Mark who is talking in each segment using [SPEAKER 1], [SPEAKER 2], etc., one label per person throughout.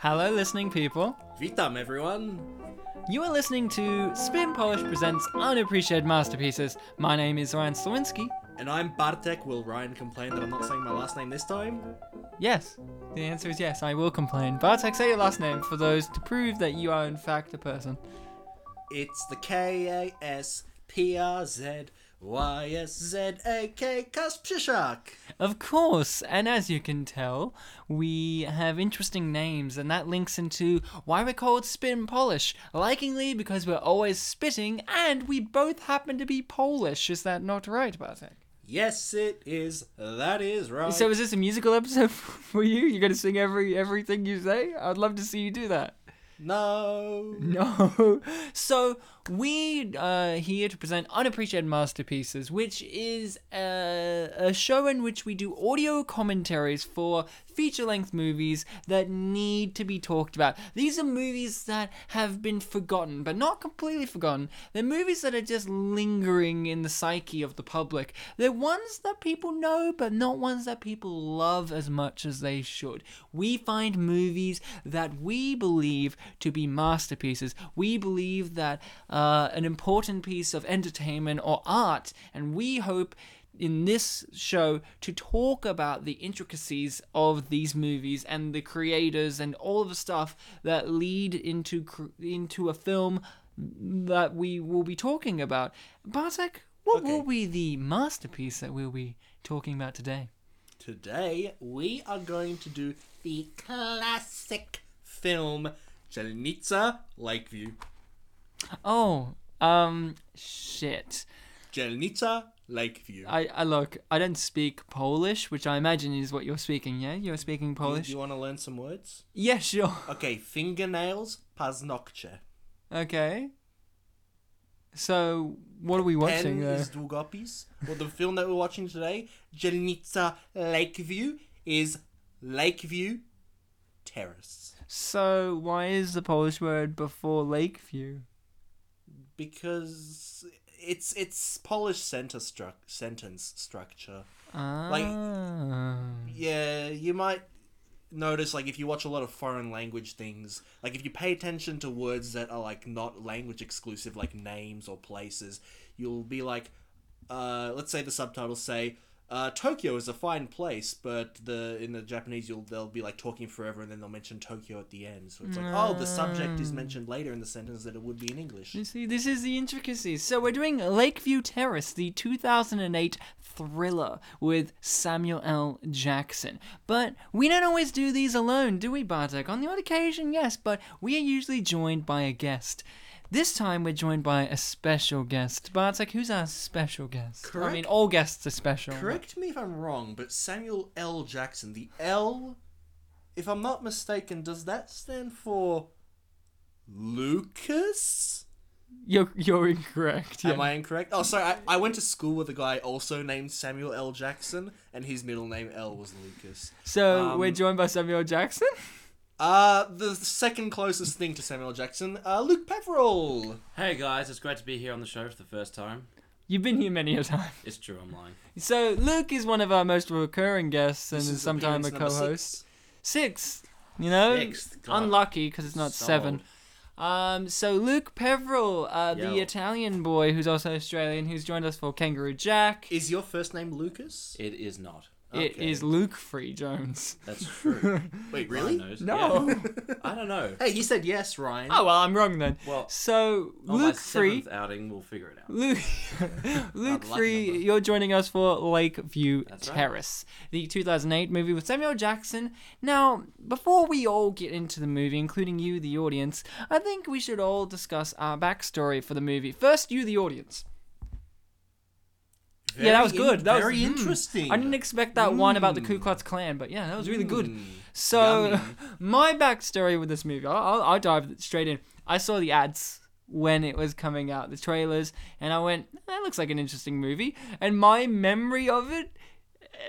[SPEAKER 1] Hello, listening people.
[SPEAKER 2] Witam everyone!
[SPEAKER 1] You are listening to Spin Polish Presents Unappreciated Masterpieces. My name is Ryan Slawinski.
[SPEAKER 2] And I'm Bartek. Will Ryan complain that I'm not saying my last name this time?
[SPEAKER 1] Yes, the answer is yes, I will complain. Bartek, say your last name for those to prove that you are in fact a person.
[SPEAKER 2] It's the K A S P R Z Y S Z A K Kasprzak.
[SPEAKER 1] Of course, and as you can tell, we have interesting names, and that links into why we're called Spin Polish. Likingly because we're always spitting, and we both happen to be Polish. Is that not right, Bartek?
[SPEAKER 2] Yes, it is. That is right.
[SPEAKER 1] So is this a musical episode for you? You're gonna sing every everything you say? I'd love to see you do that.
[SPEAKER 2] no.
[SPEAKER 1] No. So we are here to present Unappreciated Masterpieces, which is a, a show in which we do audio commentaries for feature-length movies that need to be talked about. These are movies that have been forgotten, but not completely forgotten. They're movies that are just lingering in the psyche of the public. They're ones that people know, but not ones that people love as much as they should. We find movies that we believe to be masterpieces. We believe that uh, an important piece of entertainment or art, and we hope in this show to talk about the intricacies of these movies and the creators and all of the stuff that lead into cr- into a film that we will be talking about. Bartek, what
[SPEAKER 2] Okay.
[SPEAKER 1] will be the masterpiece that we'll be talking about today?
[SPEAKER 2] Today we are going to do the classic film Jelnica Lakeview.
[SPEAKER 1] Oh, um, shit.
[SPEAKER 2] Jelnica Lakeview.
[SPEAKER 1] I, I look, I don't speak Polish, which I imagine is what you're speaking, yeah? You're speaking
[SPEAKER 2] Do
[SPEAKER 1] Polish?
[SPEAKER 2] you want to learn some words?
[SPEAKER 1] Yeah, sure.
[SPEAKER 2] Okay, fingernails, paznokcie.
[SPEAKER 1] Okay. So, what are we
[SPEAKER 2] Pen
[SPEAKER 1] watching uh, there?
[SPEAKER 2] is Długopis. Well, the film that we're watching today, Jelnica Lakeview, is Lakeview Terrace.
[SPEAKER 1] So, why is the Polish word before Lakeview?
[SPEAKER 2] Because it's it's Polish center stru- sentence structure.
[SPEAKER 1] Ah.
[SPEAKER 2] Yeah, you might notice like if you watch a lot of foreign language things, like if you pay attention to words that are like not language exclusive, like names or places, you'll be like, uh, let's say the subtitles say. Uh, Tokyo is a fine place, but the in the Japanese you'll they'll be like talking forever, and then they'll mention Tokyo at the end. So it's like, oh, the subject is mentioned later in the sentence that it would be in English.
[SPEAKER 1] You see, this is the intricacies. So we're doing Lakeview Terrace, the 2008 thriller with Samuel L. Jackson. But we don't always do these alone, do we, Bartek? On the odd occasion, yes, but we are usually joined by a guest. This time we're joined by a special guest. Bartek, who's our special guest? I mean,
[SPEAKER 2] Correct-
[SPEAKER 1] all guests are special.
[SPEAKER 2] Correct me if I'm wrong, but Samuel L. Jackson, the L, if I'm not mistaken, does that stand for Lucas?
[SPEAKER 1] You're, you're incorrect. Yeah.
[SPEAKER 2] Am I incorrect? Oh, sorry, I, I went to school with a guy also named Samuel L. Jackson, and his middle name L was Lucas.
[SPEAKER 1] so
[SPEAKER 2] Um,
[SPEAKER 1] we're joined by Samuel Jackson?
[SPEAKER 2] Uh, the second closest thing to Samuel Jackson, uh, Luke Peverell.
[SPEAKER 3] Hey guys, it's great to be here on the show for the first time.
[SPEAKER 1] You've been here many a time.
[SPEAKER 3] It's true, I'm lying.
[SPEAKER 1] So Luke is one of our most recurring guests and
[SPEAKER 2] This
[SPEAKER 1] is sometime a
[SPEAKER 2] appearance number
[SPEAKER 1] co-host.
[SPEAKER 2] six.
[SPEAKER 1] Six, you know,
[SPEAKER 3] Sixth, God.
[SPEAKER 1] unlucky because it's not
[SPEAKER 3] So
[SPEAKER 1] seven.
[SPEAKER 3] old.
[SPEAKER 1] Um, so Luke Peverell, uh, the
[SPEAKER 3] Yo.
[SPEAKER 1] Italian boy who's also Australian, who's joined us for Kangaroo Jack.
[SPEAKER 2] Is your first name Lucas?
[SPEAKER 3] It is not.
[SPEAKER 1] It
[SPEAKER 2] okay.
[SPEAKER 1] is Luke Free Jones.
[SPEAKER 3] That's true.
[SPEAKER 2] Wait,
[SPEAKER 3] Ryan
[SPEAKER 2] really?
[SPEAKER 3] knows.
[SPEAKER 1] No.
[SPEAKER 3] Yeah. I don't know.
[SPEAKER 2] Hey, he said yes, Ryan.
[SPEAKER 1] Oh well, I'm wrong then.
[SPEAKER 3] Well,
[SPEAKER 1] So
[SPEAKER 3] on my
[SPEAKER 1] Luke Free,
[SPEAKER 3] seventh outing, we'll figure it out.
[SPEAKER 1] Luke, Luke
[SPEAKER 3] lucky
[SPEAKER 1] Free,
[SPEAKER 3] number.
[SPEAKER 1] you're joining us for Lakeview
[SPEAKER 3] That's right.
[SPEAKER 1] Terrace, the 2008 movie with Samuel Jackson. Now, before we all get into the movie, including you, the audience, I think we should all discuss our backstory for the movie. First, you, the audience. yeah, that
[SPEAKER 2] Very
[SPEAKER 1] was
[SPEAKER 2] in-
[SPEAKER 1] good. That
[SPEAKER 2] very
[SPEAKER 1] was, mm.
[SPEAKER 2] interesting.
[SPEAKER 1] I didn't expect that one about the Ku Klux Klan, but yeah, that was really good.
[SPEAKER 2] Mm.
[SPEAKER 1] So,
[SPEAKER 2] Yummy.
[SPEAKER 1] my backstory with this movie, I'll, I'll, I'll dive straight in. I saw the ads when it was coming out, the trailers, and I went, that looks like an interesting movie. And my memory of it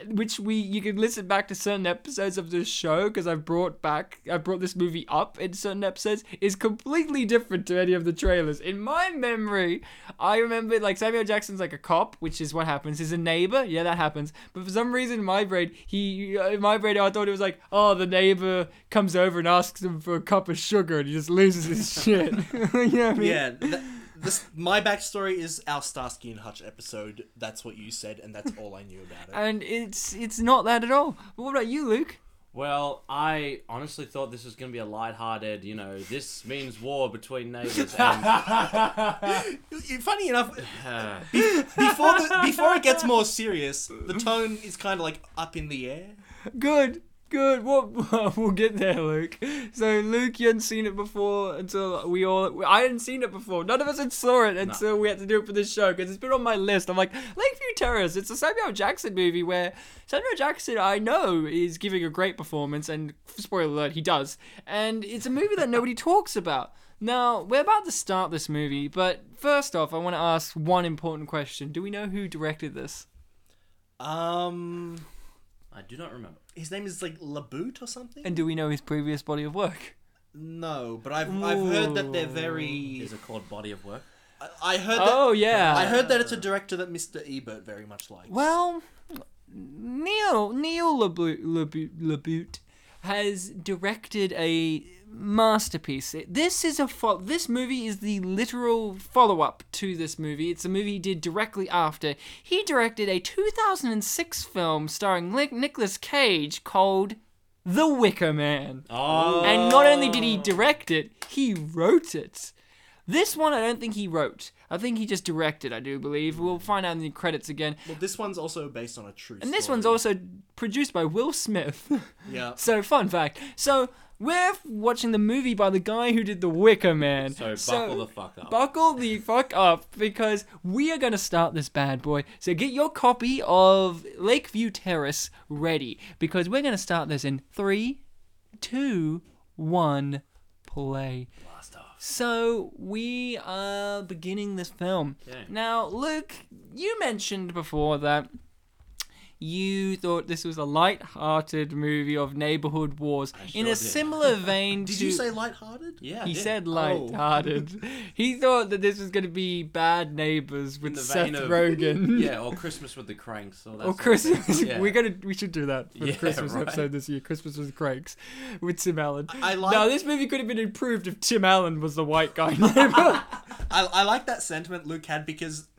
[SPEAKER 1] which we you can listen back to certain episodes of this show because I've brought back I brought this movie up in certain episodes is completely different to any of the trailers. In my memory, I remember like Samuel Jackson's like a cop, which is what happens. He's a neighbor, yeah, that happens. But for some reason, in my brain, he uh, in my brain I thought it was like oh the neighbor comes over and asks him for a cup of sugar and he just loses his shit. you know what I mean?
[SPEAKER 2] Yeah, th- this my backstory is our Starsky and Hutch episode. That's what you said, and that's all I knew about it.
[SPEAKER 1] And it's it's not that at all. But what about you, Luke?
[SPEAKER 3] Well, I honestly thought this was going to be a light-hearted, you know, this means war between neighbors. And,
[SPEAKER 2] Funny enough,
[SPEAKER 3] uh,
[SPEAKER 2] before the, before it gets more serious, the tone is kind of like up in the air.
[SPEAKER 1] Good, good. What we'll get there, Luke. So Luke, you hadn't seen it before until we all. I hadn't seen it before. None of us had saw it until we had to do it for this show because it's been on my list. I'm like Lakeview Terrace. It's a Samuel Jackson movie where Samuel Jackson I know is giving a great performance, and spoiler alert, he does. And it's a movie that nobody talks about. Now we're about to start this movie, but first off, I want to ask one important question. Do we know who directed this?
[SPEAKER 2] Um,
[SPEAKER 3] I do not remember.
[SPEAKER 2] his name is like Laboot or something.
[SPEAKER 1] And do we know his previous body of work?
[SPEAKER 2] no, but I've I've heard that they're very.
[SPEAKER 3] Is it called Body of Work?
[SPEAKER 2] I- I heard that
[SPEAKER 1] Oh yeah.
[SPEAKER 2] I heard that it's a director that Mr. Ebert very much likes.
[SPEAKER 1] Well, Neil Neil Labute, Labute, Labute has directed a masterpiece. It- This is a fo- this movie is the literal follow-up to this movie. It's a movie he did directly after. He directed a 2006 film starring Nic- Nicolas Cage called The Wicker Man.
[SPEAKER 3] Oh,
[SPEAKER 1] And not only did he direct it, he wrote it. This one I don't think he wrote. I think he just directed, I do believe. We'll find out in the credits again.
[SPEAKER 2] Well, this one's also based on a true.
[SPEAKER 1] And this one's also produced by Will Smith.
[SPEAKER 2] yeah.
[SPEAKER 1] so, fun fact. So, we're watching the movie by the guy who did The Wicker Man.
[SPEAKER 3] So, buckle the fuck up.
[SPEAKER 1] Buckle the fuck up because we are going to start this bad boy. So, get your copy of Lakeview Terrace ready because we're going to start this in three, two, one, play.
[SPEAKER 3] blast off.
[SPEAKER 1] So we are beginning this film.
[SPEAKER 3] Okay.
[SPEAKER 1] Now, Luke, you mentioned before that you thought this was a light-hearted movie of neighborhood wars. In a
[SPEAKER 3] sure did.
[SPEAKER 1] similar vein
[SPEAKER 2] Did
[SPEAKER 1] to
[SPEAKER 2] you say lighthearted?
[SPEAKER 3] Yeah, I
[SPEAKER 1] he
[SPEAKER 3] did.
[SPEAKER 1] said light-hearted. he thought that this was going to be bad neighbors with
[SPEAKER 3] In the
[SPEAKER 1] Seth
[SPEAKER 3] vein of-
[SPEAKER 1] Rogen.
[SPEAKER 3] Yeah, or Christmas with the Cranks. Oh, Or, that
[SPEAKER 1] Or
[SPEAKER 3] sort of thing.
[SPEAKER 1] Christmas.
[SPEAKER 3] Yeah.
[SPEAKER 1] We're gonna we should do that for the
[SPEAKER 3] Yeah,
[SPEAKER 1] Christmas
[SPEAKER 3] right.
[SPEAKER 1] episode this year. Christmas with Cranks with Tim Allen.
[SPEAKER 2] I like-
[SPEAKER 1] Now this movie could have been improved if Tim Allen was the white guy neighbor.
[SPEAKER 2] I, I like that sentiment Luke had because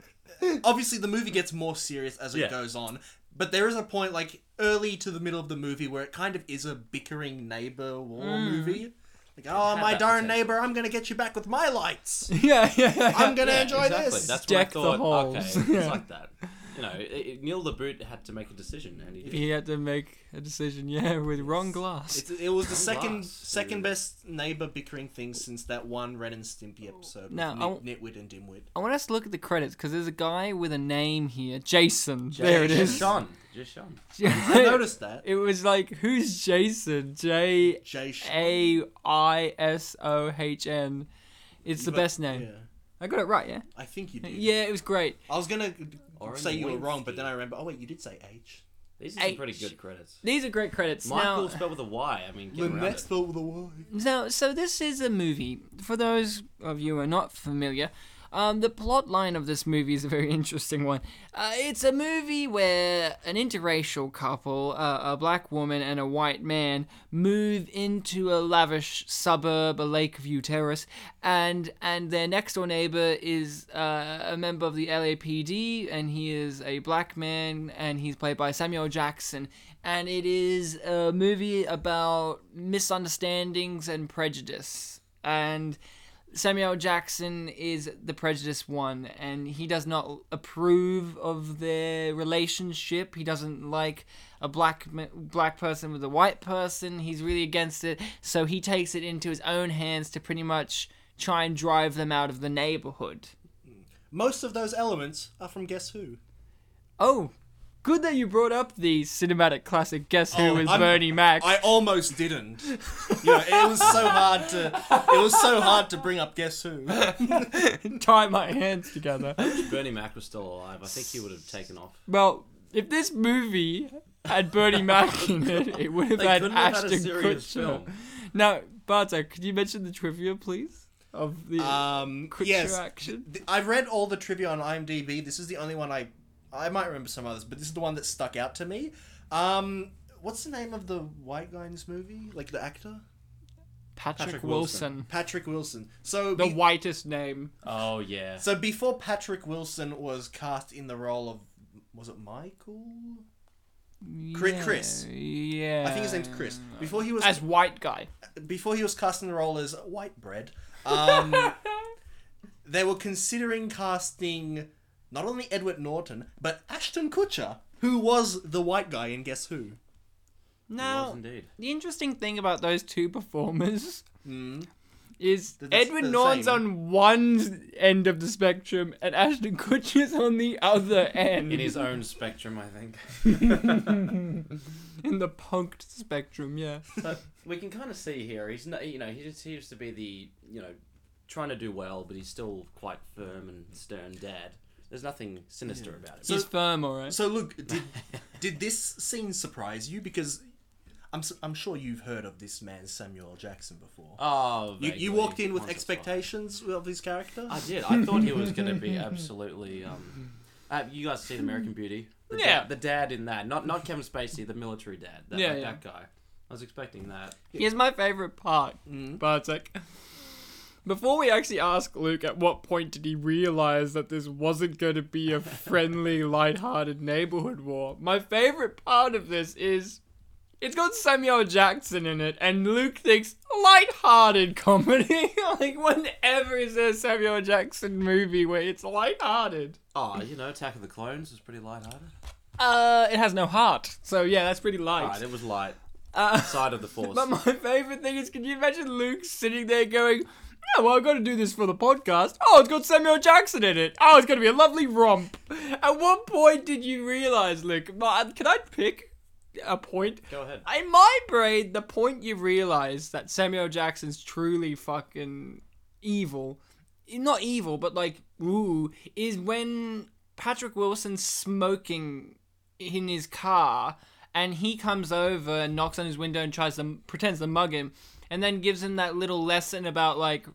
[SPEAKER 2] obviously the movie gets more serious as it
[SPEAKER 3] Yeah.
[SPEAKER 2] goes on, but there is a point like early to the middle of the movie where it kind of is a bickering neighbor war
[SPEAKER 1] Mm.
[SPEAKER 2] movie. Like, oh
[SPEAKER 3] had
[SPEAKER 2] my
[SPEAKER 3] that
[SPEAKER 2] darn
[SPEAKER 3] potential.
[SPEAKER 2] neighbor, I'm gonna get you back with my lights.
[SPEAKER 1] yeah, yeah, yeah.
[SPEAKER 2] I'm gonna
[SPEAKER 3] Yeah,
[SPEAKER 2] enjoy
[SPEAKER 3] exactly.
[SPEAKER 2] this.
[SPEAKER 3] That's
[SPEAKER 1] Deck the
[SPEAKER 3] what I thought.
[SPEAKER 1] halls.
[SPEAKER 3] Okay,
[SPEAKER 1] Yeah.
[SPEAKER 3] it's like that. You know, it, it, Neil LaBute had to make a decision, and he did.
[SPEAKER 1] He had to make a decision, yeah, with wrong glass.
[SPEAKER 2] It's, it was the second
[SPEAKER 3] Glass.
[SPEAKER 2] second best neighbor bickering thing since that one Ren and Stimpy episode.
[SPEAKER 1] Now,
[SPEAKER 2] with Nit- Nitwit and Dimwit.
[SPEAKER 1] I want us to look at the credits because there's a guy with a name here, Jason.
[SPEAKER 3] Just-
[SPEAKER 1] There it
[SPEAKER 3] just
[SPEAKER 1] is.
[SPEAKER 3] Sean. Just Sean.
[SPEAKER 2] I noticed that.
[SPEAKER 1] it was like, who's Jason? J
[SPEAKER 2] Jay Sh-
[SPEAKER 1] A I S O H N. It's the
[SPEAKER 2] but-
[SPEAKER 1] best name.
[SPEAKER 2] Yeah,
[SPEAKER 1] I got it right, yeah.
[SPEAKER 2] I think you did.
[SPEAKER 1] Yeah, it was great.
[SPEAKER 2] I was gonna
[SPEAKER 3] Orange
[SPEAKER 2] say you were wrong,
[SPEAKER 3] Wednesday.
[SPEAKER 2] but then I remember. Oh wait, you did say H.
[SPEAKER 3] These are some
[SPEAKER 1] H.
[SPEAKER 3] pretty good credits.
[SPEAKER 1] These are great credits.
[SPEAKER 3] Michael
[SPEAKER 1] now,
[SPEAKER 3] spelled with a Y. I mean, get around it.
[SPEAKER 2] spelled with a Y.
[SPEAKER 1] Now, so this is a movie. For those of you who are not familiar, um, the plot line of this movie is a very interesting one. Uh, it's a movie where an interracial couple, uh, a black woman and a white man, move into a lavish suburb, a Lakeview Terrace, and and their next door neighbor is uh, a member of the LAPD, and he is a black man, and he's played by Samuel Jackson and it is a movie about misunderstandings and prejudice. And Samuel Jackson is the prejudiced one, and he does not approve of their relationship. He doesn't like a black m- black person with a white person. He's really against it, so he takes it into his own hands to pretty much try and drive them out of the neighborhood.
[SPEAKER 2] Most of those elements are from Guess Who.
[SPEAKER 1] Oh, good that you brought up the cinematic classic Guess Who
[SPEAKER 2] Oh,
[SPEAKER 1] with
[SPEAKER 2] I'm-
[SPEAKER 1] Bernie Mac.
[SPEAKER 2] I almost didn't. You know, it was so hard to it was so hard to bring up Guess Who.
[SPEAKER 1] tie my hands together.
[SPEAKER 3] Bernie Mac was still alive. I think he would have taken off.
[SPEAKER 1] Well, If this movie had Bernie Mac in it, it would have
[SPEAKER 3] They
[SPEAKER 1] had
[SPEAKER 3] couldn't have had a
[SPEAKER 1] Ashton
[SPEAKER 3] serious
[SPEAKER 1] Kutcher.
[SPEAKER 3] film.
[SPEAKER 1] Now, Bartek, could you mention the trivia, please, of the
[SPEAKER 2] Um,
[SPEAKER 1] Kutcher
[SPEAKER 2] yes,
[SPEAKER 1] action?
[SPEAKER 2] th- I've read all the trivia on IMDb. This is the only one I I might remember some others, but this is the one that stuck out to me. Um, what's the name of the white guy in this movie? Like the actor
[SPEAKER 1] Patrick,
[SPEAKER 3] Patrick
[SPEAKER 1] Wilson.
[SPEAKER 3] Wilson.
[SPEAKER 2] Patrick Wilson. So
[SPEAKER 1] The
[SPEAKER 2] be-
[SPEAKER 1] whitest name.
[SPEAKER 3] Oh yeah.
[SPEAKER 2] so before Patrick Wilson was cast in the role of was it Michael? Chri-
[SPEAKER 1] Yeah,
[SPEAKER 2] Chris.
[SPEAKER 1] Yeah.
[SPEAKER 2] I think his name's Chris.
[SPEAKER 3] Um,
[SPEAKER 2] Before he was
[SPEAKER 1] As white guy.
[SPEAKER 2] before he was cast in the role as white bread, um, they were considering casting not only Edward Norton but Ashton Kutcher, who was the white guy in Guess Who.
[SPEAKER 1] Now,
[SPEAKER 3] was indeed.
[SPEAKER 1] the interesting thing about those two performers
[SPEAKER 2] Hmm.
[SPEAKER 1] is
[SPEAKER 2] That it's
[SPEAKER 1] Edward
[SPEAKER 2] the
[SPEAKER 1] Norton's
[SPEAKER 2] same.
[SPEAKER 1] on one end of the spectrum and Ashton Kutcher's on the other end.
[SPEAKER 3] In his own spectrum, I think.
[SPEAKER 1] In the punked spectrum, yeah.
[SPEAKER 3] So we can kind of see here. He's not, you know, he just seems to be the, you know, trying to do well, but he's still quite firm and stern dad. There's nothing sinister about him.
[SPEAKER 1] He's firm, alright.
[SPEAKER 2] So, look, did did this scene surprise you? Because I'm s- I'm sure you've heard of this man Samuel L. Jackson before.
[SPEAKER 3] oh,
[SPEAKER 2] you,
[SPEAKER 3] vaguely,
[SPEAKER 2] you walked in with
[SPEAKER 3] once or twice.
[SPEAKER 2] expectations of his character.
[SPEAKER 3] I did. I thought he was going to be absolutely. Um, uh, you guys seen American Beauty? The da-
[SPEAKER 1] Yeah.
[SPEAKER 3] the dad in that, not not Kevin Spacey, the military dad. That,
[SPEAKER 1] Yeah,
[SPEAKER 3] that,
[SPEAKER 1] yeah.
[SPEAKER 3] that guy. I was expecting that.
[SPEAKER 1] Here's my favorite part, Bartek. Before we actually ask Luke at what point did he realize that this wasn't going to be a friendly, light-hearted neighborhood war, my favorite part of this is it's got Samuel Jackson in it, and Luke thinks light-hearted comedy. like whenever is there a Samuel Jackson movie where it's light-hearted?
[SPEAKER 3] Oh, you know, Attack of the Clones was pretty lighthearted.
[SPEAKER 1] Uh, it has no heart. So yeah, that's pretty light.
[SPEAKER 3] Alright, it was light.
[SPEAKER 1] Uh,
[SPEAKER 3] Side of the force.
[SPEAKER 1] But my favorite thing is, can you imagine Luke sitting there going, "Yeah, well, I've got to do this for the podcast. Oh, it's got Samuel Jackson in it. Oh, it's going to be a lovely romp." At what point did you realize, Luke? Ma- Can I pick a point?
[SPEAKER 3] Go ahead.
[SPEAKER 1] In my brain, the point you realize that Samuel Jackson's truly fucking evil, not evil, but like ooh, is when Patrick Wilson's smoking in his car and he comes over and knocks on his window and tries to pretends to mug him and then gives him that little lesson about like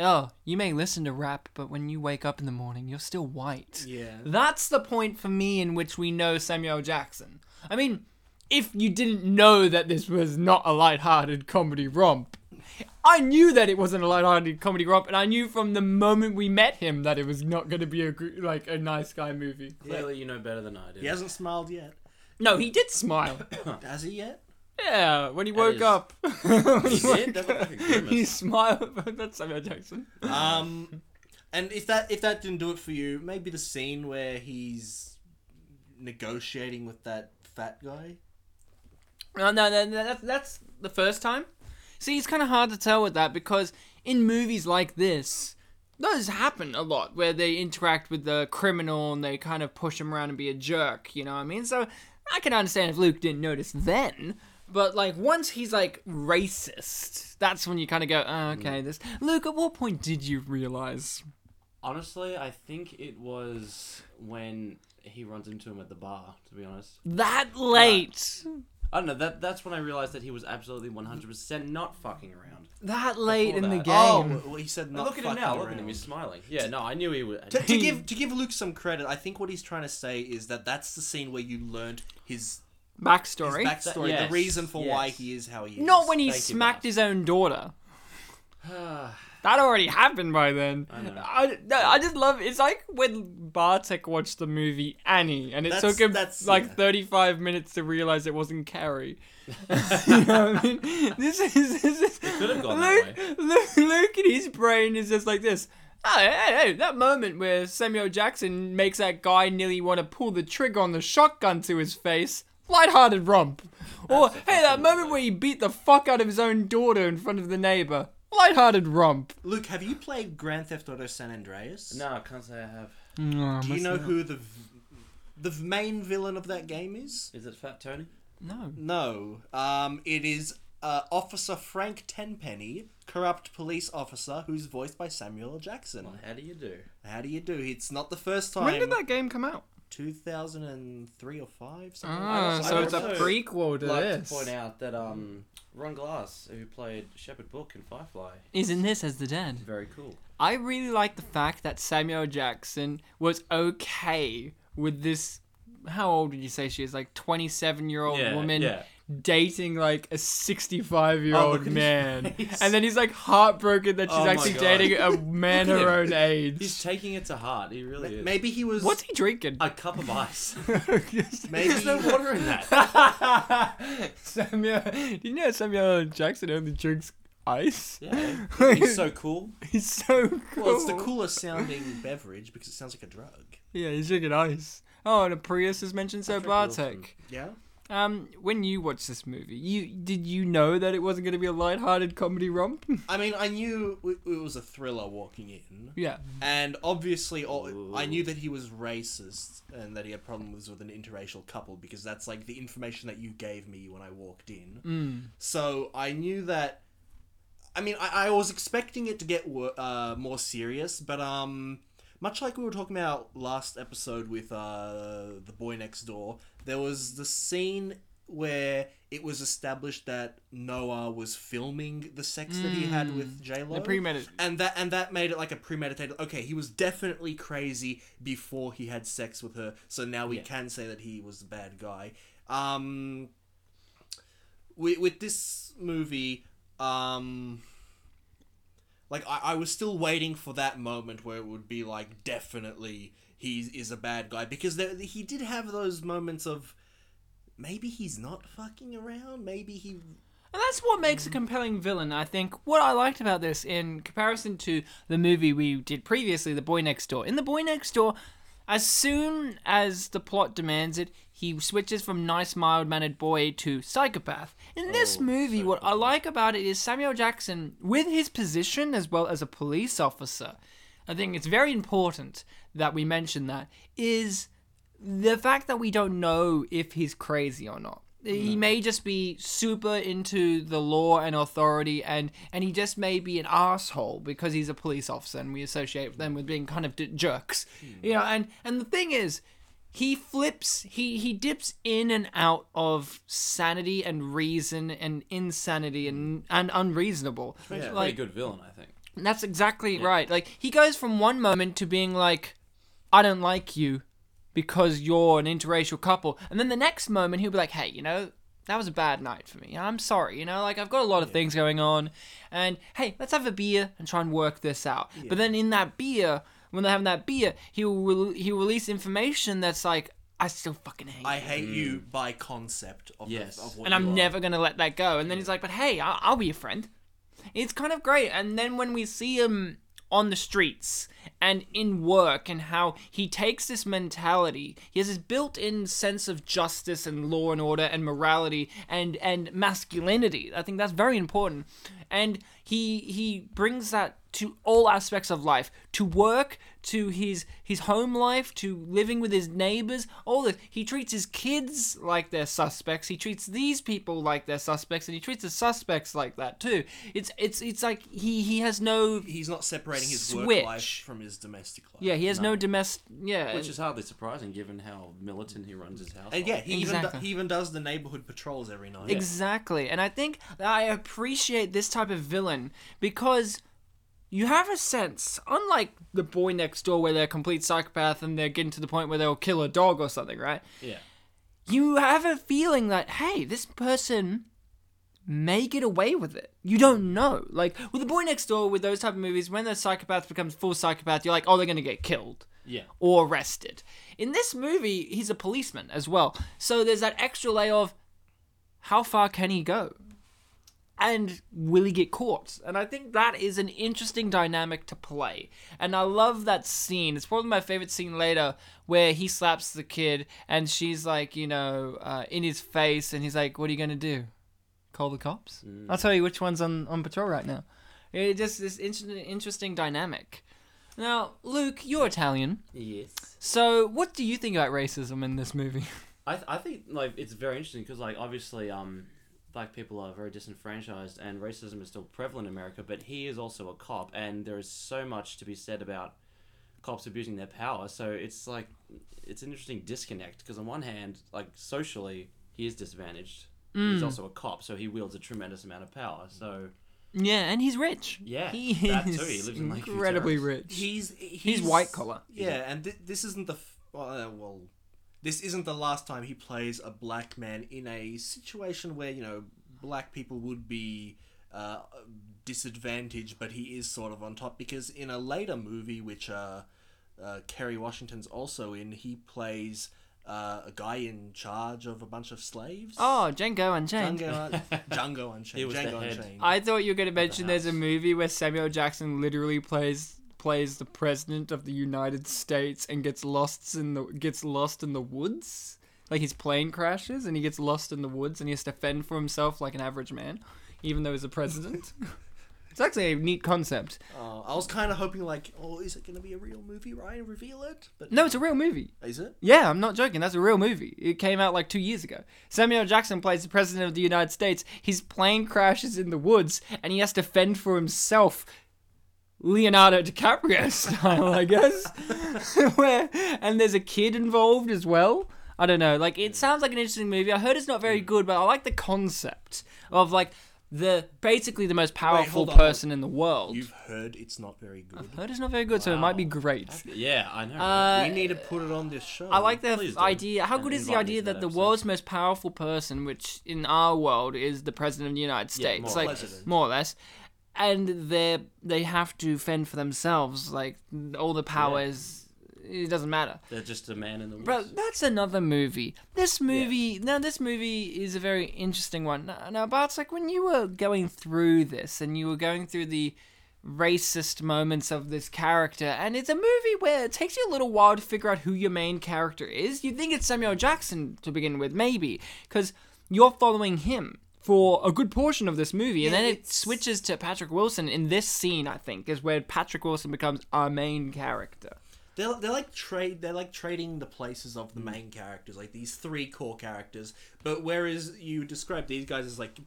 [SPEAKER 1] oh you may listen to rap but when you wake up in the morning you're still white
[SPEAKER 2] Yeah.
[SPEAKER 1] that's the point for me in which we know samuel jackson i mean if you didn't know that this was not a light-hearted comedy romp I knew that it wasn't a light-hearted comedy romp, and I knew from the moment we met him that it was not going to be a gr- like a nice guy movie.
[SPEAKER 3] Clearly, you know better than I do.
[SPEAKER 2] he hasn't smiled yet.
[SPEAKER 1] No, he did smile.
[SPEAKER 2] Has he yet?
[SPEAKER 1] Yeah, when he woke
[SPEAKER 3] is-
[SPEAKER 1] up. When he
[SPEAKER 3] He
[SPEAKER 1] woke
[SPEAKER 3] did? That was like a
[SPEAKER 1] up, He
[SPEAKER 3] grimace.
[SPEAKER 1] smiled. That's Samuel Jackson.
[SPEAKER 2] Um, and if that if that didn't do it for you, maybe the scene where he's negotiating with that fat guy.
[SPEAKER 1] Oh, No, no, no, no that's, that's the first time. See, it's kind of hard to tell with that because in movies like this, those happen a lot where they interact with the criminal and they kind of push him around and be a jerk, you know what I mean? So I can understand if Luke didn't notice then, but like once he's like racist, that's when you kind of go, oh, okay, this. Luke, at what point did you realize?
[SPEAKER 3] Honestly, I think it was when he runs into him at the bar, to be honest.
[SPEAKER 1] That late.
[SPEAKER 3] I don't know, that that's when I realized that he was absolutely 100% not fucking around.
[SPEAKER 1] That late in
[SPEAKER 3] Before
[SPEAKER 1] the
[SPEAKER 3] that.
[SPEAKER 1] game.
[SPEAKER 2] Oh, well, he said not
[SPEAKER 3] look at him
[SPEAKER 2] fucking
[SPEAKER 3] now, look at
[SPEAKER 2] around.
[SPEAKER 3] him, he's smiling. Yeah, no, I knew he was.
[SPEAKER 2] To, to give to give Luke some credit, I think what he's trying to say is that that's the scene where you learned his, his
[SPEAKER 1] Backstory.
[SPEAKER 2] backstory,
[SPEAKER 3] Yes,
[SPEAKER 2] the reason for why
[SPEAKER 3] yes.
[SPEAKER 2] he is how he is.
[SPEAKER 1] Not when he
[SPEAKER 3] Thank you,
[SPEAKER 1] smacked
[SPEAKER 3] Matt.
[SPEAKER 1] his own daughter. That already happened by then. I
[SPEAKER 3] know.
[SPEAKER 1] I, no, I just love it's like when Bartek watched the movie Annie, and it
[SPEAKER 2] That's-
[SPEAKER 1] took him
[SPEAKER 2] that's-
[SPEAKER 1] like
[SPEAKER 2] yeah.
[SPEAKER 1] 35 minutes to realize it wasn't Carrie. you know what I mean? This is this is
[SPEAKER 3] could have gone that
[SPEAKER 1] Luke, Luke, Luke in his brain is just like this. Oh, hey, hey, that moment where Samuel Jackson makes that guy nearly want to pull the trigger on the shotgun to his face. Lighthearted romp. Or, hey, that moment where he beat the fuck out of his own daughter in front of the neighbor. Lighthearted romp.
[SPEAKER 2] Luke, have you played Grand Theft Auto San Andreas?
[SPEAKER 3] No, I can't say I have.
[SPEAKER 2] Do you know who the v- the v- main villain of that game is?
[SPEAKER 3] Is it Fat Tony?
[SPEAKER 1] No.
[SPEAKER 2] No. Um, it is uh, Officer Frank Tenpenny, corrupt police officer, who's voiced by Samuel L. Jackson.
[SPEAKER 3] Well, how do you do?
[SPEAKER 2] How do you do? It's not the first time.
[SPEAKER 1] When did that game come out?
[SPEAKER 2] 2003 or 5 something
[SPEAKER 1] Ah,
[SPEAKER 3] also-
[SPEAKER 1] so
[SPEAKER 3] I'd
[SPEAKER 1] it's a
[SPEAKER 3] also
[SPEAKER 1] prequel to
[SPEAKER 3] like
[SPEAKER 1] this.
[SPEAKER 3] to point out that um, Ron Glass, who played Shepherd Book in Firefly,
[SPEAKER 1] Is in this as the dead.
[SPEAKER 3] very cool.
[SPEAKER 1] I really like the fact that Samuel Jackson was okay with this. How old did you say she is? Like twenty-seven year old
[SPEAKER 3] Yeah,
[SPEAKER 1] woman
[SPEAKER 3] yeah.
[SPEAKER 1] dating like a sixty-five year
[SPEAKER 2] Oh,
[SPEAKER 1] old
[SPEAKER 2] look at his
[SPEAKER 1] man,
[SPEAKER 3] face.
[SPEAKER 1] and then he's like heartbroken that she's
[SPEAKER 3] Oh my
[SPEAKER 1] actually
[SPEAKER 3] God.
[SPEAKER 1] dating a man
[SPEAKER 3] Look at
[SPEAKER 1] her
[SPEAKER 3] him.
[SPEAKER 1] own age.
[SPEAKER 3] He's taking it to heart. He really is.
[SPEAKER 2] maybe he was
[SPEAKER 1] What's he drinking?
[SPEAKER 3] a cup of ice.
[SPEAKER 2] maybe
[SPEAKER 3] There's no water in that.
[SPEAKER 1] Samuel, do you know Samuel Jackson only drinks ice?
[SPEAKER 3] Yeah,
[SPEAKER 1] he's
[SPEAKER 3] he's
[SPEAKER 1] so
[SPEAKER 3] so cool.
[SPEAKER 1] he's so cool.
[SPEAKER 2] well, it's the coolest sounding beverage because it sounds like a drug
[SPEAKER 1] Yeah, he's drinking ice. Oh, and a Prius is mentioned, so
[SPEAKER 3] Patrick Wilson.
[SPEAKER 1] Bartek.
[SPEAKER 2] yeah
[SPEAKER 1] Um, when you watched this movie, you did you know that it wasn't going to be a light-hearted comedy romp?
[SPEAKER 2] i mean i knew it it was a thriller walking in
[SPEAKER 1] yeah,
[SPEAKER 2] and obviously all,
[SPEAKER 3] Ooh.
[SPEAKER 2] i knew that he was racist and that he had problems with an interracial couple because that's like the information that you gave me when i walked in so i knew that i mean i, I was expecting it to get wor- uh, more serious but um much like we were talking about last episode with uh, the boy next door there was the scene where it was established that Noah was filming the sex that he had with J Lo,
[SPEAKER 1] the pre-medit.
[SPEAKER 2] and that and that made it like a premeditated okay he was definitely crazy before he had sex with her so now we
[SPEAKER 3] Yeah.
[SPEAKER 2] can say that he was the bad guy um with, with this movie um like I, I was still waiting for that moment where it would be like definitely he is a bad guy because there, he did have those moments of maybe he's not fucking around maybe he
[SPEAKER 1] And that's what makes a compelling villain, I think. What I liked about this, in comparison to the movie we did previously, The Boy Next Door, in The Boy Next Door, as soon as the plot demands it, he switches from nice, mild mannered boy to psychopath. In this
[SPEAKER 3] Oh,
[SPEAKER 1] movie, what I
[SPEAKER 3] psychopath.
[SPEAKER 1] like about it is Samuel Jackson, with his position as well as a police officer, I think it's very important that we mention that, is the fact that we don't know if he's crazy or not. He may just be super into the law and authority, and and he just may be an asshole because he's a police officer, and we associate them with being kind of d- jerks, you know. And and the thing is, he flips, he he dips in and out of sanity and reason and insanity and and unreasonable.
[SPEAKER 3] Yeah,
[SPEAKER 1] like
[SPEAKER 3] pretty good villain, I think.
[SPEAKER 1] that's exactly right. Like he goes from one moment to being like, "I don't like you because you're an interracial couple," and then the next moment he'll be like, "Hey, you know." That was a bad night for me. I'm sorry, you know, like I've got a lot of things going on. And hey, let's have a beer and try and work this out. But then in that beer, when they're having that beer, he'll rel he'll release information that's like, I still fucking hate
[SPEAKER 2] i
[SPEAKER 1] you.
[SPEAKER 2] hate you by concept of, the-
[SPEAKER 3] Mm. Yes.
[SPEAKER 2] of what
[SPEAKER 1] And
[SPEAKER 2] you
[SPEAKER 1] I'm
[SPEAKER 2] are.
[SPEAKER 1] never going to let that go. And then he's like, but hey, I'll, I'll be your friend. It's kind of great. And then when we see him on the streets and in work and how he takes this mentality, he has this built-in sense of justice and law and order and morality and and masculinity. I think that's very important. And he he brings that to all aspects of life, to work, to his his home life, to living with his neighbors, all this. He treats his kids like they're suspects. He treats these people like they're suspects, and he treats the suspects like that too. It's it's it's like he he has no
[SPEAKER 2] he's not separating his work
[SPEAKER 1] Switch.
[SPEAKER 2] life from his domestic life.
[SPEAKER 1] yeah he has no, domestic yeah
[SPEAKER 3] Which is hardly surprising given how militant he runs his house.
[SPEAKER 2] and yeah, he even do,
[SPEAKER 1] Exactly.
[SPEAKER 2] he even does the neighborhood patrols every night.
[SPEAKER 1] Exactly. And I think that I appreciate this type of villain because you have a sense, unlike the boy next door where they're a complete psychopath and they're getting to the point where they'll kill a dog or something, right?
[SPEAKER 3] Yeah.
[SPEAKER 1] You have a feeling that, hey, this person may get away with it. You don't know. Like with the boy next door with those type of movies, when the psychopath becomes full psychopath, you're like, oh, they're gonna get killed
[SPEAKER 3] Yeah.
[SPEAKER 1] or arrested. In this movie, he's a policeman as well. So there's that extra layer of how far can he go? And will he get caught? And I think that is an interesting dynamic to play. And I love that scene. It's probably my favorite scene later where he slaps the kid and she's like, you know, uh, in his face and he's like, what are you going to do? Call the cops? I'll tell you which one's on, on patrol right now. It just this interesting, interesting dynamic. Now, Luke, you're Italian.
[SPEAKER 3] Yes.
[SPEAKER 1] So, what do you think about racism in this movie?
[SPEAKER 3] I, th- I think like it's very interesting because like obviously um black people are very disenfranchised and racism is still prevalent in America but he is also a cop and there is so much to be said about cops abusing their power. So it's like it's an interesting disconnect because on one hand, like socially, he is disadvantaged.
[SPEAKER 1] Mm.
[SPEAKER 3] He's also a cop, so he wields a tremendous amount of power. So
[SPEAKER 1] Yeah, and he's rich.
[SPEAKER 3] Yeah,
[SPEAKER 1] he
[SPEAKER 3] that too.
[SPEAKER 1] is
[SPEAKER 3] He lives in Lakeview
[SPEAKER 1] incredibly
[SPEAKER 3] Terrace.
[SPEAKER 1] rich.
[SPEAKER 2] He's he's,
[SPEAKER 1] white collar.
[SPEAKER 2] Yeah, and th- this isn't the f- uh, well, this isn't the last time he plays a black man in a situation where you know black people would be uh, disadvantaged, but he is sort of on top because in a later movie, which uh, uh, Kerry Washington's also in, he plays uh, a guy in charge of a bunch of slaves.
[SPEAKER 1] Oh, Django Unchained.
[SPEAKER 2] Django, Un- Django Unchained.
[SPEAKER 3] He was the
[SPEAKER 2] Django
[SPEAKER 3] head.
[SPEAKER 2] Unchained.
[SPEAKER 1] I thought you were going to mention
[SPEAKER 3] house.
[SPEAKER 1] there's a movie where Samuel Jackson literally plays plays the president of the United States and gets lost in the gets lost in the woods. Like his plane crashes and he gets lost in the woods and he has to fend for himself like an average man, even though he's a president. it's actually a neat concept.
[SPEAKER 2] Oh, I was kind of hoping like, oh, is it going to be a real movie, Ryan? Reveal it, but
[SPEAKER 1] No, it's a real movie.
[SPEAKER 2] is it?
[SPEAKER 1] Yeah, I'm not joking. That's a real movie. It came out like two years ago. Samuel Jackson plays the president of the United States. His plane crashes in the woods, and he has to fend for himself. Leonardo DiCaprio style, I guess. Where and there's a kid involved as well. I don't know. Like it sounds like an interesting movie. I heard it's not
[SPEAKER 2] Hmm.
[SPEAKER 1] very good, but I like the concept of like the basically the most powerful
[SPEAKER 2] hold on.
[SPEAKER 1] person in the world.
[SPEAKER 2] You've heard it's not very good.
[SPEAKER 1] Heard it's not very good, so it might be great.
[SPEAKER 3] yeah, I know.
[SPEAKER 1] Uh,
[SPEAKER 2] we need to put it on this show.
[SPEAKER 1] I like the
[SPEAKER 3] Oh, Please do.
[SPEAKER 1] idea. How
[SPEAKER 3] And
[SPEAKER 1] good is the
[SPEAKER 3] invite me
[SPEAKER 1] idea
[SPEAKER 3] to
[SPEAKER 1] that,
[SPEAKER 3] that
[SPEAKER 1] the
[SPEAKER 3] episode.
[SPEAKER 1] world's most powerful person, which in our world is the president of the United
[SPEAKER 3] Yeah,
[SPEAKER 1] States,
[SPEAKER 3] more or
[SPEAKER 1] like
[SPEAKER 2] less.
[SPEAKER 1] more or less, and they they have to fend for themselves. Like all the power
[SPEAKER 3] Yeah.
[SPEAKER 1] is it doesn't matter.
[SPEAKER 3] They're just a man in the woods.
[SPEAKER 1] But that's another movie. This movie now, this movie is a very interesting one. Now- Now, Bart's like when you were going through this and you were going through the racist moments of this character, and it's a movie where it takes you a little while to figure out who your main character is. You think it's Samuel Jackson to begin with, maybe, because you're following him. For a good portion of this movie, and
[SPEAKER 2] Yeah,
[SPEAKER 1] then it
[SPEAKER 2] it's-
[SPEAKER 1] switches to Patrick Wilson in this scene. I think is where Patrick Wilson becomes our main character.
[SPEAKER 2] they're, they're like trade. They're like trading the places of
[SPEAKER 1] Mm.
[SPEAKER 2] the main characters, like these three core characters. But whereas you describe these guys as like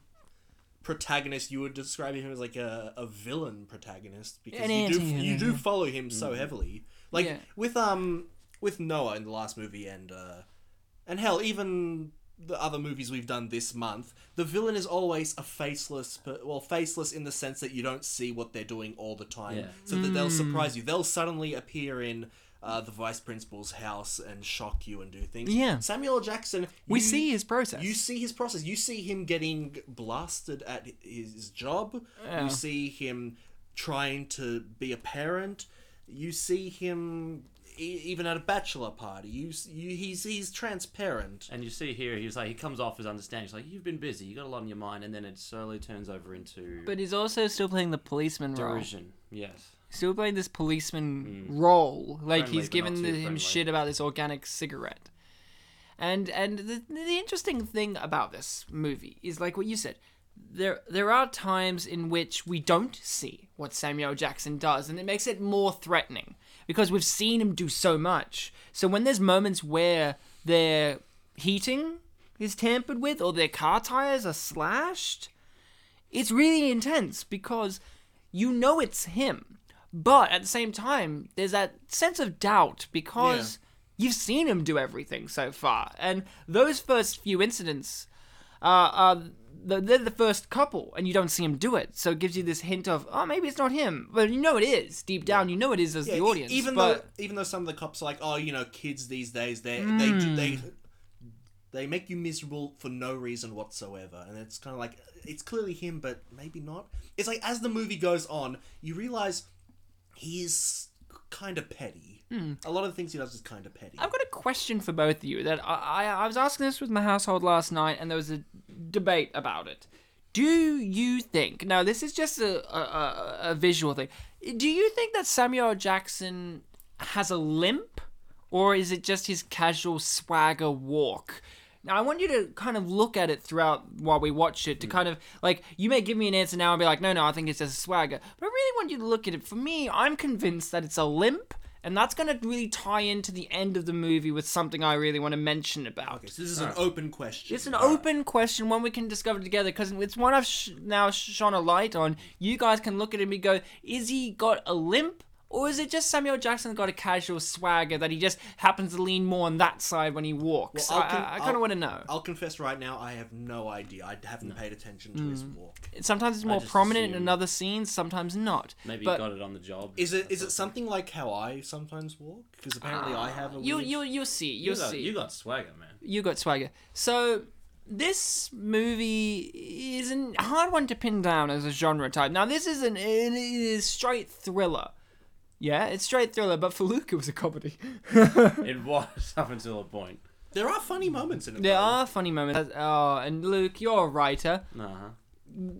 [SPEAKER 2] protagonists, you would describe him as like a, a villain protagonist because
[SPEAKER 1] An
[SPEAKER 2] you do
[SPEAKER 1] anti-hero. Mm.
[SPEAKER 2] you do follow him so heavily. Like
[SPEAKER 1] Yeah.
[SPEAKER 2] with um with Noah in the last movie and uh and hell even the other movies we've done this month, the villain is always a faceless per- well faceless in the sense that you don't see what they're doing all the time.
[SPEAKER 3] Yeah.
[SPEAKER 2] So that they'll surprise you. They'll suddenly appear in uh, the vice principal's house and shock you and do things.
[SPEAKER 1] Yeah.
[SPEAKER 2] Samuel Jackson.
[SPEAKER 1] We
[SPEAKER 2] you-
[SPEAKER 1] see his process.
[SPEAKER 2] you see his process. You see him getting blasted at his job.
[SPEAKER 1] Yeah.
[SPEAKER 2] You see him trying to be a parent. You see him e- even at a bachelor party. You, s- you he's he's transparent.
[SPEAKER 3] And you see here, he's like, he comes off as understanding. He's like, you've been busy, you got a lot on your mind, and then it slowly turns over into
[SPEAKER 1] But he's also still playing the policeman role.
[SPEAKER 3] derision. Yes.
[SPEAKER 1] Still playing this policeman role. Like
[SPEAKER 3] Friendly,
[SPEAKER 1] he's
[SPEAKER 3] but
[SPEAKER 1] given
[SPEAKER 3] Hmm. not
[SPEAKER 1] the,
[SPEAKER 3] too
[SPEAKER 1] him
[SPEAKER 3] friendly.
[SPEAKER 1] shit about this organic cigarette. And and the, the interesting thing about this movie is like what you said. There there are times in which we don't see what Samuel Jackson does, and it makes it more threatening because we've seen him do so much. So when there's moments where their heating is tampered with or their car tires are slashed, it's really intense because you know it's him, but at the same time, there's that sense of doubt because you've seen him do everything so far, and those first few incidents are. are the- they're the first couple, and you don't see him do it, so it gives you this hint of, oh, maybe it's not him, but you know it is deep down. You know it is as
[SPEAKER 2] Yeah,
[SPEAKER 1] the
[SPEAKER 2] e-
[SPEAKER 1] audience.
[SPEAKER 2] even
[SPEAKER 1] but...
[SPEAKER 2] though even though some of the cops are like, oh, you know, kids these days they they
[SPEAKER 1] Hmm.
[SPEAKER 2] do they they make you miserable for no reason whatsoever, and it's kind of like it's clearly him, but maybe not. It's like as the movie goes on, you realize he's kind of petty.
[SPEAKER 1] Hmm.
[SPEAKER 2] A lot of the things he does is kind of petty.
[SPEAKER 1] I've got a question for both of you that I, I, I was asking this with my household last night, and there was a debate about it. Do you think? Now, this is just a, a, a- a visual thing. Do you think that Samuel Jackson has a limp, or is it just his casual swagger walk? Now, I want you to kind of look at it throughout while we watch it to kind of like, you may give me an answer now and be like, no, no, I think it's just a swagger. But I really want you to look at it. For me, I'm convinced that it's a limp, and that's going to really tie into the end of the movie with something I really want to mention about.
[SPEAKER 2] Okay, so this is an open question.
[SPEAKER 1] It's an open question, one we can discover together, because it's one I've sh- now shone a light on. You guys can look at it and go, is he got a limp? Or is it just Samuel Jackson got a casual swagger that he just happens to lean more on that side when he walks?
[SPEAKER 2] Well,
[SPEAKER 1] I,
[SPEAKER 2] I'll con-
[SPEAKER 1] I, kind of
[SPEAKER 2] I'll-
[SPEAKER 1] want to know.
[SPEAKER 2] I'll confess right now, I have no idea. I haven't paid attention to his
[SPEAKER 1] Hmm.
[SPEAKER 2] walk.
[SPEAKER 1] sometimes it's more
[SPEAKER 3] just
[SPEAKER 1] prominent in
[SPEAKER 3] assume-
[SPEAKER 1] another scene, sometimes not.
[SPEAKER 3] Maybe
[SPEAKER 1] but
[SPEAKER 3] you got it on the job.
[SPEAKER 2] Is it is it
[SPEAKER 3] That's
[SPEAKER 2] something like how I sometimes walk? Because apparently I have a
[SPEAKER 1] you
[SPEAKER 2] weird-
[SPEAKER 1] you you'll see
[SPEAKER 3] You
[SPEAKER 1] you'll
[SPEAKER 3] got,
[SPEAKER 1] see
[SPEAKER 3] you got swagger, man.
[SPEAKER 1] You got swagger. So this movie is a hard one to pin down as a genre type. Now this is an it is straight thriller. Yeah, it's straight thriller, but for Luke it was a comedy.
[SPEAKER 3] It was up until a point.
[SPEAKER 2] There are funny moments in it.
[SPEAKER 1] there
[SPEAKER 2] though.
[SPEAKER 1] are funny moments. Oh, and Luke, you're a writer.
[SPEAKER 3] Uh huh.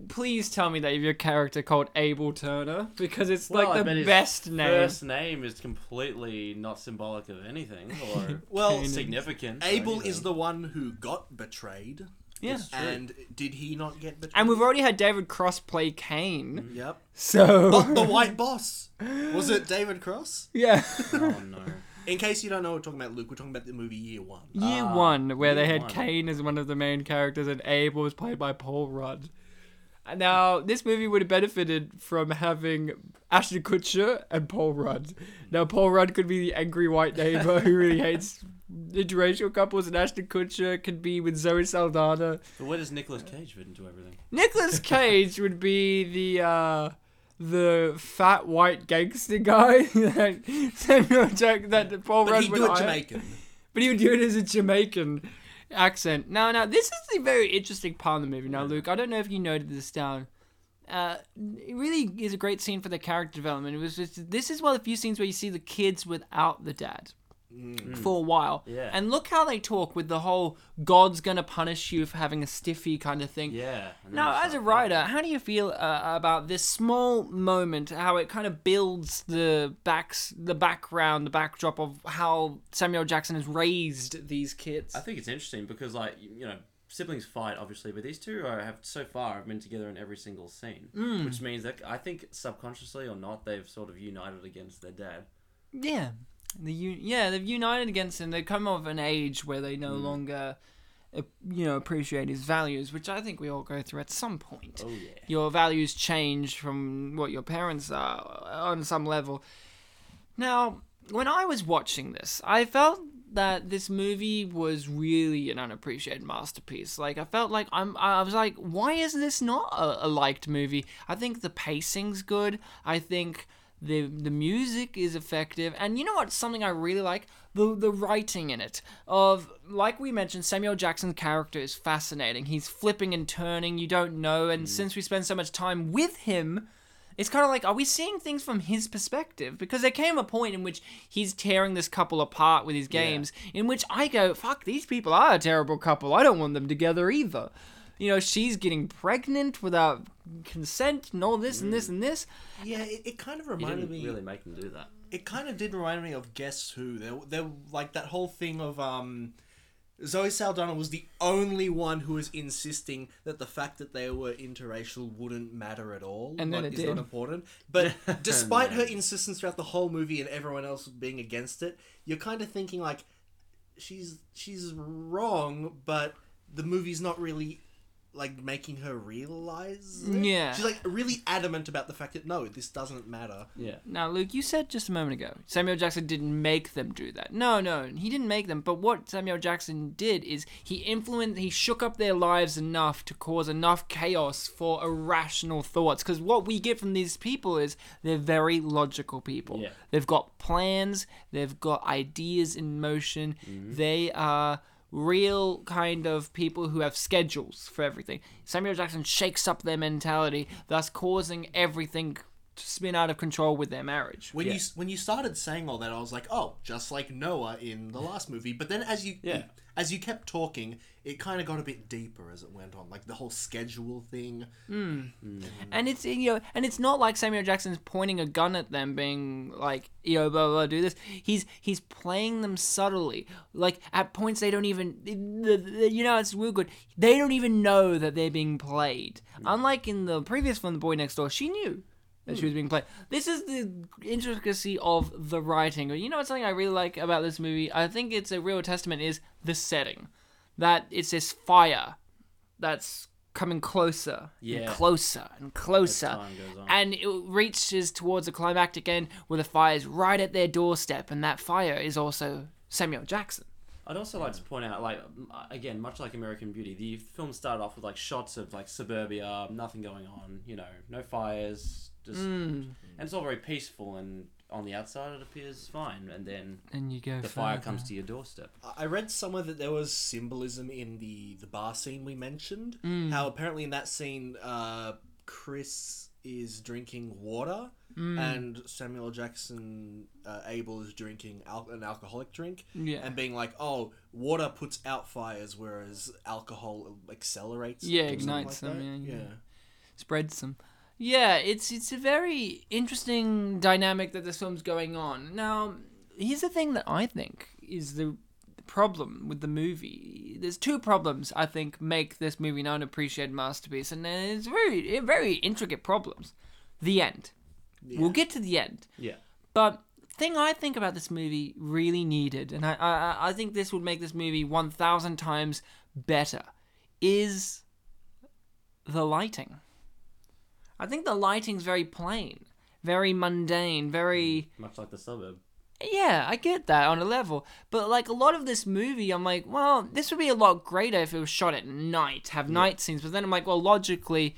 [SPEAKER 1] Please tell me that you have a character called Abel Turner because it's
[SPEAKER 3] Well, I
[SPEAKER 1] like
[SPEAKER 3] bet
[SPEAKER 1] the
[SPEAKER 3] his
[SPEAKER 1] best name.
[SPEAKER 3] First name is completely not symbolic of anything or
[SPEAKER 2] Well,
[SPEAKER 3] significant. or
[SPEAKER 2] Abel
[SPEAKER 3] anything.
[SPEAKER 2] is the one who got betrayed.
[SPEAKER 1] Yeah.
[SPEAKER 3] It's true.
[SPEAKER 2] And did he not get betrayed?
[SPEAKER 1] And we've already had David Cross play
[SPEAKER 3] Mm.
[SPEAKER 1] Kane.
[SPEAKER 2] Yep.
[SPEAKER 1] So
[SPEAKER 2] But the white boss. Was it David Cross?
[SPEAKER 1] yeah.
[SPEAKER 3] Oh no.
[SPEAKER 2] In case you don't know, we're talking about Luke. We're talking about the movie Year One. Uh,
[SPEAKER 1] Year
[SPEAKER 3] Ah,
[SPEAKER 1] one, where they
[SPEAKER 3] year
[SPEAKER 1] had
[SPEAKER 3] one.
[SPEAKER 1] Kane as one of the main characters and Abel was played by Paul Rudd. And Now, this movie would have benefited from having Ashton Kutcher and Paul Rudd. Now, Paul Rudd could be the angry white neighbor who really hates interracial couples, and Ashton Kutcher could be with Zoe Saldana.
[SPEAKER 3] But where does Nicolas Cage fit into everything?
[SPEAKER 1] Nicolas Cage would be the uh, the fat white gangster guy that Samuel Jack that Paul
[SPEAKER 2] But
[SPEAKER 1] Rudd
[SPEAKER 2] he
[SPEAKER 1] would
[SPEAKER 2] do it
[SPEAKER 1] hire.
[SPEAKER 2] Jamaican.
[SPEAKER 1] But he would do it as a Jamaican accent. Now, now, this is the very interesting part of the movie. Now, Luke, I don't know if you noted this down. Uh, it really is a great scene for the character development. It was just, this is one of the few scenes where you see the kids without the dad for a while.
[SPEAKER 3] Yeah.
[SPEAKER 1] And look how they talk with the whole "God's gonna punish you for having a stiffy" kind of thing.
[SPEAKER 3] Yeah. and then
[SPEAKER 1] Now,
[SPEAKER 3] it's
[SPEAKER 1] as a
[SPEAKER 3] like,
[SPEAKER 1] writer, how do you feel uh, about this small moment? How it kind of builds the backs, the background, the backdrop of how Samuel Jackson has raised these kids.
[SPEAKER 3] I think it's interesting because, like, you you know, siblings fight obviously, but these two are, have so far have been together in every single scene,
[SPEAKER 2] Mm.
[SPEAKER 3] which means that I think subconsciously or not, they've sort of united against their dad.
[SPEAKER 1] yeah, the un- yeah they've united against him. They come of an age where they no longer, uh, you know, appreciate his values, which I think we all go through at some point.
[SPEAKER 3] Oh yeah.
[SPEAKER 1] your values change from what your parents are on some level. Now, when I was watching this, I felt that this movie was really an unappreciated masterpiece. Like I felt like I'm I was like why is this not a, a liked movie? I think the pacing's good. I think the the music is effective. And you know what something I really like? The the writing in it. Of like we mentioned Samuel Jackson's character is fascinating. He's flipping and turning. You don't know and since we spend so much time with him, it's kind of like, are we seeing things from his perspective? Because there came a point in which he's tearing this couple apart with his games, in which I go, fuck, these people are a terrible couple. I don't want them together either. You know, she's getting pregnant without consent and all this and this and this.
[SPEAKER 2] Yeah, it, it kind of
[SPEAKER 3] You
[SPEAKER 2] reminded
[SPEAKER 3] didn't
[SPEAKER 2] me.
[SPEAKER 3] really make them do that.
[SPEAKER 2] It kind of did remind me of Guess Who. There, there, like that whole thing of um, Zoe Saldana was the only one who was insisting that the fact that they were interracial wouldn't matter at all.
[SPEAKER 1] And then
[SPEAKER 2] like,
[SPEAKER 1] it
[SPEAKER 2] is
[SPEAKER 1] did.
[SPEAKER 2] not important. But despite her insistence throughout the whole movie and everyone else being against it, you're kind of thinking like, she's she's wrong, but the movie's not really like making her realize. it.
[SPEAKER 1] Yeah.
[SPEAKER 2] she's like really adamant about the fact that no, this doesn't matter.
[SPEAKER 3] Yeah.
[SPEAKER 1] Now, Luke, you said just a moment ago Samuel Jackson didn't make them do that. No, no, he didn't make them. But what Samuel Jackson did is he influenced, he shook up their lives enough to cause enough chaos for irrational thoughts. Because what we get from these people is they're very logical people.
[SPEAKER 3] Yeah.
[SPEAKER 1] They've got plans, they've got ideas in motion, they are real kind of people who have schedules for everything. Samuel Jackson shakes up their mentality, thus causing everything to spin out of control with their marriage.
[SPEAKER 2] When you when you started saying all that, I was like, oh, just like Noah in the last movie. But then as you
[SPEAKER 3] Yeah.
[SPEAKER 2] as you kept talking, it kind of got a bit deeper as it went on, like the whole schedule thing.
[SPEAKER 1] And it's you know, and it's not like Samuel Jackson's pointing a gun at them, being like, "Yo, blah blah, do this." He's he's playing them subtly, like at points they don't even, the- the- you know, it's real good. They don't even know that they're being played. Unlike in the previous film, The Boy Next Door, she knew that
[SPEAKER 3] Hmm.
[SPEAKER 1] she was being played. This is the intricacy of the writing. You know, what's something I really like about this movie. I think it's a real testament is the setting, that it's this fire that's coming closer and
[SPEAKER 3] Yeah.
[SPEAKER 1] closer and closer
[SPEAKER 3] time goes on.
[SPEAKER 1] and it reaches towards a climactic end where the fire's right at their doorstep and that fire is also samuel jackson
[SPEAKER 3] I'd also like to point out, like m- uh, again, much like American Beauty, the film started off with like shots of like suburbia, nothing going on, you know, no fires, just and it's all very peaceful. And on the outside, it appears fine, and then
[SPEAKER 1] and you go
[SPEAKER 3] the fire comes to your doorstep.
[SPEAKER 2] I I read somewhere that there was symbolism in the the bar scene we mentioned.
[SPEAKER 1] Mm.
[SPEAKER 2] How apparently in that scene, uh, Chris is drinking water,
[SPEAKER 1] Mm.
[SPEAKER 2] and Samuel Jackson uh, Abel is drinking al- an alcoholic drink,
[SPEAKER 1] Yeah.
[SPEAKER 2] and being like, "Oh, water puts out fires, whereas alcohol accelerates,
[SPEAKER 1] Yeah,
[SPEAKER 2] or something
[SPEAKER 1] ignites
[SPEAKER 2] like
[SPEAKER 1] them,
[SPEAKER 2] that."
[SPEAKER 1] yeah, yeah. spread some. Yeah, it's it's a very interesting dynamic that this film's going on. Now, here's the thing that I think is the problem with the movie. There's two problems I think make this movie an unappreciated masterpiece, and it's very very intricate problems. The end. We'll get to the end.
[SPEAKER 3] Yeah,
[SPEAKER 1] But thing I think about this movie really needed, and I I, I think this would make this movie one thousand times better, is the lighting. I think the lighting's very plain, very mundane, very
[SPEAKER 3] much like the suburb.
[SPEAKER 1] yeah, I get that on a level. But like a lot of this movie, I'm like, well, this would be a lot greater if it was shot at night, have night scenes. But then I'm like, well, logically,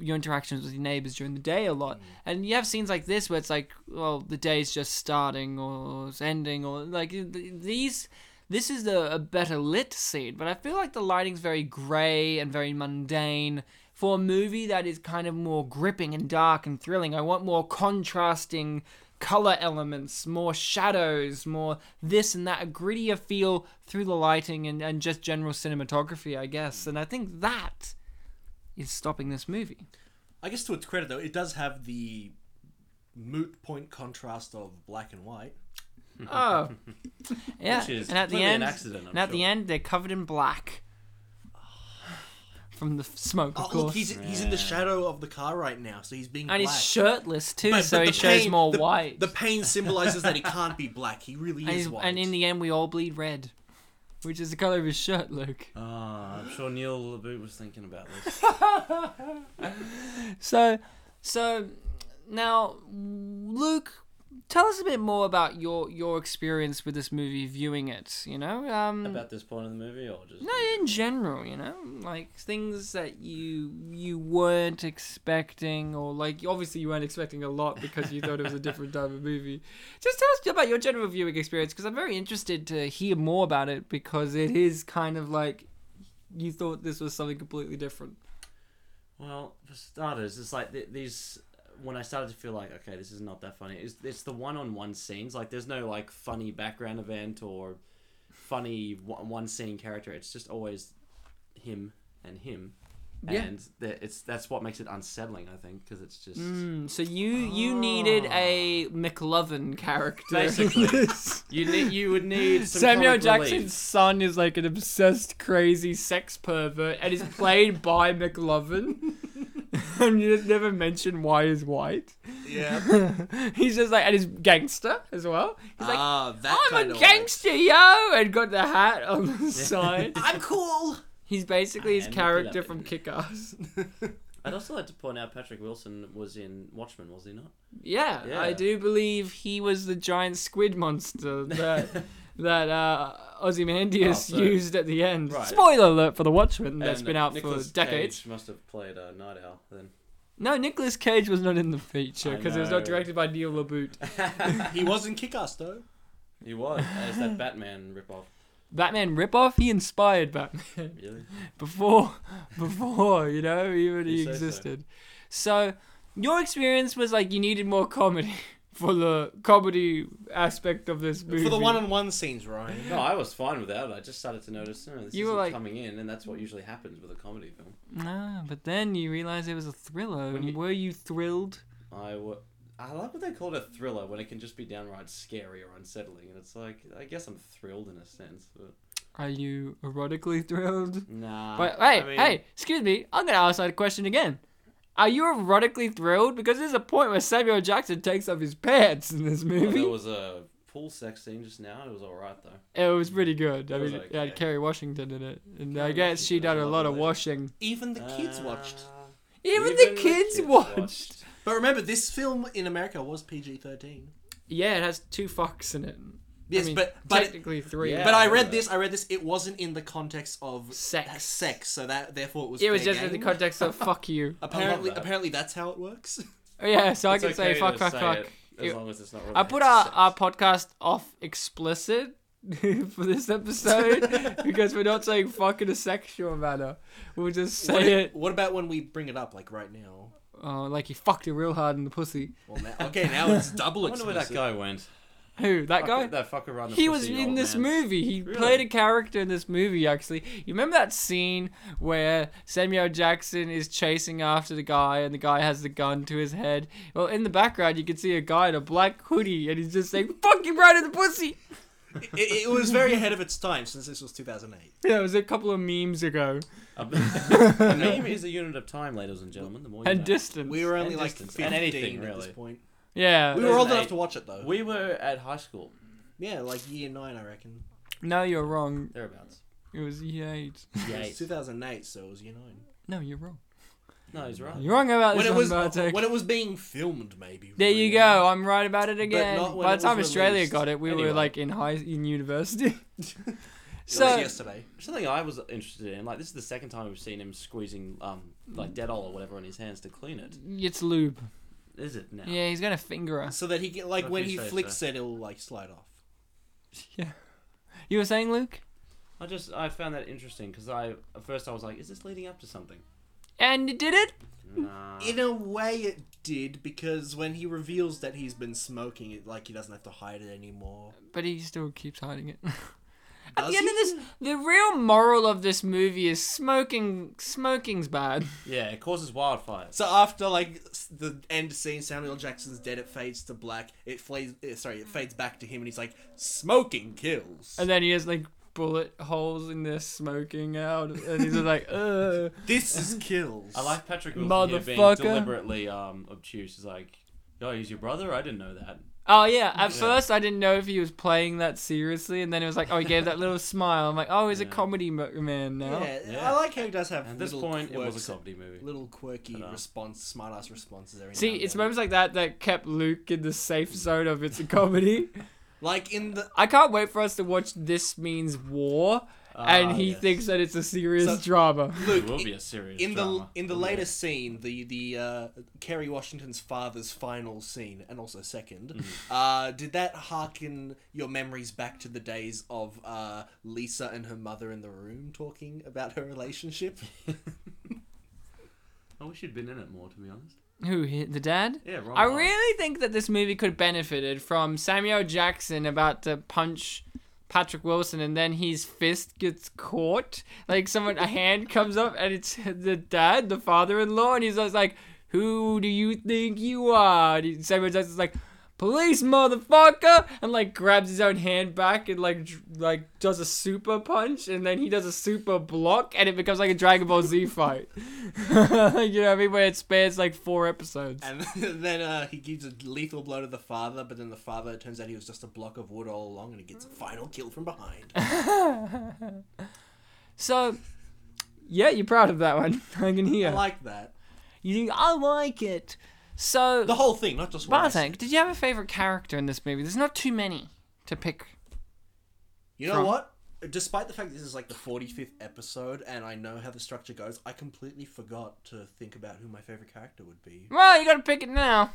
[SPEAKER 1] your interactions with your neighbors during the day a lot. And you have scenes like this where it's like, well, the day's just starting or it's ending or like th- these. This is the, a better lit scene, but I feel like the lighting's very grey and very mundane. For a movie that is kind of more gripping and dark and thrilling, I want more contrasting color elements, more shadows, more this and that, a grittier feel through the lighting and, and just general cinematography, I guess. And I think that is stopping this movie.
[SPEAKER 2] I guess to its credit though, it does have the moot point contrast of black and white.
[SPEAKER 1] Oh, yeah.
[SPEAKER 3] Which is
[SPEAKER 1] and at the
[SPEAKER 3] completely
[SPEAKER 1] end,
[SPEAKER 3] an accident, I'm
[SPEAKER 1] and at the
[SPEAKER 3] sure.
[SPEAKER 1] end, they're covered in black from the f- smoke, of
[SPEAKER 2] Oh,
[SPEAKER 1] course.
[SPEAKER 2] look, he's, he's in the shadow of the car right now, so he's being
[SPEAKER 1] and
[SPEAKER 2] black.
[SPEAKER 1] he's shirtless too,
[SPEAKER 2] But-
[SPEAKER 1] so
[SPEAKER 2] but
[SPEAKER 1] he
[SPEAKER 2] the
[SPEAKER 1] shows
[SPEAKER 2] pain-
[SPEAKER 1] more
[SPEAKER 2] the,
[SPEAKER 1] white.
[SPEAKER 2] The pain symbolizes that he can't be black. He really
[SPEAKER 1] and,
[SPEAKER 2] is
[SPEAKER 1] he's-
[SPEAKER 2] white.
[SPEAKER 1] and in the end, we all bleed red, which is the color of his shirt, Luke.
[SPEAKER 3] Ah, I'm sure Neil LaBute was thinking about this.
[SPEAKER 1] So, so now, Luke, tell us a bit more about your your experience with this movie, viewing it. You know, um,
[SPEAKER 3] about this point in the movie, or just
[SPEAKER 1] no, in general, you know, like things that you you weren't expecting, or like obviously you weren't expecting a lot because you thought it was a different type of movie. Just tell us about your general viewing experience because I'm very interested to hear more about it because it is kind of like you thought this was something completely different.
[SPEAKER 3] Well, for starters, it's like th- these. When I started to feel like, okay, this is not that funny. It's, it's the one-on-one scenes. Like, there's no like funny background event or funny one- one-scene character. It's just always him and him,
[SPEAKER 1] Yeah.
[SPEAKER 3] and th- it's that's what makes it unsettling. I think because it's just
[SPEAKER 1] Mm, so you you needed a McLovin character.
[SPEAKER 3] Basically. you need you would need some
[SPEAKER 1] Samuel
[SPEAKER 3] comic
[SPEAKER 1] Jackson's
[SPEAKER 3] relief.
[SPEAKER 1] son is like an obsessed, crazy sex pervert, and is played by McLovin. and you just never mention why he's white.
[SPEAKER 2] yeah.
[SPEAKER 1] he's just like, and he's gangster as well. He's like,
[SPEAKER 2] Ah, that
[SPEAKER 1] I'm
[SPEAKER 2] kind
[SPEAKER 1] a
[SPEAKER 2] of
[SPEAKER 1] gangster, yo, and got the hat on the side.
[SPEAKER 2] White. I'm cool.
[SPEAKER 1] He's basically his
[SPEAKER 3] am
[SPEAKER 1] character
[SPEAKER 3] McLovin.
[SPEAKER 1] from Kick-Ass.
[SPEAKER 3] I'd also like to point out Patrick Wilson was in Watchmen, was he not?
[SPEAKER 1] Yeah,
[SPEAKER 3] Yeah.
[SPEAKER 1] I do believe he was the giant squid monster that that uh, Ozymandias
[SPEAKER 3] Oh, so-
[SPEAKER 1] used at the end.
[SPEAKER 3] Right.
[SPEAKER 1] Spoiler alert for The Watchmen that's
[SPEAKER 3] And
[SPEAKER 1] been out
[SPEAKER 3] Nicolas
[SPEAKER 1] for decades.
[SPEAKER 3] Cage must have played uh, Night Owl then.
[SPEAKER 1] No, Nicolas Cage was not in the feature
[SPEAKER 3] I
[SPEAKER 1] because it was not
[SPEAKER 3] know.
[SPEAKER 1] directed by Neil LaBute.
[SPEAKER 2] He was in Kick-Ass though.
[SPEAKER 3] He was as that Batman ripoff.
[SPEAKER 1] Batman ripoff, he inspired Batman
[SPEAKER 3] Really?
[SPEAKER 1] before before, you know, even he
[SPEAKER 3] You say so.
[SPEAKER 1] existed. So. your experience was like you needed more comedy for the comedy aspect of this movie.
[SPEAKER 2] For the one-on-one scenes, Ryan.
[SPEAKER 3] No, I was fine without it. I just started to notice oh, this
[SPEAKER 1] You
[SPEAKER 3] you
[SPEAKER 1] were
[SPEAKER 3] isn't
[SPEAKER 1] like-
[SPEAKER 3] coming in, and that's what usually happens with a comedy film.
[SPEAKER 1] Ah, but then you realize it was a thriller.
[SPEAKER 3] When
[SPEAKER 1] and
[SPEAKER 3] you-
[SPEAKER 1] Were you thrilled?
[SPEAKER 3] I wa- I like what they call it a thriller when it can just be downright scary or unsettling, and it's like I guess I'm thrilled in a sense, but
[SPEAKER 1] Are you erotically thrilled?
[SPEAKER 3] nah.
[SPEAKER 1] But hey,
[SPEAKER 3] Uh, I mean,
[SPEAKER 1] hey, excuse me. I'm gonna ask that question again. Are you erotically thrilled? Because there's a point where Samuel Jackson takes off his pants in this
[SPEAKER 3] well,
[SPEAKER 1] movie.
[SPEAKER 3] there was a pool sex scene just now. It was all right though.
[SPEAKER 1] It was pretty good. I
[SPEAKER 3] It was
[SPEAKER 1] mean, it
[SPEAKER 3] okay.
[SPEAKER 1] had Kerry Washington in it, and I
[SPEAKER 3] Kerry
[SPEAKER 1] guess she
[SPEAKER 3] Washington
[SPEAKER 1] done
[SPEAKER 3] was
[SPEAKER 1] a lot of
[SPEAKER 3] lovely.
[SPEAKER 1] washing.
[SPEAKER 2] Even the kids watched.
[SPEAKER 1] Even, the kids, watched.
[SPEAKER 2] But remember, this film in America was PG thirteen.
[SPEAKER 1] Yeah, it has two fucks in it.
[SPEAKER 2] Yes,
[SPEAKER 1] I mean,
[SPEAKER 2] but but it-
[SPEAKER 1] technically three.
[SPEAKER 3] Yeah.
[SPEAKER 2] but I read this. I read this. It wasn't in the context of uh,
[SPEAKER 1] Sex.
[SPEAKER 2] Sex. So that therefore it was.
[SPEAKER 1] It was
[SPEAKER 2] fair
[SPEAKER 1] just in the
[SPEAKER 2] game.
[SPEAKER 1] context of fuck you.
[SPEAKER 2] Apparently,
[SPEAKER 3] that.
[SPEAKER 2] apparently that's how it works.
[SPEAKER 1] Oh, yeah, so
[SPEAKER 3] It's
[SPEAKER 1] I can
[SPEAKER 3] okay
[SPEAKER 1] say fuck,
[SPEAKER 3] to
[SPEAKER 1] fuck,
[SPEAKER 3] say
[SPEAKER 1] fuck.
[SPEAKER 3] it,
[SPEAKER 1] It-
[SPEAKER 3] As long as it's not.
[SPEAKER 1] I put
[SPEAKER 3] related to
[SPEAKER 1] our,
[SPEAKER 3] sex.
[SPEAKER 1] our podcast off explicit for this episode because we're not saying fuck in a sexual manner. We'll just say
[SPEAKER 2] what,
[SPEAKER 1] it
[SPEAKER 2] what about when we bring it up, like right now?
[SPEAKER 1] oh, like he fucked it real hard in the pussy.
[SPEAKER 2] Well, now, okay, now it's double
[SPEAKER 3] I wonder where that
[SPEAKER 2] explicit.
[SPEAKER 3] guy went.
[SPEAKER 1] Who? That guy?
[SPEAKER 3] Fuck, that fucker riding the
[SPEAKER 1] he was
[SPEAKER 3] pussy
[SPEAKER 1] in
[SPEAKER 3] old
[SPEAKER 1] this
[SPEAKER 3] man.
[SPEAKER 1] movie. He
[SPEAKER 3] Really?
[SPEAKER 1] played a character in this movie, actually. You remember that scene where Samuel Jackson is chasing after the guy and the guy has the gun to his head? Well, in the background, you can see a guy in a black hoodie and he's just saying, fuck you right in the pussy!
[SPEAKER 2] It, it was very ahead of its time since this was 2008.
[SPEAKER 1] Yeah, it was a couple of memes ago.
[SPEAKER 3] A a meme is a unit of time, ladies and gentlemen. The more you
[SPEAKER 1] And
[SPEAKER 3] know.
[SPEAKER 1] distance.
[SPEAKER 2] We were only
[SPEAKER 3] And
[SPEAKER 2] like
[SPEAKER 3] distance.
[SPEAKER 2] 15
[SPEAKER 3] And anything,
[SPEAKER 2] at
[SPEAKER 3] really.
[SPEAKER 2] this point.
[SPEAKER 1] yeah.
[SPEAKER 2] We were old
[SPEAKER 3] Listen,
[SPEAKER 2] enough
[SPEAKER 3] I-
[SPEAKER 2] to watch it though.
[SPEAKER 3] We were at high school,
[SPEAKER 2] yeah, like year nine, I reckon.
[SPEAKER 1] no, you're wrong.
[SPEAKER 3] thereabouts.
[SPEAKER 1] It was E8.
[SPEAKER 2] It was
[SPEAKER 3] Yikes.
[SPEAKER 2] 2008, so it was year nine.
[SPEAKER 1] No, you're wrong.
[SPEAKER 3] No, he's right.
[SPEAKER 1] You're wrong about
[SPEAKER 2] Oh. When
[SPEAKER 1] this
[SPEAKER 2] it
[SPEAKER 1] one,
[SPEAKER 2] was
[SPEAKER 1] Bartek.
[SPEAKER 2] when it was being filmed, maybe.
[SPEAKER 1] There you
[SPEAKER 2] really.
[SPEAKER 1] go. I'm right about it again.
[SPEAKER 2] not when
[SPEAKER 1] By
[SPEAKER 2] it
[SPEAKER 1] the time
[SPEAKER 2] was
[SPEAKER 1] Australia
[SPEAKER 2] released.
[SPEAKER 1] got it, we were
[SPEAKER 3] Anyway.
[SPEAKER 1] like in high in university.
[SPEAKER 2] It
[SPEAKER 1] so
[SPEAKER 2] was yesterday.
[SPEAKER 3] Something I was interested in, like this is the second time we've seen him squeezing, um, like Dettol or whatever on his hands to clean it.
[SPEAKER 1] it's lube.
[SPEAKER 3] Is it now?
[SPEAKER 1] Yeah, he's gonna finger us.
[SPEAKER 2] So that he can, like
[SPEAKER 3] What
[SPEAKER 2] when
[SPEAKER 3] do
[SPEAKER 2] he
[SPEAKER 3] you say,
[SPEAKER 2] flicks it, it'll like slide off.
[SPEAKER 1] You were saying, Luke?
[SPEAKER 3] I just I found that interesting because I at first I was like, is this leading up to something?
[SPEAKER 1] And you did it?
[SPEAKER 3] Nah.
[SPEAKER 2] In a way, it did because when he reveals that he's been smoking, it like he doesn't have to hide it anymore.
[SPEAKER 1] But he still keeps hiding it. At
[SPEAKER 2] Does
[SPEAKER 1] the end
[SPEAKER 2] he?
[SPEAKER 1] of this, the real moral of this movie is smoking. Smoking's bad.
[SPEAKER 3] yeah, it causes wildfires.
[SPEAKER 2] So after like s- the end scene, Samuel Jackson's dead. It fades to black. It fades. Sorry, it fades back to him, and he's like, "Smoking kills."
[SPEAKER 1] And then he has like bullet holes in this smoking out, and he's just like, ugh.
[SPEAKER 2] this is kills.
[SPEAKER 3] I like Patrick Wilson here being
[SPEAKER 1] Motherfucker.
[SPEAKER 3] deliberately um obtuse. He's like, oh, he's your brother? I didn't know that.
[SPEAKER 1] Oh yeah. At first, I didn't know if he was playing that seriously, and then it was like, oh, he gave that little smile. I'm like, oh, he's a
[SPEAKER 3] Yeah.
[SPEAKER 1] comedy mo- man now.
[SPEAKER 2] Yeah,
[SPEAKER 3] Yeah.
[SPEAKER 2] I like how he does have.
[SPEAKER 3] At this
[SPEAKER 2] little
[SPEAKER 3] point, it was
[SPEAKER 2] quirks,
[SPEAKER 3] a comedy movie.
[SPEAKER 2] Little quirky
[SPEAKER 3] Ta-da.
[SPEAKER 2] response, smartass responses. Every
[SPEAKER 1] See,
[SPEAKER 2] now and
[SPEAKER 1] it's
[SPEAKER 2] then.
[SPEAKER 1] moments like that that kept Luke in the safe zone of it's a comedy.
[SPEAKER 2] like in the
[SPEAKER 1] I can't wait for us to watch This Means War, and
[SPEAKER 3] Ah,
[SPEAKER 1] he
[SPEAKER 3] yes.
[SPEAKER 1] thinks that it's a serious
[SPEAKER 2] So-
[SPEAKER 1] drama.
[SPEAKER 3] It
[SPEAKER 2] Luke
[SPEAKER 3] will
[SPEAKER 2] i-
[SPEAKER 3] be a serious
[SPEAKER 2] in the
[SPEAKER 3] drama. Oh,
[SPEAKER 2] in the
[SPEAKER 3] Wouldn't it?
[SPEAKER 2] later scene, the the uh, Kerry Washington's father's final scene, and also 2nd
[SPEAKER 3] Mm-hmm.
[SPEAKER 2] uh, did that harken your memories back to the days of uh, Lisa and her mother in the room talking about her relationship?
[SPEAKER 3] I wish you'd been in it more, to be honest.
[SPEAKER 1] Who hit the dad?
[SPEAKER 3] Yeah, Ron
[SPEAKER 1] I
[SPEAKER 3] Howard.
[SPEAKER 1] really think that this movie could have benefited from Samuel Jackson about to punch Patrick Wilson, and then his fist gets caught. Like someone, a hand comes up, and it's the dad, the father-in-law, and he's just like, "Who do you think you are?" And he- Samuel Jackson's like. Police motherfucker, and like grabs his own hand back and like dr- like does a super punch, and then he does a super block, and it becomes like a Dragon Ball Z fight. you know what I mean? Where it spans like four episodes.
[SPEAKER 2] And then uh, he gives a lethal blow to the father, but then the father it turns out he was just a block of wood all along, and he gets a final kill from behind.
[SPEAKER 1] So, yeah, you're proud of that one. I can hear.
[SPEAKER 2] I like that
[SPEAKER 1] you think, I like it. So,
[SPEAKER 2] the whole thing, not just one.
[SPEAKER 1] Bartek, did you have a favorite character in this movie? There's not too many to pick.
[SPEAKER 2] You know
[SPEAKER 1] Trump.
[SPEAKER 2] what? Despite the fact this is like the 45th episode and I know how the structure goes, I completely forgot to think about who my favorite character would be.
[SPEAKER 1] Well, you gotta pick it now.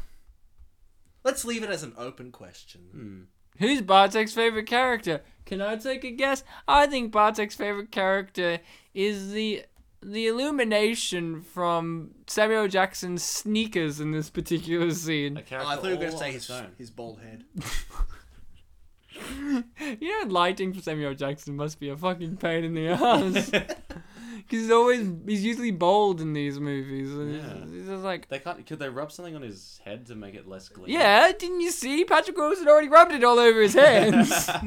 [SPEAKER 2] Let's leave it as an open question.
[SPEAKER 1] Who's Bartek's favorite character? Can I take a guess? I think Bartek's favorite character is the the illumination from Samuel Jackson's sneakers in this particular scene.
[SPEAKER 3] A
[SPEAKER 2] Oh,
[SPEAKER 3] character
[SPEAKER 2] I thought you were going to
[SPEAKER 3] all
[SPEAKER 2] say
[SPEAKER 3] on
[SPEAKER 2] his,
[SPEAKER 3] its own.
[SPEAKER 2] his bald head.
[SPEAKER 1] You know, lighting for Samuel Jackson must be a fucking pain in the ass. Because he's always, he's usually bold in these movies. And he's-
[SPEAKER 3] Yeah.
[SPEAKER 1] He's just like,
[SPEAKER 3] They can't. Could they rub something on his head to make it less gleaming?
[SPEAKER 1] yeah, didn't you see? Patrick Wilson already rubbed it all over his hands.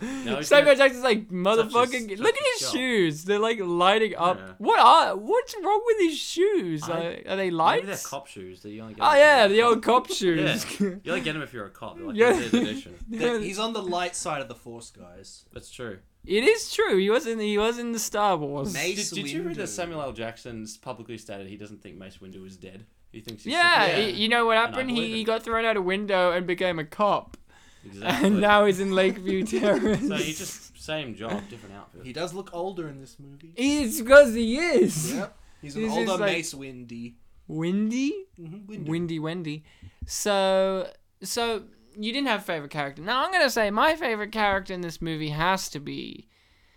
[SPEAKER 3] No, he's
[SPEAKER 1] Samuel
[SPEAKER 3] gonna-
[SPEAKER 1] Jackson's like motherfucking.
[SPEAKER 3] such
[SPEAKER 1] look
[SPEAKER 3] a
[SPEAKER 1] at his
[SPEAKER 3] job."
[SPEAKER 1] shoes. They're like lighting up.
[SPEAKER 3] Yeah.
[SPEAKER 1] What are? What's wrong with his shoes?
[SPEAKER 3] I-
[SPEAKER 1] are, are they
[SPEAKER 3] maybe they're
[SPEAKER 1] lights?
[SPEAKER 3] cop shoes. That you only get
[SPEAKER 1] oh
[SPEAKER 3] if you're
[SPEAKER 1] yeah,
[SPEAKER 3] a
[SPEAKER 1] the
[SPEAKER 3] cop.
[SPEAKER 1] old cop
[SPEAKER 3] Yeah,
[SPEAKER 1] shoes.
[SPEAKER 3] you only get them if you're a cop. Like,
[SPEAKER 1] Yeah.
[SPEAKER 3] yeah, edition.
[SPEAKER 2] That- He's on the light side of the force, guys.
[SPEAKER 3] That's true.
[SPEAKER 1] it is true. He was in. He was in the Star Wars.
[SPEAKER 2] Mace-
[SPEAKER 3] Did,
[SPEAKER 2] Mace
[SPEAKER 3] did you read
[SPEAKER 2] Windu.
[SPEAKER 3] that Samuel L. Jackson's publicly stated he doesn't think Mace Windu is dead? He thinks he's
[SPEAKER 1] Yeah,
[SPEAKER 3] still-
[SPEAKER 2] Yeah.
[SPEAKER 1] y- you know what
[SPEAKER 3] I
[SPEAKER 1] happened?
[SPEAKER 3] believe
[SPEAKER 1] He, he
[SPEAKER 3] it.
[SPEAKER 1] got thrown out a window and became a cop,
[SPEAKER 3] exactly.
[SPEAKER 1] and now he's in Lakeview Terrace.
[SPEAKER 3] so he just same job, different outfit.
[SPEAKER 2] He does look older in this movie.
[SPEAKER 1] It's because he is.
[SPEAKER 2] Yep. He's an
[SPEAKER 1] He's just
[SPEAKER 2] older
[SPEAKER 1] like-
[SPEAKER 2] Mace Windy.
[SPEAKER 1] Windy,
[SPEAKER 2] Mhm, Windu.
[SPEAKER 1] windy, windy. So, so you didn't have favorite character. Now I'm gonna say my favorite character in this movie has to be,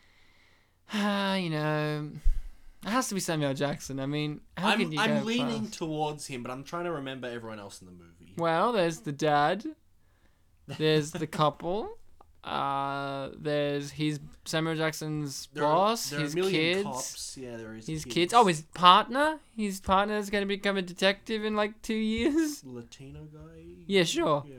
[SPEAKER 1] uh, you know, it has to be Samuel Jackson. I mean, how could
[SPEAKER 2] I'm,
[SPEAKER 1] you
[SPEAKER 2] I'm
[SPEAKER 1] go
[SPEAKER 2] leaning
[SPEAKER 1] past-
[SPEAKER 2] towards him, but I'm trying to remember everyone else in the movie.
[SPEAKER 1] Well, there's the dad. There's the couple. Uh, there's his Samuel Jackson's
[SPEAKER 2] There are-
[SPEAKER 1] boss,
[SPEAKER 2] there are a
[SPEAKER 1] his
[SPEAKER 2] million
[SPEAKER 1] kids,
[SPEAKER 2] cops. Yeah, there is
[SPEAKER 1] his kids. Oh, his partner. His partner is gonna become a detective in like two years.
[SPEAKER 2] Latino guy.
[SPEAKER 1] Yeah, sure.
[SPEAKER 2] Yeah.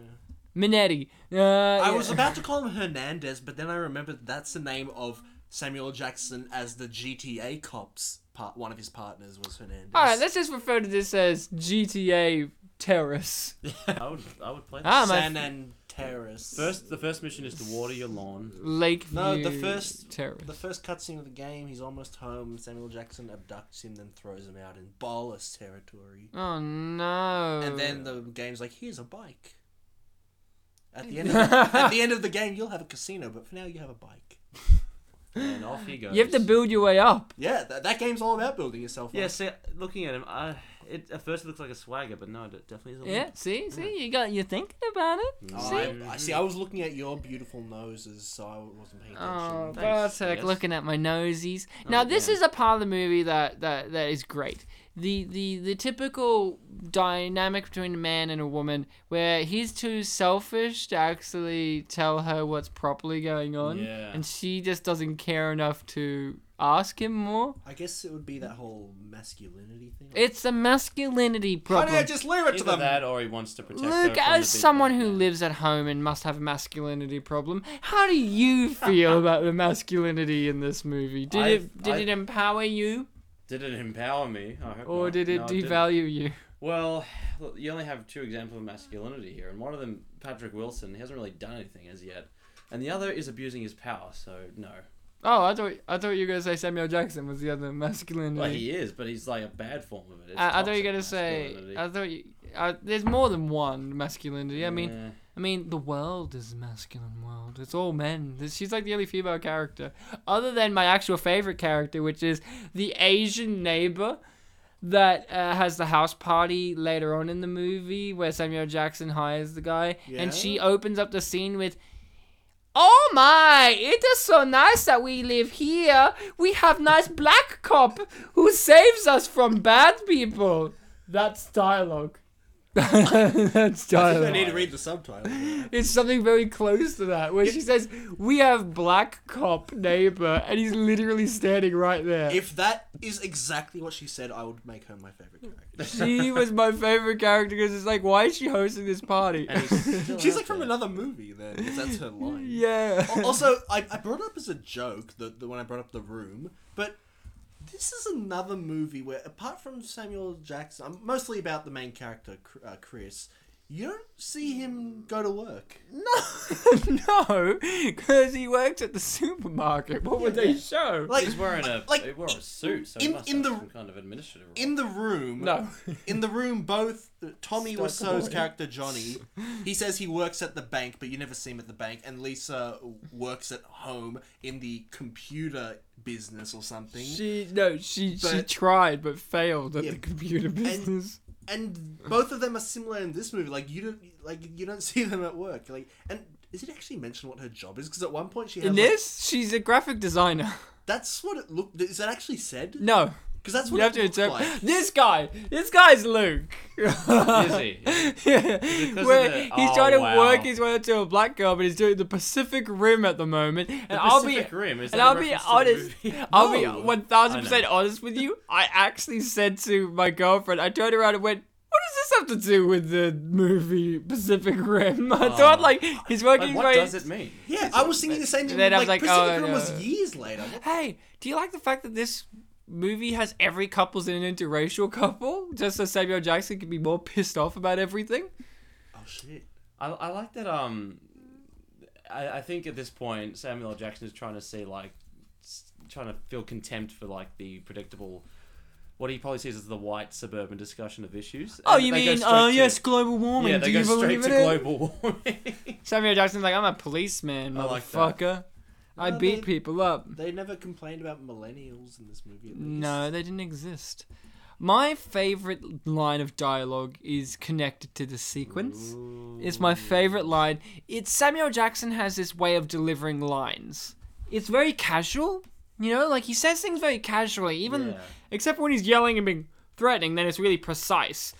[SPEAKER 1] Minetti. Uh, yeah.
[SPEAKER 2] I was about to call him Hernandez, but then I remembered that's the name of Samuel Jackson as the GTA cops. Part one of his partners was Hernandez.
[SPEAKER 1] All right, let's just refer to this as GTA Terrace.
[SPEAKER 3] I would, I would play. That.
[SPEAKER 1] Ah, my
[SPEAKER 2] San
[SPEAKER 1] f-
[SPEAKER 2] and Terrace.
[SPEAKER 3] First, the first mission is to water your lawn.
[SPEAKER 1] Lakeview.
[SPEAKER 2] No, the first-
[SPEAKER 1] Terrace.
[SPEAKER 2] The first cutscene of the game, he's almost home. Samuel Jackson abducts him, then throws him out in Bolus territory.
[SPEAKER 1] Oh no.
[SPEAKER 2] And then
[SPEAKER 1] Oh.
[SPEAKER 2] the game's like, here's a bike. At the end, of the, at the end of the game, you'll have a casino, but for now, you have a bike.
[SPEAKER 3] And off he goes.
[SPEAKER 1] you have to build your way up.
[SPEAKER 2] Yeah, that, that game's all about building yourself. up.
[SPEAKER 3] Yeah, see, looking at him, I, it at first it looks like a swagger, but no, it definitely is a
[SPEAKER 1] Yeah.
[SPEAKER 3] limp.
[SPEAKER 1] See, see, you got you thinking about it.
[SPEAKER 2] Oh,
[SPEAKER 1] See.
[SPEAKER 2] I, I see. I was looking at your beautiful noses, so I wasn't paying
[SPEAKER 1] Oh,
[SPEAKER 2] attention.
[SPEAKER 3] Thanks,
[SPEAKER 1] Bartek,
[SPEAKER 3] yes. Oh,
[SPEAKER 1] looking at my nosies. Now, this
[SPEAKER 3] yeah.
[SPEAKER 1] is a part of the movie that, that, that is great. The, the the typical dynamic between a man and a woman, where he's too selfish to actually tell her what's properly going on,
[SPEAKER 3] Yeah.
[SPEAKER 1] and she just doesn't care enough to ask him more.
[SPEAKER 2] I guess it would be that whole masculinity thing.
[SPEAKER 1] It's a masculinity
[SPEAKER 2] Why
[SPEAKER 1] problem.
[SPEAKER 2] did I just leave it to
[SPEAKER 3] Either
[SPEAKER 2] them?
[SPEAKER 3] that, or he wants to protect. her
[SPEAKER 1] Luke,
[SPEAKER 3] from
[SPEAKER 1] as
[SPEAKER 3] the big
[SPEAKER 1] someone
[SPEAKER 3] bad
[SPEAKER 1] who
[SPEAKER 3] man.
[SPEAKER 1] lives at home and must have a masculinity problem, how do you feel about the masculinity in this movie? Did
[SPEAKER 3] I-
[SPEAKER 1] it did
[SPEAKER 3] I-
[SPEAKER 1] it empower you
[SPEAKER 3] did it empower me, I hope
[SPEAKER 1] or
[SPEAKER 3] not.
[SPEAKER 1] did
[SPEAKER 3] No,
[SPEAKER 1] it
[SPEAKER 3] didn't.
[SPEAKER 1] devalue you?
[SPEAKER 3] Well, look, you only have two examples of masculinity here, and one of them, Patrick Wilson, he hasn't really done anything as yet, and the other is abusing his power. So no,
[SPEAKER 1] Oh, I thought I thought you were gonna say Samuel Jackson was the other masculinity.
[SPEAKER 3] well he is, but he's like a bad form of it. It's
[SPEAKER 1] I, I thought you
[SPEAKER 3] toxic
[SPEAKER 1] were Uh, gonna say
[SPEAKER 3] masculinity.
[SPEAKER 1] I thought you. I, there's more than one masculinity. I mean,
[SPEAKER 3] Yeah.
[SPEAKER 1] I mean, the world is a masculine world. It's all men. This- She's like the only female character, other than my actual favorite character, which is the Asian neighbor that uh, has the house party later on in the movie, where Samuel Jackson hires the guy,
[SPEAKER 2] Yeah?
[SPEAKER 1] and she opens up the scene with. Oh my, it is so nice that we live here. We have nice black cop who saves us from bad people. That's dialogue. That's
[SPEAKER 2] I
[SPEAKER 1] dialogue.
[SPEAKER 2] think I need to read the subtitle.
[SPEAKER 1] It's something very close to that, where she says, "We have black cop neighbor," and he's literally standing right there.
[SPEAKER 2] if that is exactly what she said, I would make her my favorite character.
[SPEAKER 1] she was my favorite character because it's like, why is she hosting this party?
[SPEAKER 3] And he's still
[SPEAKER 2] She's
[SPEAKER 3] out
[SPEAKER 2] like from
[SPEAKER 3] there.
[SPEAKER 2] another movie. Then if that's her line.
[SPEAKER 1] yeah.
[SPEAKER 2] Al- also, I, I brought up as a joke the, the when I brought up the room, but this is another movie where, apart from Samuel Jackson, I'm mostly about the main character Cr- uh, Chris. You don't see him go to work.
[SPEAKER 1] no, no, because he works at the supermarket. What would they show?
[SPEAKER 2] Like
[SPEAKER 3] He's wearing a
[SPEAKER 2] like,
[SPEAKER 3] he wore a suit, so he
[SPEAKER 2] in-
[SPEAKER 3] must
[SPEAKER 2] in
[SPEAKER 3] have
[SPEAKER 2] the-
[SPEAKER 3] some kind of administrative. role.
[SPEAKER 2] in the room.
[SPEAKER 1] no.
[SPEAKER 2] In the room, both uh, Tommy
[SPEAKER 1] Stuck
[SPEAKER 2] Wiseau's
[SPEAKER 1] away.
[SPEAKER 2] character Johnny, he says he works at the bank, but you never see him at the bank. And Lisa works at home in the computer business or something.
[SPEAKER 1] She no, she she
[SPEAKER 2] But-
[SPEAKER 1] tried but failed at
[SPEAKER 2] Yeah,
[SPEAKER 1] the computer business.
[SPEAKER 2] and both of them are similar in this movie. Like you don't like you don't see them at work. Like and is it actually mentioned what her job is? Because at one point she has
[SPEAKER 1] In
[SPEAKER 2] like-
[SPEAKER 1] this, she's a graphic designer.
[SPEAKER 2] that's what it looked. Is that actually said?
[SPEAKER 1] No.
[SPEAKER 2] Because that's what
[SPEAKER 1] You
[SPEAKER 2] it
[SPEAKER 1] have to
[SPEAKER 2] looked
[SPEAKER 1] interpret.
[SPEAKER 2] like.
[SPEAKER 1] This guy, this guy's Luke. Is
[SPEAKER 3] he?
[SPEAKER 1] yeah.
[SPEAKER 3] of
[SPEAKER 1] Where
[SPEAKER 3] the-
[SPEAKER 1] he's
[SPEAKER 3] oh,
[SPEAKER 1] trying to
[SPEAKER 3] wow.
[SPEAKER 1] work his way up to a black girl, but he's doing the Pacific Rim at the moment. And
[SPEAKER 3] The
[SPEAKER 1] I'll be
[SPEAKER 3] Pacific Rim, is
[SPEAKER 1] and
[SPEAKER 3] that a
[SPEAKER 1] I'll be
[SPEAKER 3] reference to the
[SPEAKER 1] honest.
[SPEAKER 3] movie? Oh,
[SPEAKER 1] I'll be
[SPEAKER 2] No.
[SPEAKER 1] one thousand percent
[SPEAKER 3] I
[SPEAKER 1] honest with you. I actually said to my girlfriend, I turned around and went, "What this have to do with the movie Pacific Rim? I thought like he's working
[SPEAKER 3] Oh. Like, what
[SPEAKER 1] right.
[SPEAKER 3] does it mean?
[SPEAKER 2] Yeah, I was thinking the same thing.
[SPEAKER 1] Then I
[SPEAKER 2] like,
[SPEAKER 1] was like,
[SPEAKER 2] Pacific
[SPEAKER 1] oh,
[SPEAKER 2] Rim was
[SPEAKER 1] no.
[SPEAKER 2] years later. What-
[SPEAKER 1] Hey, do you like the fact that this movie has every couple's in an interracial couple, just so Samuel Jackson can be more pissed off about everything?
[SPEAKER 2] Oh shit.
[SPEAKER 3] I, I like that. Um, I, I think at this point Samuel L. Jackson is trying to see like, s- trying to feel contempt for like the predictable, what he probably sees as the white suburban discussion of issues.
[SPEAKER 1] Oh,
[SPEAKER 3] And
[SPEAKER 1] you
[SPEAKER 3] they go
[SPEAKER 1] mean,
[SPEAKER 3] straight
[SPEAKER 1] oh
[SPEAKER 3] to-
[SPEAKER 1] yes, global warming.
[SPEAKER 3] Yeah,
[SPEAKER 1] do
[SPEAKER 3] they go
[SPEAKER 1] you
[SPEAKER 3] straight
[SPEAKER 1] believe
[SPEAKER 3] to
[SPEAKER 1] in it?
[SPEAKER 3] global warming.
[SPEAKER 1] Samuel Jackson's like, I'm a policeman,
[SPEAKER 3] I like that.
[SPEAKER 1] motherfucker. I
[SPEAKER 2] No,
[SPEAKER 1] beat
[SPEAKER 2] they-
[SPEAKER 1] people up.
[SPEAKER 2] They never complained about millennials in this movie. At least.
[SPEAKER 1] No, they didn't exist. My favorite line of dialogue is connected to the sequence. It's my favorite line. It's Samuel Jackson has this way of delivering lines. It's very casual, you know, like he says things very casually, even
[SPEAKER 3] Yeah.
[SPEAKER 1] except when he's yelling and being threatening, then it's really precise.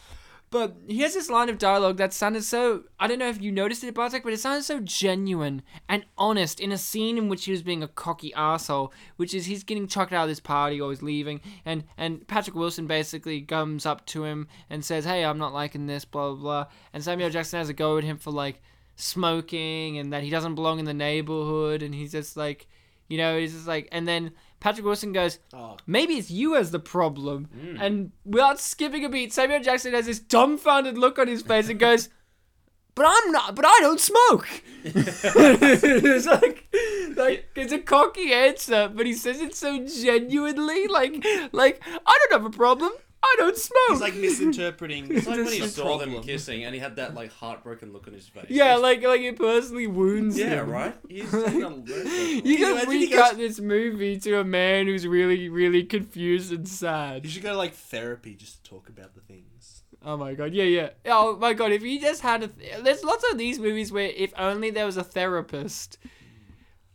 [SPEAKER 1] But he has this line of dialogue that sounded so I don't know if you noticed it, Bartek, but it sounded so genuine and honest in a scene in which he was being a cocky asshole, which is he's getting chucked out of this party or he's leaving and, and Patrick Wilson basically comes up to him and says, Hey, I'm not liking this, blah blah blah and Samuel Jackson has a go at him for like smoking and that he doesn't belong in the neighborhood and he's just like you know, he's just like and then Patrick Wilson goes,
[SPEAKER 2] Oh,
[SPEAKER 1] Maybe it's you as the problem.
[SPEAKER 2] Mm.
[SPEAKER 1] And without skipping a beat, Samuel Jackson has this dumbfounded look on his face and goes, But I'm not, but I don't smoke. it's like, like, it's a cocky answer, but he says it so genuinely. Like, like I don't have a problem. I don't smoke.
[SPEAKER 2] he's like misinterpreting.
[SPEAKER 3] It's like when he
[SPEAKER 1] This is
[SPEAKER 3] saw them
[SPEAKER 2] problem.
[SPEAKER 3] kissing and he had that like heartbroken look on his face.
[SPEAKER 1] yeah, like, like it personally wounds
[SPEAKER 3] yeah,
[SPEAKER 1] him.
[SPEAKER 3] right. He's taking a look.
[SPEAKER 1] You
[SPEAKER 2] Can you
[SPEAKER 1] can
[SPEAKER 2] imagine he
[SPEAKER 1] recut this movie to a man who's really, really confused and sad.
[SPEAKER 2] you should go to like therapy just to talk about the things.
[SPEAKER 1] Oh my god, yeah, yeah. Oh my god, if you just had a. Th- There's lots of these movies where if only there was a therapist.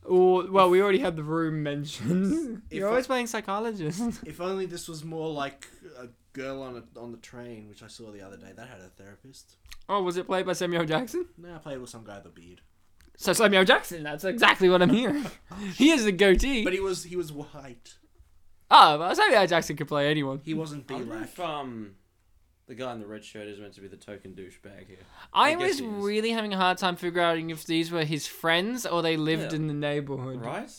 [SPEAKER 1] Or, well, we already had the room mentioned.
[SPEAKER 2] If
[SPEAKER 1] You're
[SPEAKER 2] I-
[SPEAKER 1] always playing psychologist.
[SPEAKER 2] If only this was more like a girl on a, on the train, which I saw the other day. That had a therapist.
[SPEAKER 1] Oh, was it played by Samuel Jackson?
[SPEAKER 2] No, I played with some guy with a beard,
[SPEAKER 1] So Samuel Jackson, that's exactly what I'm hearing. he has a goatee.
[SPEAKER 2] but he was he was white.
[SPEAKER 1] oh, well, Samuel Jackson could play anyone.
[SPEAKER 2] He wasn't
[SPEAKER 3] I
[SPEAKER 2] B
[SPEAKER 3] wonder
[SPEAKER 2] like.
[SPEAKER 3] if um, the guy in the red shirt is meant to be the token douchebag here.
[SPEAKER 1] I,
[SPEAKER 3] I
[SPEAKER 1] was
[SPEAKER 3] guess he is.
[SPEAKER 1] really having a hard time figuring out if these were his friends or they lived
[SPEAKER 3] Yeah.
[SPEAKER 1] in the neighborhood.
[SPEAKER 3] Right?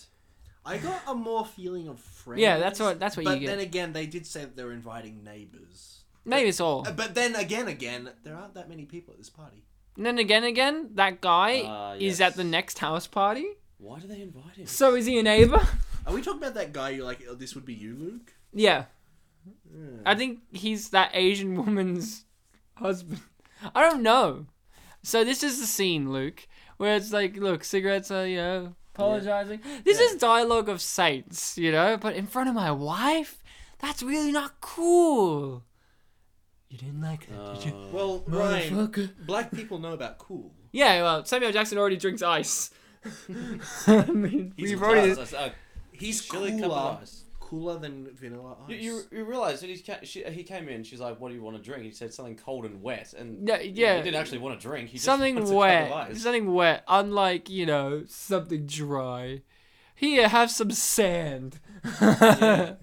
[SPEAKER 2] I got a more feeling of friends.
[SPEAKER 1] Yeah, that's what- that's what
[SPEAKER 2] but
[SPEAKER 1] you get.
[SPEAKER 2] then again, they did say that they were inviting neighbors.
[SPEAKER 1] Maybe it's all.
[SPEAKER 2] Uh, But then again, again, there aren't that many people at this party.
[SPEAKER 1] And then again, again, that guy
[SPEAKER 3] Ah,
[SPEAKER 1] is at
[SPEAKER 3] yes.
[SPEAKER 1] the next house party.
[SPEAKER 3] Why do they invite him?
[SPEAKER 1] So is he a neighbor?
[SPEAKER 2] Are we talking about that guy? You like? Oh, this would be you, Luke.
[SPEAKER 1] yeah.
[SPEAKER 3] Hmm.
[SPEAKER 2] Yeah.
[SPEAKER 1] I think he's that Asian woman's husband. I don't know. So this is the scene, Luke, where it's like, look, cigarettes are, you know, apologizing. This is dialogue of saints, you know, but in front of my wife, that's really not cool. You didn't like that, did you?
[SPEAKER 3] Uh,
[SPEAKER 2] Well, Ryan,
[SPEAKER 1] Motherfucker.
[SPEAKER 2] black people know about cool.
[SPEAKER 1] Yeah, well, Samuel Jackson already drinks ice. I mean,
[SPEAKER 3] he's
[SPEAKER 1] we've
[SPEAKER 3] a
[SPEAKER 1] already.
[SPEAKER 3] class- uh,
[SPEAKER 2] He's
[SPEAKER 3] Chili cup of
[SPEAKER 2] cooler,
[SPEAKER 3] ice.
[SPEAKER 2] cooler than vanilla ice.
[SPEAKER 3] You, you, you realize when he's ca- she, he came in, she's like, "What do you want to drink?" He said something cold and wet, and
[SPEAKER 1] No, yeah.
[SPEAKER 3] he didn't actually want a drink. He just
[SPEAKER 1] something
[SPEAKER 3] wants a cup of
[SPEAKER 1] wet.
[SPEAKER 3] ice.
[SPEAKER 1] Something wet. Unlike, you know, something dry. Here, have some sand.
[SPEAKER 3] I,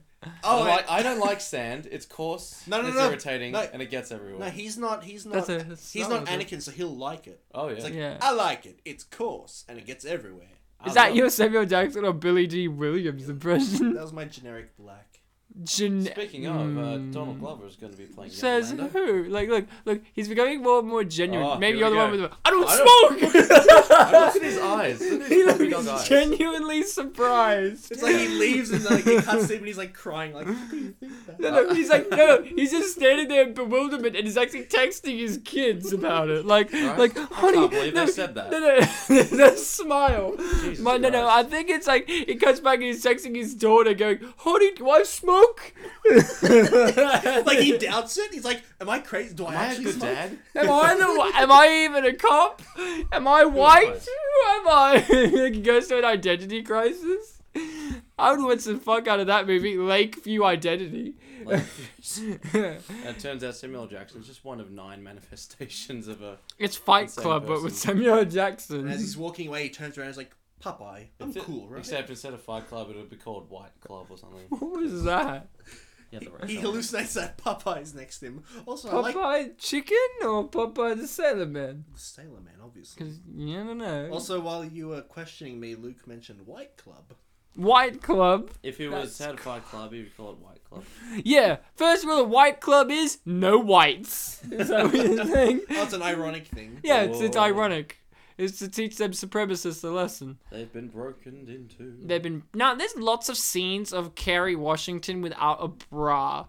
[SPEAKER 2] oh,
[SPEAKER 3] don't
[SPEAKER 2] wait.
[SPEAKER 3] like, I don't like sand. It's coarse.
[SPEAKER 2] No, no,
[SPEAKER 3] it's
[SPEAKER 2] no.
[SPEAKER 3] irritating,
[SPEAKER 2] No.
[SPEAKER 3] and it gets everywhere.
[SPEAKER 2] no, he's not. He's
[SPEAKER 1] That's
[SPEAKER 2] not.
[SPEAKER 1] a- that's
[SPEAKER 2] he's
[SPEAKER 1] not
[SPEAKER 2] not
[SPEAKER 1] what it
[SPEAKER 2] Anakin, so he'll like it.
[SPEAKER 3] oh yeah.
[SPEAKER 2] It's like
[SPEAKER 1] Yeah.
[SPEAKER 2] I like it. It's coarse and it gets everywhere.
[SPEAKER 3] I
[SPEAKER 1] Is that
[SPEAKER 3] love-
[SPEAKER 1] your Samuel Jackson or Billy D. Williams impression?
[SPEAKER 2] That was my generic black.
[SPEAKER 1] Gen- Hmm.
[SPEAKER 3] Speaking of, uh, Donald Glover is going to be playing. young
[SPEAKER 1] Mm. Says
[SPEAKER 3] Lando.
[SPEAKER 1] who? Like, look, look. He's becoming more and more genuine.
[SPEAKER 3] Oh,
[SPEAKER 1] Maybe
[SPEAKER 3] here
[SPEAKER 1] you're
[SPEAKER 3] we
[SPEAKER 1] the one
[SPEAKER 3] go.
[SPEAKER 1] with the. I don't
[SPEAKER 3] I
[SPEAKER 1] smoke.
[SPEAKER 3] Look at his eyes. Look at his
[SPEAKER 1] he
[SPEAKER 3] puppy dog
[SPEAKER 1] looks
[SPEAKER 3] eyes.
[SPEAKER 1] genuinely surprised.
[SPEAKER 2] It's like he leaves and like it cuts him and he's like crying like.
[SPEAKER 1] No, no, he's like, no, no, he's just standing there in bewilderment, and he's actually texting his kids about it, like,
[SPEAKER 3] Right?
[SPEAKER 1] like, honey,
[SPEAKER 3] believe
[SPEAKER 1] no,
[SPEAKER 3] they said that."
[SPEAKER 1] no, no, the smile,
[SPEAKER 3] Jesus
[SPEAKER 1] My, no, no, I
[SPEAKER 3] Christ.
[SPEAKER 1] think it's like he comes back and he's texting his daughter, going, honey, do I smoke?
[SPEAKER 2] like he doubts it. He's like, "Am I crazy? Do I
[SPEAKER 3] Am I a
[SPEAKER 2] actually
[SPEAKER 3] good
[SPEAKER 2] smoke?"
[SPEAKER 3] dad?
[SPEAKER 1] am I the, am I even a cop? Am I white?
[SPEAKER 3] knows?
[SPEAKER 1] Who am I? he goes to an identity crisis. I would want some fuck out of that movie, Lakeview Identity.
[SPEAKER 3] Like, it turns out Samuel Jackson is just one of nine manifestations of a.
[SPEAKER 1] It's Fight
[SPEAKER 3] Same
[SPEAKER 1] Club, but with
[SPEAKER 3] person.
[SPEAKER 1] Samuel
[SPEAKER 2] And as
[SPEAKER 1] Jackson.
[SPEAKER 2] he's walking away, he turns around. and He's like, "Popeye, I'm cool, right?"
[SPEAKER 3] Except instead of Fight Club, it would be called White Club or something.
[SPEAKER 1] What was that?
[SPEAKER 3] You have the right
[SPEAKER 2] He
[SPEAKER 3] shoulder.
[SPEAKER 2] hallucinates that Popeye's next to him. Also, I
[SPEAKER 1] Popeye
[SPEAKER 2] like
[SPEAKER 1] chicken or Popeye the Sailor Man?
[SPEAKER 2] Sailor Man, obviously.
[SPEAKER 1] Because you don't know.
[SPEAKER 2] Also, while you were questioning me, Luke mentioned White Club.
[SPEAKER 1] White Club.
[SPEAKER 3] If it
[SPEAKER 1] That's
[SPEAKER 3] was had a Fight Club, he would call it White Club.
[SPEAKER 1] Yeah, first rule of White Club is no whites. Is that what you're saying?
[SPEAKER 2] That's Oh, an ironic thing.
[SPEAKER 1] Yeah, it's, it's
[SPEAKER 3] Whoa.
[SPEAKER 1] ironic. It's to teach them supremacists a lesson.
[SPEAKER 3] They've been broken into.
[SPEAKER 1] They've been now. There's lots of scenes of Kerry Washington without a bra,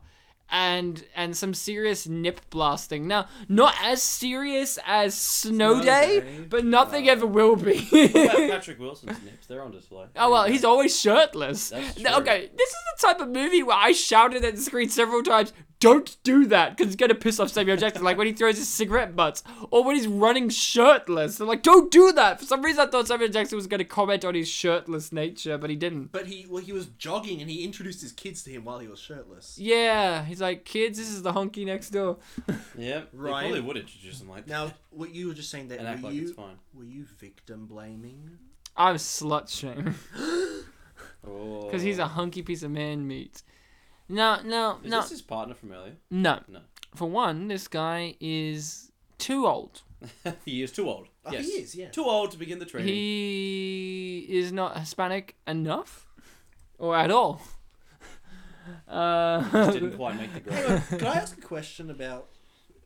[SPEAKER 1] and and some serious nip blasting. Now, not as serious as Snow,
[SPEAKER 3] Snow
[SPEAKER 1] Day,
[SPEAKER 3] Day.
[SPEAKER 1] but nothing
[SPEAKER 3] Uh,
[SPEAKER 1] ever will be.
[SPEAKER 3] Pat- Patrick Wilson's nips, they're on display.
[SPEAKER 1] Oh well, he's always shirtless.
[SPEAKER 3] That's
[SPEAKER 1] No,
[SPEAKER 3] true.
[SPEAKER 1] Okay, this is the type of movie where I shouted at the screen several times, "Don't do that," because it's gonna piss off Samuel Jackson. like when he throws his cigarette butts, or when he's running shirtless. I'm like, "Don't do that." For some reason, I thought Samuel Jackson was gonna comment on his shirtless nature, but he didn't.
[SPEAKER 2] But he well, he was jogging and he introduced his kids to him while he was shirtless.
[SPEAKER 1] Yeah, he's like, "Kids, this is the honky next door."
[SPEAKER 3] Yep.
[SPEAKER 2] Right.
[SPEAKER 3] They probably would introduce him like
[SPEAKER 2] Now,
[SPEAKER 3] that
[SPEAKER 2] what you were just saying that
[SPEAKER 3] and act
[SPEAKER 2] were
[SPEAKER 3] like
[SPEAKER 2] you
[SPEAKER 3] it's fine.
[SPEAKER 2] were you victim blaming?
[SPEAKER 1] I'm slut shaming
[SPEAKER 3] Oh.
[SPEAKER 1] because he's a hunky piece of man meat. No, no,
[SPEAKER 3] Is
[SPEAKER 1] no,
[SPEAKER 3] this his partner from earlier?
[SPEAKER 1] no.
[SPEAKER 3] No.
[SPEAKER 1] For one, this guy is too old.
[SPEAKER 3] he is too old.
[SPEAKER 2] Oh,
[SPEAKER 3] yes.
[SPEAKER 2] he is, yeah.
[SPEAKER 3] Too old to begin the training.
[SPEAKER 1] He is not Hispanic enough, or at all. Uh,
[SPEAKER 3] Just didn't quite make the
[SPEAKER 2] Hang
[SPEAKER 3] grade.
[SPEAKER 2] on, can I ask a question about?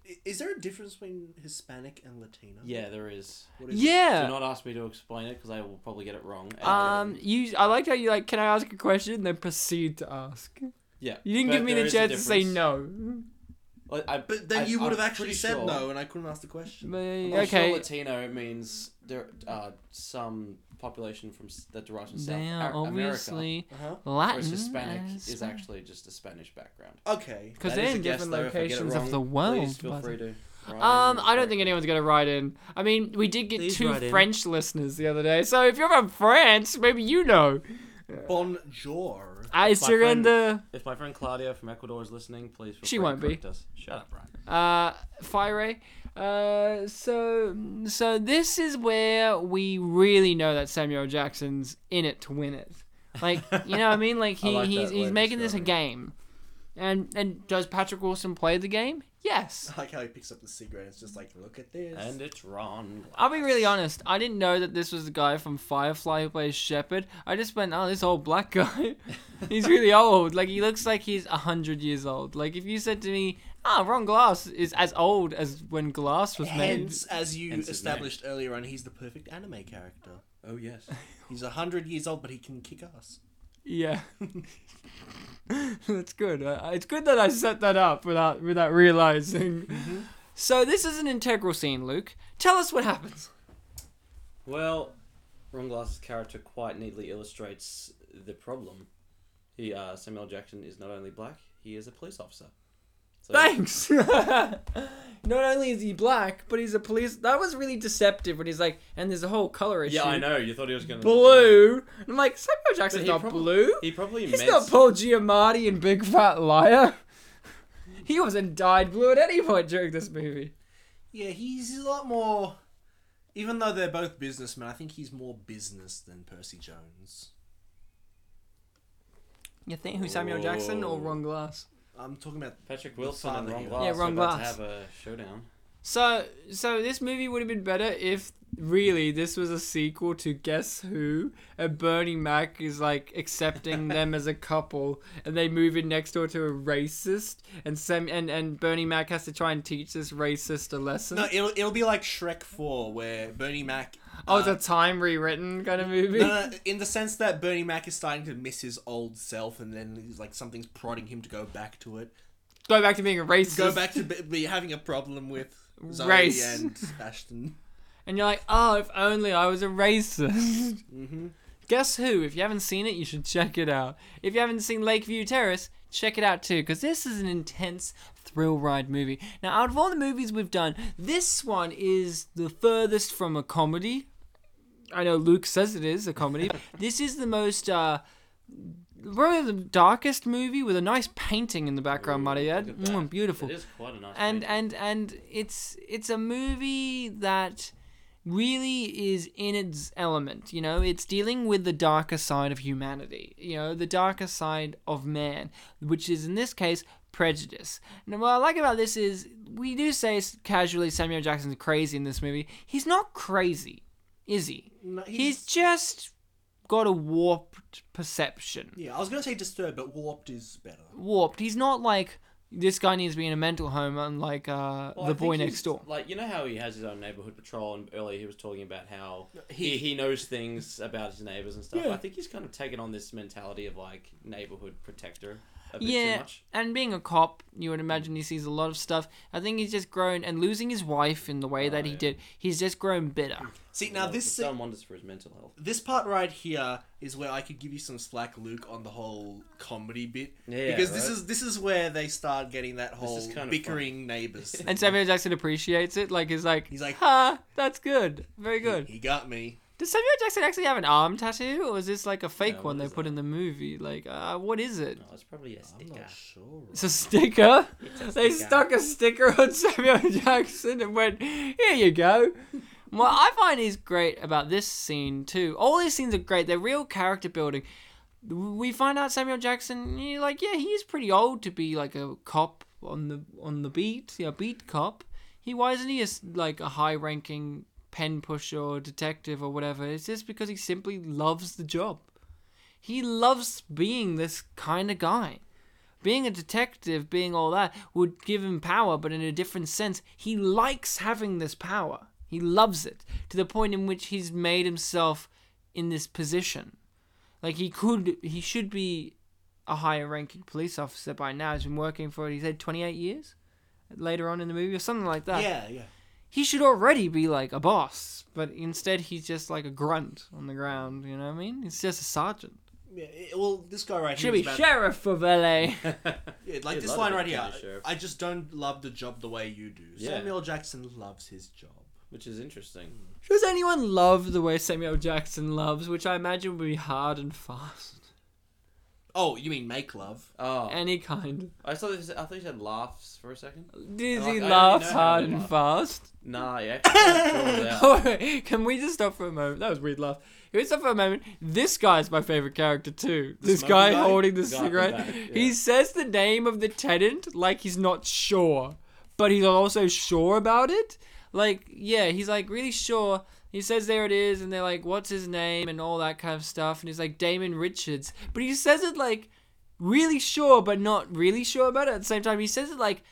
[SPEAKER 2] i- Is there a difference between Hispanic and Latino?
[SPEAKER 3] yeah, there is.
[SPEAKER 2] What is
[SPEAKER 3] Do
[SPEAKER 1] yeah.
[SPEAKER 3] not ask me to explain it because I will probably get it wrong. And-
[SPEAKER 1] Um, you. I liked how you like. Can I ask a question? Then proceed to ask.
[SPEAKER 3] yeah.
[SPEAKER 1] You didn't
[SPEAKER 3] but
[SPEAKER 1] give me
[SPEAKER 3] there
[SPEAKER 1] the
[SPEAKER 3] is a
[SPEAKER 1] chance to say
[SPEAKER 3] difference.
[SPEAKER 1] no.
[SPEAKER 3] I, I-
[SPEAKER 2] But then
[SPEAKER 3] I-
[SPEAKER 2] you would
[SPEAKER 3] I'm
[SPEAKER 2] have actually
[SPEAKER 3] pretty
[SPEAKER 2] said
[SPEAKER 3] sure-
[SPEAKER 2] no, and I couldn't ask the question.
[SPEAKER 1] But,
[SPEAKER 3] I'm not sure
[SPEAKER 1] okay.
[SPEAKER 3] Latino means there are some population from s- that derives from South
[SPEAKER 1] They are
[SPEAKER 3] Ar- America.
[SPEAKER 1] obviously Ah,
[SPEAKER 2] Uh-huh.
[SPEAKER 1] Latin.
[SPEAKER 3] Whereas Hispanic is
[SPEAKER 1] actually
[SPEAKER 3] actually just a Spanish background.
[SPEAKER 2] Okay.
[SPEAKER 1] because
[SPEAKER 3] That
[SPEAKER 1] they're
[SPEAKER 3] is a
[SPEAKER 1] in
[SPEAKER 3] guess,
[SPEAKER 1] different
[SPEAKER 3] though. If I get it
[SPEAKER 1] locations
[SPEAKER 3] wrong,
[SPEAKER 1] of the world.
[SPEAKER 3] Please feel
[SPEAKER 1] but-
[SPEAKER 3] free to. write
[SPEAKER 1] Um,
[SPEAKER 3] in.
[SPEAKER 1] I don't think anyone's gonna write in. I mean, we did get
[SPEAKER 2] Please
[SPEAKER 1] two
[SPEAKER 2] write in.
[SPEAKER 1] French listeners the other day, so if you're from France, maybe you know.
[SPEAKER 2] Bonjour.
[SPEAKER 1] I
[SPEAKER 3] That's my friend.
[SPEAKER 1] surrender.
[SPEAKER 3] If my friend Claudia from Ecuador is listening, please. Feel
[SPEAKER 1] She
[SPEAKER 3] free
[SPEAKER 1] won't
[SPEAKER 3] to
[SPEAKER 1] be.
[SPEAKER 3] correct Us. Shut up, Brian.
[SPEAKER 1] uh, Fire Ray. Uh, so, so this is where we really know that Samuel Jackson's in it to win it. Like, you know what I mean? Like
[SPEAKER 3] I
[SPEAKER 1] he,
[SPEAKER 3] like
[SPEAKER 1] he's
[SPEAKER 3] that way
[SPEAKER 1] he's
[SPEAKER 3] of
[SPEAKER 1] making this a
[SPEAKER 3] describing
[SPEAKER 1] game. And and does Patrick Wilson play the game? Yes.
[SPEAKER 2] I like how he picks up the cigarette. It's just like, look at this.
[SPEAKER 3] And it's Ron.
[SPEAKER 1] I'll be really honest. I didn't know that this was the guy from Firefly who plays Shepard. I just went, oh, this old black guy. he's really old. Like he looks like he's hundred years old. Like if you said to me, ah, Ron Glass is as old as when Glass was made.
[SPEAKER 2] Hence, as you
[SPEAKER 3] Hence his
[SPEAKER 2] established earlier on, he's the perfect anime character.
[SPEAKER 3] Oh yes.
[SPEAKER 2] He's hundred years old, but he can kick ass.
[SPEAKER 1] Yeah. That's good. Uh, it's good that I set that up without without realizing. So this is an integral scene, Luke. Tell us what happens.
[SPEAKER 3] Well, Ron Glass's character quite neatly illustrates the problem. He uh, Samuel Jackson is not only black; he is a police officer. So,
[SPEAKER 1] Thanks. Not only is he black, but he's a police. That was really deceptive when he's like, and there's a whole color issue.
[SPEAKER 3] Yeah, I know. You thought he was gonna
[SPEAKER 1] Blue. And I'm like, Samuel Jackson's
[SPEAKER 3] he
[SPEAKER 1] not
[SPEAKER 3] prob-
[SPEAKER 1] blue.
[SPEAKER 3] He probably
[SPEAKER 1] He's
[SPEAKER 3] meant
[SPEAKER 1] not Paul Giamatti in Big Fat Liar. He wasn't dyed blue at any point during this movie.
[SPEAKER 2] Yeah, he's a lot more. Even though they're both businessmen, I think he's more business than Percy Jones.
[SPEAKER 1] You think who Samuel Jackson or
[SPEAKER 3] Whoa.
[SPEAKER 1] Ron Glass?
[SPEAKER 2] I'm talking about.
[SPEAKER 3] Patrick Wilson and
[SPEAKER 2] father
[SPEAKER 3] Ron
[SPEAKER 2] here.
[SPEAKER 3] Glass.
[SPEAKER 1] Yeah, Ron
[SPEAKER 3] are about
[SPEAKER 1] Glass.
[SPEAKER 3] to have a showdown.
[SPEAKER 1] So, so this movie would have been better if really this was a sequel to Guess Who, and Bernie Mac is like accepting them as a couple, and they move in next door to a racist, and Sam and and Bernie Mac has to try and teach this racist a lesson.
[SPEAKER 2] No, it'll it'll be like Shrek Four, where Bernie Mac.
[SPEAKER 1] oh, it's
[SPEAKER 2] uh,
[SPEAKER 1] a time rewritten kind of movie.
[SPEAKER 2] no, no, in the sense that Bernie Mac is starting to miss his old self, and then he's like something's prodding him to go back to it,
[SPEAKER 1] Go back to being a racist.
[SPEAKER 2] go back to be, be having a problem with Zoe
[SPEAKER 1] Race.
[SPEAKER 2] and Ashton.
[SPEAKER 1] and you're like, oh, if only I was a racist.
[SPEAKER 3] Mm-hmm.
[SPEAKER 1] Guess who? If you haven't seen it, you should check it out. If you haven't seen Lakeview Terrace, check it out too, because this is an intense thrill ride movie. Now, out of all the movies we've done, this one is the furthest from a comedy. I know Luke says it is a comedy. but this is the most, uh, probably the darkest movie with a nice painting in the background,
[SPEAKER 3] Ooh,
[SPEAKER 1] might I add.
[SPEAKER 3] look at that.
[SPEAKER 1] Mm, beautiful
[SPEAKER 3] It is quite a nice.
[SPEAKER 1] and
[SPEAKER 3] movie.
[SPEAKER 1] and and it's it's a movie that really is in its element. You know, it's dealing with the darker side of humanity, you know, the darker side of man, which is in this case prejudice. And what I like about this is we do say s- casually Samuel Jackson's crazy in this movie. He's not crazy, is he?
[SPEAKER 2] No,
[SPEAKER 1] he's...
[SPEAKER 2] he's-
[SPEAKER 1] just got a warped perception.
[SPEAKER 2] Yeah, I was gonna say disturbed, but warped is better.
[SPEAKER 1] Warped. He's not like this guy needs to be in a mental home, unlike uh,
[SPEAKER 3] Well, I
[SPEAKER 1] the
[SPEAKER 3] think
[SPEAKER 1] boy
[SPEAKER 3] he's-
[SPEAKER 1] next door.
[SPEAKER 3] Like you know how he has his own neighborhood patrol, and earlier he was talking about how he, he knows things about his neighbors and stuff.
[SPEAKER 1] Yeah.
[SPEAKER 3] I think he's kind of taken on this mentality of like neighborhood protector a bit
[SPEAKER 1] Yeah,
[SPEAKER 3] too much.
[SPEAKER 1] and being a cop, you would imagine he sees a lot of stuff. I think he's just grown, and losing his wife in the way that he
[SPEAKER 3] Oh, yeah.
[SPEAKER 1] did, he's just grown bitter.
[SPEAKER 2] See, now
[SPEAKER 3] Like,
[SPEAKER 2] this
[SPEAKER 3] done wonders for his mental health.
[SPEAKER 2] this part right here is where I could give you some slack, Luke, on the whole comedy bit.
[SPEAKER 3] Yeah,
[SPEAKER 2] because this
[SPEAKER 3] right.
[SPEAKER 2] is this is where they start getting that
[SPEAKER 3] is
[SPEAKER 2] whole
[SPEAKER 3] kind of
[SPEAKER 2] bickering neighbors. thing.
[SPEAKER 1] And Samuel Jackson appreciates it. Like he's like,
[SPEAKER 2] He's like-
[SPEAKER 1] ha, that's good, very good.
[SPEAKER 2] He got me.
[SPEAKER 1] Does Samuel Jackson actually have an arm tattoo, or is this like a fake
[SPEAKER 3] Yeah,
[SPEAKER 1] one
[SPEAKER 3] what
[SPEAKER 1] they
[SPEAKER 3] is
[SPEAKER 1] put
[SPEAKER 3] that?
[SPEAKER 1] in the movie? Like, uh, what is it?
[SPEAKER 3] No, it's probably a
[SPEAKER 2] I'm
[SPEAKER 3] sticker.
[SPEAKER 2] not sure.
[SPEAKER 1] It's a sticker.
[SPEAKER 3] It's a
[SPEAKER 1] They
[SPEAKER 3] sticker.
[SPEAKER 1] stuck a sticker on Samuel Jackson and went, "Here you go." What I find is great about this scene too. All these scenes are great. They're real character building. We find out Samuel Jackson, you know, like, yeah, he is pretty old to be like a cop on the on the beat, yeah, beat cop. He why isn't he a s like a high ranking pen pusher or detective or whatever? It's just because he simply loves the job. He loves being this kind of guy being a detective, being all that, would give him power, but in a different sense. He likes having this power. He loves it to the point in which he's made himself in this position. Like he could, he should be a higher ranking police officer by now. He's been working for, he said, 28 years later on in the movie or something like that.
[SPEAKER 2] Yeah, yeah.
[SPEAKER 1] He should already be like a boss, but instead he's just like a grunt on the ground. You know what I mean? He's just a sergeant.
[SPEAKER 2] yeah. it- well, this guy right here
[SPEAKER 1] Should
[SPEAKER 2] is
[SPEAKER 1] be
[SPEAKER 2] about,
[SPEAKER 1] sheriff of LA.
[SPEAKER 2] yeah, like
[SPEAKER 3] Yeah,
[SPEAKER 2] this
[SPEAKER 3] love
[SPEAKER 2] line
[SPEAKER 3] it,
[SPEAKER 2] right here.
[SPEAKER 3] County Sheriff.
[SPEAKER 2] I just don't love the job the way you do.
[SPEAKER 3] Yeah.
[SPEAKER 2] Samuel Jackson loves his job.
[SPEAKER 3] which is interesting.
[SPEAKER 1] Does anyone love the way Samuel Jackson loves, which I imagine would be hard and fast?
[SPEAKER 2] Oh, you mean make love?
[SPEAKER 3] Oh,
[SPEAKER 1] Any kind.
[SPEAKER 3] I thought you said, I thought you said laughs for a second.
[SPEAKER 1] Does
[SPEAKER 3] I
[SPEAKER 1] he
[SPEAKER 3] don't
[SPEAKER 1] laugh
[SPEAKER 3] know.
[SPEAKER 1] hard and fast?
[SPEAKER 3] Nah, yeah. yeah.
[SPEAKER 1] Alright, Can we just stop for a moment? That was a weird laugh. Can we stop for a moment? This guy's my favorite character too. this
[SPEAKER 2] smoking
[SPEAKER 1] guy,
[SPEAKER 2] guy?
[SPEAKER 1] holding the
[SPEAKER 3] The guy at the
[SPEAKER 1] cigarette.
[SPEAKER 3] back,
[SPEAKER 1] He
[SPEAKER 3] yeah.
[SPEAKER 1] says the name of the tenant like he's not sure, but he's also sure about it. Like, yeah, he's like really sure. He says there it is, and they're like, what's his name, and all that kind of stuff. And he's like, Damon Richards. But he says it like really sure, but not really sure about it. At the same time, he says it like,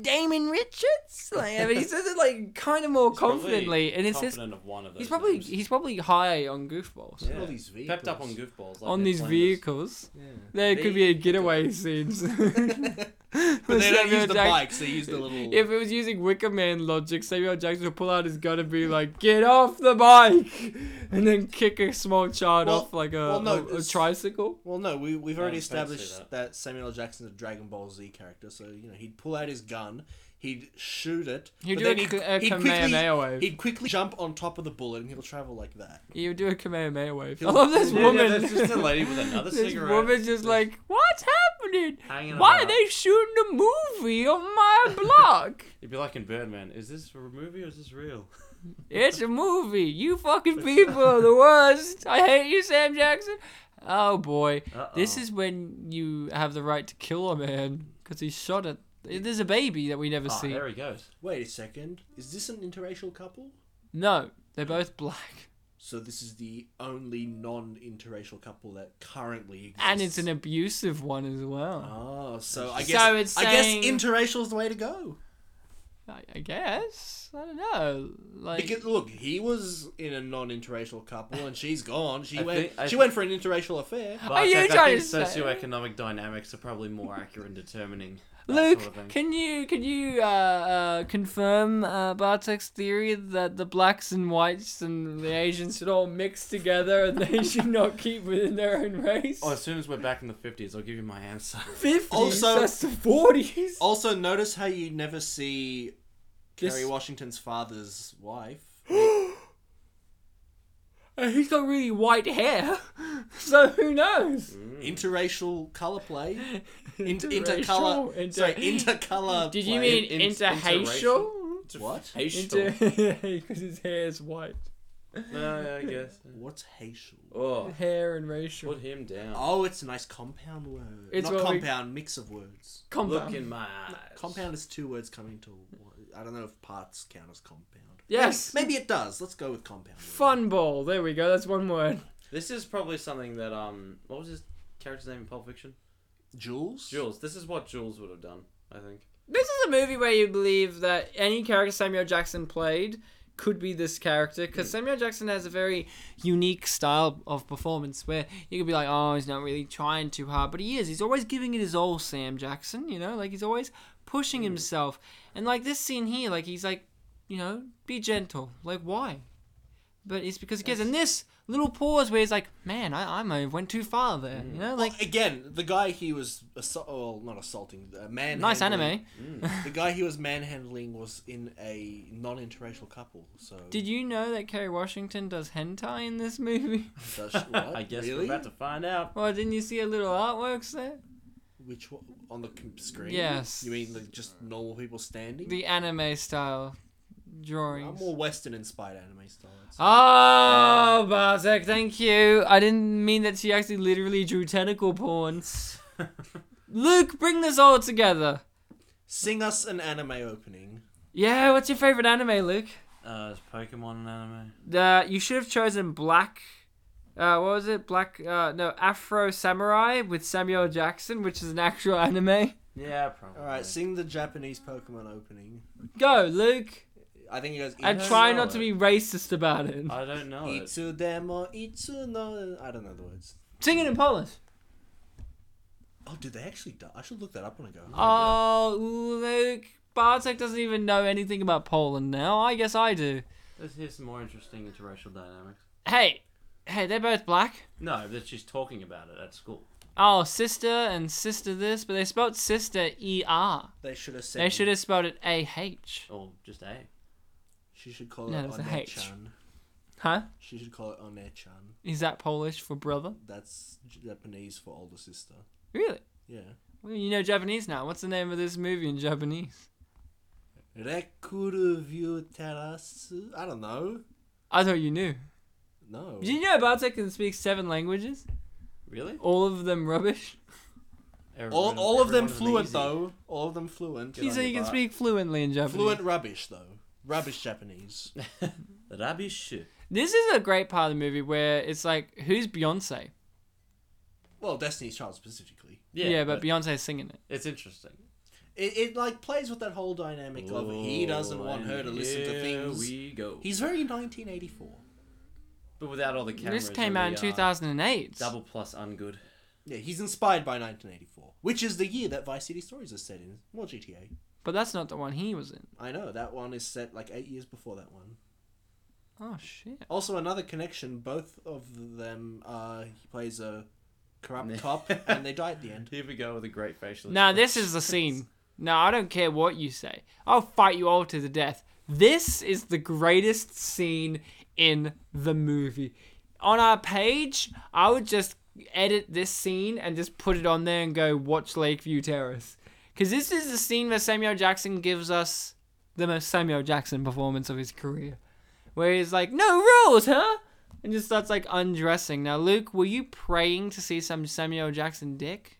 [SPEAKER 1] Damon Richards? Like, I mean, he says it like kind of more confidently, and it's just.
[SPEAKER 3] confident of one of those.
[SPEAKER 1] He's probably
[SPEAKER 3] names.
[SPEAKER 1] he's probably high on goofballs
[SPEAKER 2] All these
[SPEAKER 3] pepped up on
[SPEAKER 2] vehicles.
[SPEAKER 3] goofballs. Like
[SPEAKER 1] on
[SPEAKER 3] they're
[SPEAKER 1] these
[SPEAKER 3] playing this-
[SPEAKER 1] vehicles. There could be a getaway scenes. but
[SPEAKER 2] But they don't use the bikes. They use the little.
[SPEAKER 1] If it was using Wicker Man logic, Samuel Jackson would pull out his gun and be like, "Get off the bike," and then kick a small child
[SPEAKER 2] Well-
[SPEAKER 1] off like a,
[SPEAKER 2] well, no,
[SPEAKER 1] a- a
[SPEAKER 2] it's-
[SPEAKER 1] tricycle.
[SPEAKER 2] Well, no, we, we've already
[SPEAKER 3] was about to say
[SPEAKER 2] established that.
[SPEAKER 3] that.
[SPEAKER 2] Samuel Jackson's a Dragon Ball Z character, so you know he'd pull out his gun, he'd shoot it,
[SPEAKER 1] He'd
[SPEAKER 2] but
[SPEAKER 1] do a
[SPEAKER 2] then
[SPEAKER 1] k- a Kamehameha wave.
[SPEAKER 2] he'd quickly jump on top of the bullet, and he'll travel like that.
[SPEAKER 1] You would do a Kamehameha wave. I
[SPEAKER 2] He'll-
[SPEAKER 1] love this
[SPEAKER 2] Yeah,
[SPEAKER 3] Yeah,
[SPEAKER 1] woman.
[SPEAKER 3] there's just a lady with another
[SPEAKER 1] this
[SPEAKER 3] cigarette.
[SPEAKER 1] woman's just like, "What's happening?
[SPEAKER 3] hanging
[SPEAKER 1] Why are
[SPEAKER 3] about.
[SPEAKER 1] they shooting a movie on my block?"
[SPEAKER 3] It'd be like in Birdman. Is this a movie or is this real?
[SPEAKER 1] It's a movie. You fucking people are the worst. I hate you, Sam Jackson. Oh boy, this
[SPEAKER 3] Uh-oh.
[SPEAKER 1] is when you have the right to kill a man because he shot at. There's a baby that we never
[SPEAKER 3] Ah,
[SPEAKER 1] see.
[SPEAKER 3] there he goes.
[SPEAKER 2] Wait a second, is this an interracial couple?
[SPEAKER 1] No, they're both black,
[SPEAKER 2] So this is the only non-interracial couple that currently exists.
[SPEAKER 1] and it's an abusive one as
[SPEAKER 3] Uh-huh.
[SPEAKER 1] well.
[SPEAKER 2] Oh, so I
[SPEAKER 1] So
[SPEAKER 2] guess
[SPEAKER 1] it's
[SPEAKER 2] I guess
[SPEAKER 1] saying-
[SPEAKER 2] interracial's the way to go.
[SPEAKER 1] I, I guess I don't know. Like
[SPEAKER 2] Because look, he was in a non-interracial couple, and she's gone. She
[SPEAKER 3] I
[SPEAKER 2] went.
[SPEAKER 3] think- I
[SPEAKER 2] she went for an interracial affair.
[SPEAKER 3] But
[SPEAKER 1] you
[SPEAKER 3] I
[SPEAKER 1] trying
[SPEAKER 3] think
[SPEAKER 1] to say-
[SPEAKER 3] socioeconomic dynamics are probably more accurate in determining. that
[SPEAKER 1] Luke,
[SPEAKER 3] sort of thing.
[SPEAKER 1] can you can you uh, uh, confirm uh, Bartek's theory that the blacks and whites and the Asians should all mix together and they should not keep within their own race?
[SPEAKER 3] Oh, as soon as we're back in the fifties, I'll give you my answer.
[SPEAKER 1] 50s,
[SPEAKER 2] Also-
[SPEAKER 1] that's the 40s.
[SPEAKER 3] Oh.
[SPEAKER 2] Also, notice how you never see
[SPEAKER 1] This- Hmm.
[SPEAKER 2] Kerry Washington's father's wife.
[SPEAKER 1] And Uh, he's got really white hair, so who knows?
[SPEAKER 2] Interracial color play, inter
[SPEAKER 1] Interracial,
[SPEAKER 2] intercolor,
[SPEAKER 1] inter-
[SPEAKER 2] sorry, intercolor.
[SPEAKER 1] Did you
[SPEAKER 2] play.
[SPEAKER 1] mean
[SPEAKER 3] in-
[SPEAKER 1] interracial?
[SPEAKER 2] It's a
[SPEAKER 3] What?
[SPEAKER 1] Because
[SPEAKER 2] Facial.
[SPEAKER 1] his hair is white.
[SPEAKER 3] No, yeah, I guess.
[SPEAKER 2] What's facial?
[SPEAKER 3] Oh,
[SPEAKER 1] Hair and racial.
[SPEAKER 3] put him down.
[SPEAKER 2] Oh, it's a nice compound word.
[SPEAKER 1] It's
[SPEAKER 2] Not
[SPEAKER 1] what we-
[SPEAKER 2] compound, mix of words.
[SPEAKER 3] Look
[SPEAKER 1] Compound.
[SPEAKER 3] in my eyes.
[SPEAKER 2] Compound is two words coming to. one- I don't know if parts count as compound.
[SPEAKER 1] Yes.
[SPEAKER 2] Maybe it does. Let's go with compound.
[SPEAKER 1] Fun ball. There we go. That's one word.
[SPEAKER 3] This is probably something that um, what was his character's name in Pulp Fiction?
[SPEAKER 2] Jules.
[SPEAKER 3] Jules. This is what Jules would have done, I think.
[SPEAKER 1] This is a movie where you believe that any character Samuel Jackson played could be this character because Samuel Jackson has a very unique style of performance where you could be like, oh, he's not really trying too hard, but he is. He's always giving it his all, Sam Jackson, you know? Like, he's always pushing himself. And, like, this scene here, like, he's like, you know, be gentle. Like, why? But it's because he gets in this little pause where he's like, man, I, I might have went too far there, you know? Like,
[SPEAKER 2] Well, Oh, again, the guy he was assault, well, not assaulting, uh, man.
[SPEAKER 1] nice anime.
[SPEAKER 2] The guy he was manhandling was in a non-interracial couple. So
[SPEAKER 1] Did you know that Kerry Washington does hentai in this movie?
[SPEAKER 2] Does, what?
[SPEAKER 3] I guess
[SPEAKER 2] really?
[SPEAKER 3] we're about to find out.
[SPEAKER 1] Well, didn't you see a little artworks there?
[SPEAKER 2] Which one, on the com- screen?
[SPEAKER 1] Yes.
[SPEAKER 2] You mean the, just normal people standing?
[SPEAKER 1] The anime style
[SPEAKER 2] I'm
[SPEAKER 1] drawings.
[SPEAKER 2] more Western-inspired anime style. I'd
[SPEAKER 1] Ah.
[SPEAKER 2] say.
[SPEAKER 1] Oh, Bartek, thank you. I didn't mean that she actually literally drew tentacle porn. Luke, bring this all together.
[SPEAKER 2] Sing us an anime opening.
[SPEAKER 1] Yeah, what's your favorite anime, Luke?
[SPEAKER 3] uh, is Pokemon an anime?
[SPEAKER 1] Uh, you should have chosen Black. Uh, what was it? Black. Uh, no, Afro Samurai with Samuel Jackson, which is an actual anime.
[SPEAKER 3] Yeah, probably.
[SPEAKER 2] All right, sing the Japanese Pokemon opening.
[SPEAKER 1] Go, Luke,
[SPEAKER 2] I think it goes.
[SPEAKER 1] and
[SPEAKER 2] Itsu-
[SPEAKER 1] try not to be racist about it.
[SPEAKER 3] I don't know it.
[SPEAKER 2] Itsu demo itsu no. I don't know the words.
[SPEAKER 1] Sing it in Polish.
[SPEAKER 2] Oh, did they actually? Do- I should look that up when I go. home.
[SPEAKER 1] Oh, Luke. Bartek doesn't even know anything about Poland now. I guess I do.
[SPEAKER 3] Let's hear some more interesting interracial dynamics.
[SPEAKER 1] Hey, hey, they're both black.
[SPEAKER 3] No, that she's talking about it at school.
[SPEAKER 1] Oh, sister and sister this, but they spelled sister E R.
[SPEAKER 2] they should have said.
[SPEAKER 1] They should have spelled it A H.
[SPEAKER 3] Or just A.
[SPEAKER 2] She should call
[SPEAKER 1] No,
[SPEAKER 2] it
[SPEAKER 1] it's a
[SPEAKER 2] Onechan.
[SPEAKER 1] Huh?
[SPEAKER 2] She should call it Onechan.
[SPEAKER 1] Is that Polish for brother?
[SPEAKER 2] That's Japanese for older sister.
[SPEAKER 1] Really?
[SPEAKER 2] Yeah.
[SPEAKER 1] Well, you know Japanese now. What's the name of this movie in Japanese?
[SPEAKER 2] Rekuru view terasu. I don't know.
[SPEAKER 1] I thought you knew.
[SPEAKER 2] No.
[SPEAKER 1] Did you know Bartek can speak seven languages?
[SPEAKER 3] Really?
[SPEAKER 1] All of them rubbish?
[SPEAKER 2] All, all of them
[SPEAKER 3] Everyone-
[SPEAKER 2] fluent
[SPEAKER 3] easy.
[SPEAKER 2] though. All of them fluent.
[SPEAKER 3] Good
[SPEAKER 1] He
[SPEAKER 3] on
[SPEAKER 1] said
[SPEAKER 3] you,
[SPEAKER 1] you can
[SPEAKER 3] Bart.
[SPEAKER 1] speak fluently in Japanese.
[SPEAKER 2] Fluent rubbish though. Rubbish Japanese.
[SPEAKER 3] Rubbish.
[SPEAKER 1] This is a great part of the movie where it's like, who's Beyonce?
[SPEAKER 2] Well, Destiny's Child specifically.
[SPEAKER 1] Yeah, but, Beyonce's singing it.
[SPEAKER 3] it's interesting.
[SPEAKER 2] It, it like plays with that whole dynamic of he doesn't want her to listen to things.
[SPEAKER 3] Here we go.
[SPEAKER 2] He's very 1984.
[SPEAKER 3] but without all the cameras.
[SPEAKER 1] This came
[SPEAKER 3] and
[SPEAKER 1] out in
[SPEAKER 3] the, uh,
[SPEAKER 1] 2008.
[SPEAKER 3] Double plus ungood.
[SPEAKER 2] Yeah, he's inspired by 1984, which is the year that Vice City Stories is set in. Well, GTA.
[SPEAKER 1] But that's not the one he was in.
[SPEAKER 2] I know that one is set like eight years before that one.
[SPEAKER 1] Oh, shit.
[SPEAKER 2] Also, another connection: both of them, uh, he plays a corrupt cop, and they die at the end.
[SPEAKER 3] Here we go with a great facial.
[SPEAKER 1] Now, this
[SPEAKER 3] expression.
[SPEAKER 1] is the scene. No, I don't care what you say. I'll fight you all to the death. This is the greatest scene in the movie. On our page, I would just edit this scene and just put it on there and go, watch Lakeview Terrace. Because this is the scene where Samuel Jackson gives us the most Samuel Jackson performance of his career. Where he's like, no rules, huh? And just starts like undressing. Now, Luke, were you praying to see some Samuel Jackson dick?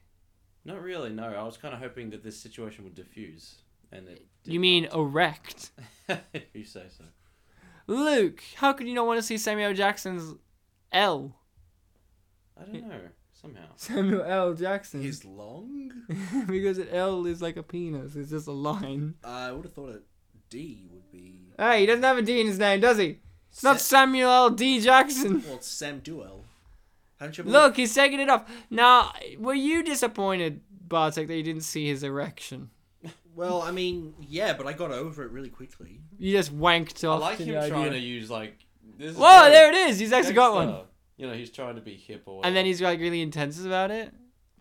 [SPEAKER 3] Not really. No, I was kind of hoping that this situation would diffuse, and it. did
[SPEAKER 1] You mean erect.
[SPEAKER 3] not. you say so?
[SPEAKER 1] Luke, how could you not want to see Samuel Jackson's L?
[SPEAKER 3] I don't know. Somehow.
[SPEAKER 1] Samuel L. Jackson.
[SPEAKER 2] He's long.
[SPEAKER 1] because an L is like a penis, it's just a line.
[SPEAKER 2] I would have thought a D would be.
[SPEAKER 3] Uh,
[SPEAKER 1] Hey, he doesn't have a D in his name, does he? It's not
[SPEAKER 2] Sa-
[SPEAKER 1] Samuel L. D. Jackson.
[SPEAKER 2] well, it's Sam Duell. Haven't you ever
[SPEAKER 1] Look, he's taking it off. Now, were you disappointed, Bartek, that you didn't see his erection?
[SPEAKER 2] looked- Well, I mean, yeah, but I got over it really quickly.
[SPEAKER 1] You just wanked
[SPEAKER 3] I
[SPEAKER 1] off.
[SPEAKER 3] like
[SPEAKER 1] to
[SPEAKER 3] him
[SPEAKER 1] the
[SPEAKER 3] trying to
[SPEAKER 1] idea.
[SPEAKER 3] use like. This is
[SPEAKER 1] Whoa,
[SPEAKER 3] very
[SPEAKER 1] there it is. He's actually got one.
[SPEAKER 3] gangster. You know, he's trying to be hip or.
[SPEAKER 1] And then
[SPEAKER 3] whatever.
[SPEAKER 1] he's like really intense about it.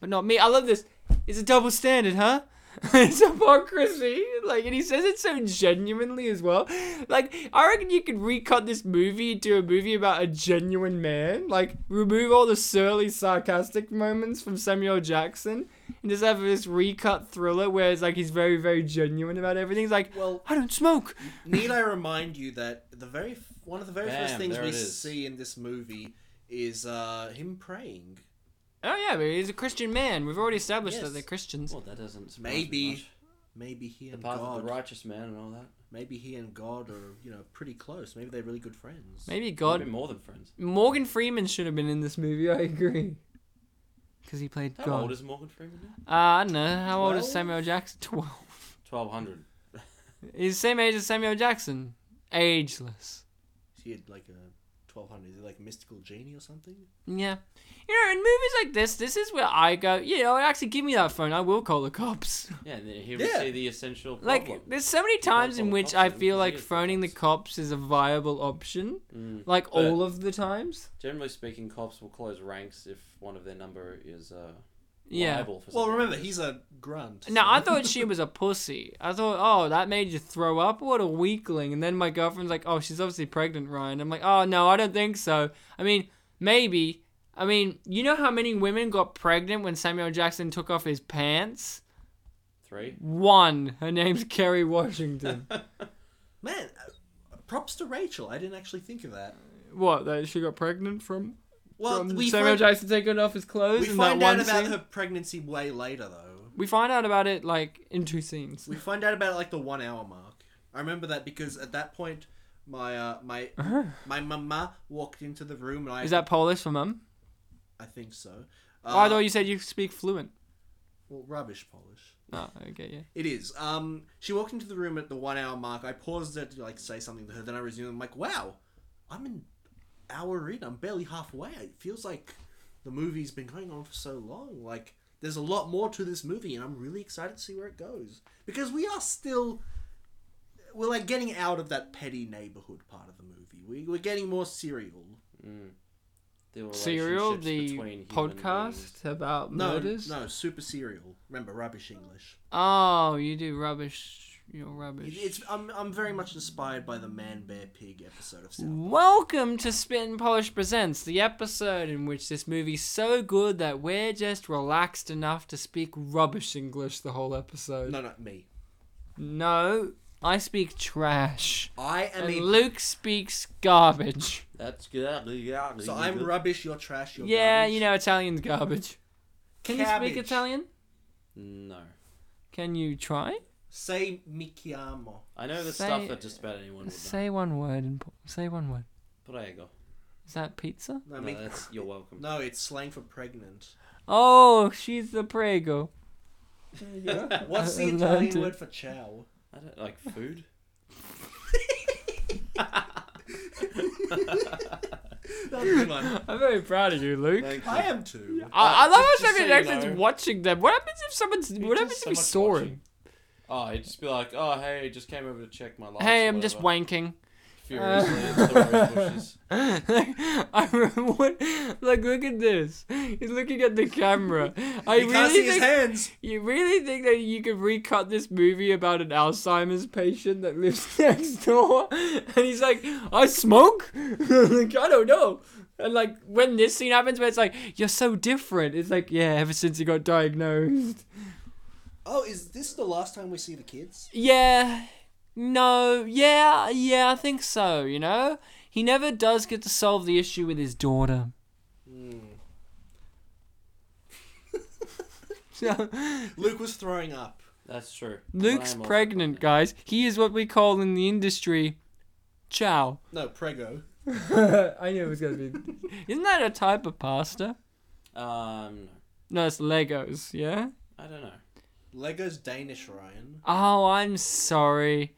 [SPEAKER 1] But not me. I love this. It's a double standard, huh? it's hypocrisy. Like, and he says it so genuinely as well. Like, I reckon you could recut this movie into a movie about a genuine man. Like, remove all the surly, sarcastic moments from Samuel Jackson, and just have this recut thriller where it's like he's very, very genuine about everything. He's like,
[SPEAKER 2] Well-
[SPEAKER 1] "Well, I don't smoke."
[SPEAKER 2] Need I remind you that the very f- one of the very
[SPEAKER 3] Bam,
[SPEAKER 2] first things
[SPEAKER 3] there
[SPEAKER 2] we
[SPEAKER 3] it is.
[SPEAKER 2] see in this movie is uh, him praying.
[SPEAKER 1] Oh yeah, but he's a Christian man. We've already established
[SPEAKER 2] Yes.
[SPEAKER 1] that they're Christians.
[SPEAKER 3] Well, that doesn't surprise
[SPEAKER 2] Maybe.
[SPEAKER 3] me much.
[SPEAKER 2] Maybe he
[SPEAKER 3] the
[SPEAKER 2] and
[SPEAKER 3] path of
[SPEAKER 2] God.
[SPEAKER 3] the righteous man and all that.
[SPEAKER 2] Maybe he and God are you know pretty close. Maybe they're really good friends.
[SPEAKER 1] Maybe
[SPEAKER 3] God,
[SPEAKER 1] God.
[SPEAKER 3] bit more than friends.
[SPEAKER 1] Morgan Freeman should have been in this movie. I agree. Because he played
[SPEAKER 3] How
[SPEAKER 1] God.
[SPEAKER 3] old is Morgan Freeman? now?
[SPEAKER 1] uh, I don't know. How old is
[SPEAKER 2] Twelve?
[SPEAKER 1] Samuel Jackson? Twelve.
[SPEAKER 3] Twelve hundred.
[SPEAKER 1] He's the same age as Samuel Jackson. Ageless.
[SPEAKER 2] Is he had like a twelve hundred. Is he like a mystical genie or something?
[SPEAKER 1] Yeah. You know, in movies like this, this is where I go, you know, actually give me that phone. I will call the cops.
[SPEAKER 3] Yeah, and here we
[SPEAKER 2] Yeah.
[SPEAKER 3] see the essential
[SPEAKER 1] Like,
[SPEAKER 3] problem.
[SPEAKER 1] there's so many times
[SPEAKER 3] call
[SPEAKER 1] in
[SPEAKER 3] the
[SPEAKER 1] which
[SPEAKER 3] cops
[SPEAKER 1] I
[SPEAKER 3] then,
[SPEAKER 1] feel
[SPEAKER 3] because
[SPEAKER 1] like
[SPEAKER 3] he is the
[SPEAKER 1] phoning the
[SPEAKER 3] cops.
[SPEAKER 1] cops is a viable option.
[SPEAKER 3] Mm.
[SPEAKER 1] Like,
[SPEAKER 3] But-
[SPEAKER 1] all of the times.
[SPEAKER 3] Generally speaking, cops will close ranks if one of their number is uh,
[SPEAKER 1] Yeah.
[SPEAKER 3] liable for
[SPEAKER 2] Well,
[SPEAKER 3] something.
[SPEAKER 2] remember he's a grunt.
[SPEAKER 1] No,
[SPEAKER 2] so-
[SPEAKER 1] I thought she was a pussy. I thought, oh, that made you throw up? What a weakling. And then my girlfriend's like, oh, she's obviously pregnant, Ryan. I'm like, oh, no, I don't think so. I mean, maybe. I mean, you know how many women got pregnant when Samuel Jackson took off his pants?
[SPEAKER 3] three.
[SPEAKER 1] One. Her name's Kerry Washington.
[SPEAKER 2] man. uh, Props to Rachel. I didn't actually think of that.
[SPEAKER 1] what, that she got pregnant from,
[SPEAKER 2] Well,
[SPEAKER 1] from
[SPEAKER 2] we
[SPEAKER 1] Samuel
[SPEAKER 2] find,
[SPEAKER 1] Jackson taking off his clothes
[SPEAKER 2] we
[SPEAKER 1] in
[SPEAKER 2] find
[SPEAKER 1] that
[SPEAKER 2] out
[SPEAKER 1] one
[SPEAKER 2] about
[SPEAKER 1] scene?
[SPEAKER 2] her pregnancy way later, though.
[SPEAKER 1] We find out about it, like, in two scenes.
[SPEAKER 2] We find out about like the one hour mark. I remember that because at that point, my uh, my my mama walked into the room and I
[SPEAKER 1] Is that Polish for mum?
[SPEAKER 2] I think so.
[SPEAKER 1] oh, I
[SPEAKER 2] Uh,
[SPEAKER 1] thought you said you speak fluent.
[SPEAKER 2] well, rubbish Polish.
[SPEAKER 1] Oh, okay, yeah.
[SPEAKER 2] It is. Um, she walked into the room at the one hour mark. I paused there to like say something to her. Then I resumed. I'm like, wow, I'm an hour in. I'm barely halfway. It feels like the movie's been going on for so long. Like there's a lot more to this movie, and I'm really excited to see where it goes because we are still. We're like getting out of that petty neighborhood part of the movie. We, we're getting more serial.
[SPEAKER 3] The
[SPEAKER 1] Serial,
[SPEAKER 3] relationships
[SPEAKER 1] the
[SPEAKER 3] between human beings.
[SPEAKER 1] podcast about
[SPEAKER 2] No,
[SPEAKER 1] murders.
[SPEAKER 2] no, super serial. Remember, rubbish English.
[SPEAKER 1] Oh, you do rubbish. You're
[SPEAKER 2] It-
[SPEAKER 1] rubbish.
[SPEAKER 2] It's I'm, I'm very much inspired by the man bear pig episode of South
[SPEAKER 1] Welcome to Spit and Polish Presents, the episode in which this movie's so good that we're just relaxed enough to speak rubbish English the whole episode.
[SPEAKER 2] No, not me.
[SPEAKER 1] No, I speak trash.
[SPEAKER 2] I am
[SPEAKER 1] And
[SPEAKER 2] a
[SPEAKER 1] Luke speaks garbage.
[SPEAKER 3] That's good. Yeah.
[SPEAKER 2] So I'm rubbish, you're trash, you're
[SPEAKER 1] yeah,
[SPEAKER 2] garbage.
[SPEAKER 1] you know Italian's garbage. Can you
[SPEAKER 2] Cabbage.
[SPEAKER 1] speak Italian?
[SPEAKER 3] No,
[SPEAKER 1] Can you try?
[SPEAKER 2] Say mi chiamo.
[SPEAKER 3] I know the
[SPEAKER 1] Say-
[SPEAKER 3] stuff that just about anyone would know.
[SPEAKER 1] Say one word in po- say one word.
[SPEAKER 3] Prego.
[SPEAKER 1] Is that pizza?
[SPEAKER 2] No,
[SPEAKER 3] No,
[SPEAKER 2] mi-
[SPEAKER 3] that's you're welcome.
[SPEAKER 2] no, it's slang for pregnant.
[SPEAKER 1] Oh, she's the prego.
[SPEAKER 2] What's the
[SPEAKER 1] I learned
[SPEAKER 2] Italian
[SPEAKER 1] it.
[SPEAKER 2] word for chow?
[SPEAKER 3] I don't like food.
[SPEAKER 2] That's a good one.
[SPEAKER 1] I'm very proud of you, Luke.
[SPEAKER 3] Thank you.
[SPEAKER 2] I am too.
[SPEAKER 1] I, I love how
[SPEAKER 3] Just-
[SPEAKER 1] Samuel
[SPEAKER 3] just so you
[SPEAKER 1] Jackson's
[SPEAKER 3] know.
[SPEAKER 1] watching them. What happens if someone's? what
[SPEAKER 3] does
[SPEAKER 1] happens
[SPEAKER 3] so
[SPEAKER 1] if he
[SPEAKER 3] much
[SPEAKER 1] saw
[SPEAKER 3] watching.
[SPEAKER 1] him?
[SPEAKER 3] Oh, he'd just be like, oh hey, just came over to check my lights.
[SPEAKER 1] Hey,
[SPEAKER 3] or
[SPEAKER 1] I'm just
[SPEAKER 3] whatever."
[SPEAKER 1] wanking.
[SPEAKER 3] Furiously, into the rose bushes.
[SPEAKER 1] I remember, like, look at this. He's looking at the camera. I
[SPEAKER 2] you
[SPEAKER 1] really
[SPEAKER 2] can't see his
[SPEAKER 1] think,
[SPEAKER 2] hands.
[SPEAKER 1] You really think that you could recut this movie about an Alzheimer's patient that lives next door? And he's like, I smoke? like, I don't know. And like when this scene happens where it's like, You're so different, it's like, yeah, ever since he got diagnosed.
[SPEAKER 2] Oh, is this the last time we see the kids?
[SPEAKER 1] Yeah. No, yeah, yeah, I think so, you know? He never does get to solve the issue with his daughter. So
[SPEAKER 2] Luke was throwing up.
[SPEAKER 3] That's true.
[SPEAKER 1] Luke's
[SPEAKER 3] I am also
[SPEAKER 1] pregnant, guys. He is what we call in the industry chow.
[SPEAKER 2] No, prego.
[SPEAKER 1] I knew it was gonna be. Isn't that a type of pasta?
[SPEAKER 3] Um,
[SPEAKER 1] No, it's Legos. Yeah.
[SPEAKER 3] I don't know.
[SPEAKER 2] Lego's Danish, Ryan.
[SPEAKER 1] Oh, I'm sorry.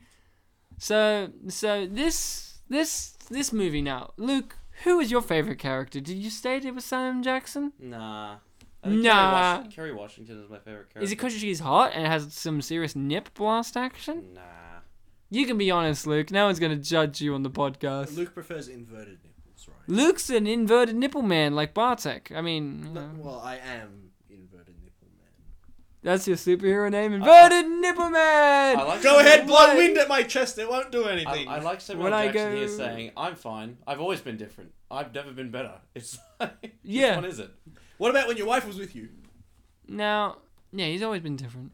[SPEAKER 1] So, so this, this, this movie now, Luke. Who was your favorite character? Did you state it was Sam Jackson?
[SPEAKER 3] Nah. I think
[SPEAKER 1] Nah.
[SPEAKER 3] Kerry, Wash- Kerry Washington is my favorite character.
[SPEAKER 1] Is it because she's hot and has some serious nip blast action?
[SPEAKER 3] Nah.
[SPEAKER 1] You can be honest, Luke. No one's gonna judge you on the podcast.
[SPEAKER 2] Luke prefers inverted nipples, Ryan.
[SPEAKER 1] Luke's an inverted nipple man like Bartek. I mean, you know.
[SPEAKER 2] No, well, I am inverted nipple man.
[SPEAKER 1] That's your superhero name, Inverted Nipple Man.
[SPEAKER 3] I like-
[SPEAKER 2] Go ahead, blow
[SPEAKER 1] Why-
[SPEAKER 2] wind at my chest. It won't do
[SPEAKER 3] I,
[SPEAKER 2] anything.
[SPEAKER 3] I like Samuel
[SPEAKER 1] When I
[SPEAKER 3] Jackson
[SPEAKER 1] go-
[SPEAKER 3] here saying, "I'm fine. I've always been different. I've never been better." It's like,
[SPEAKER 1] Yeah.
[SPEAKER 3] which one is it?
[SPEAKER 2] what about when your wife was with you?
[SPEAKER 1] now, yeah, he's always been different.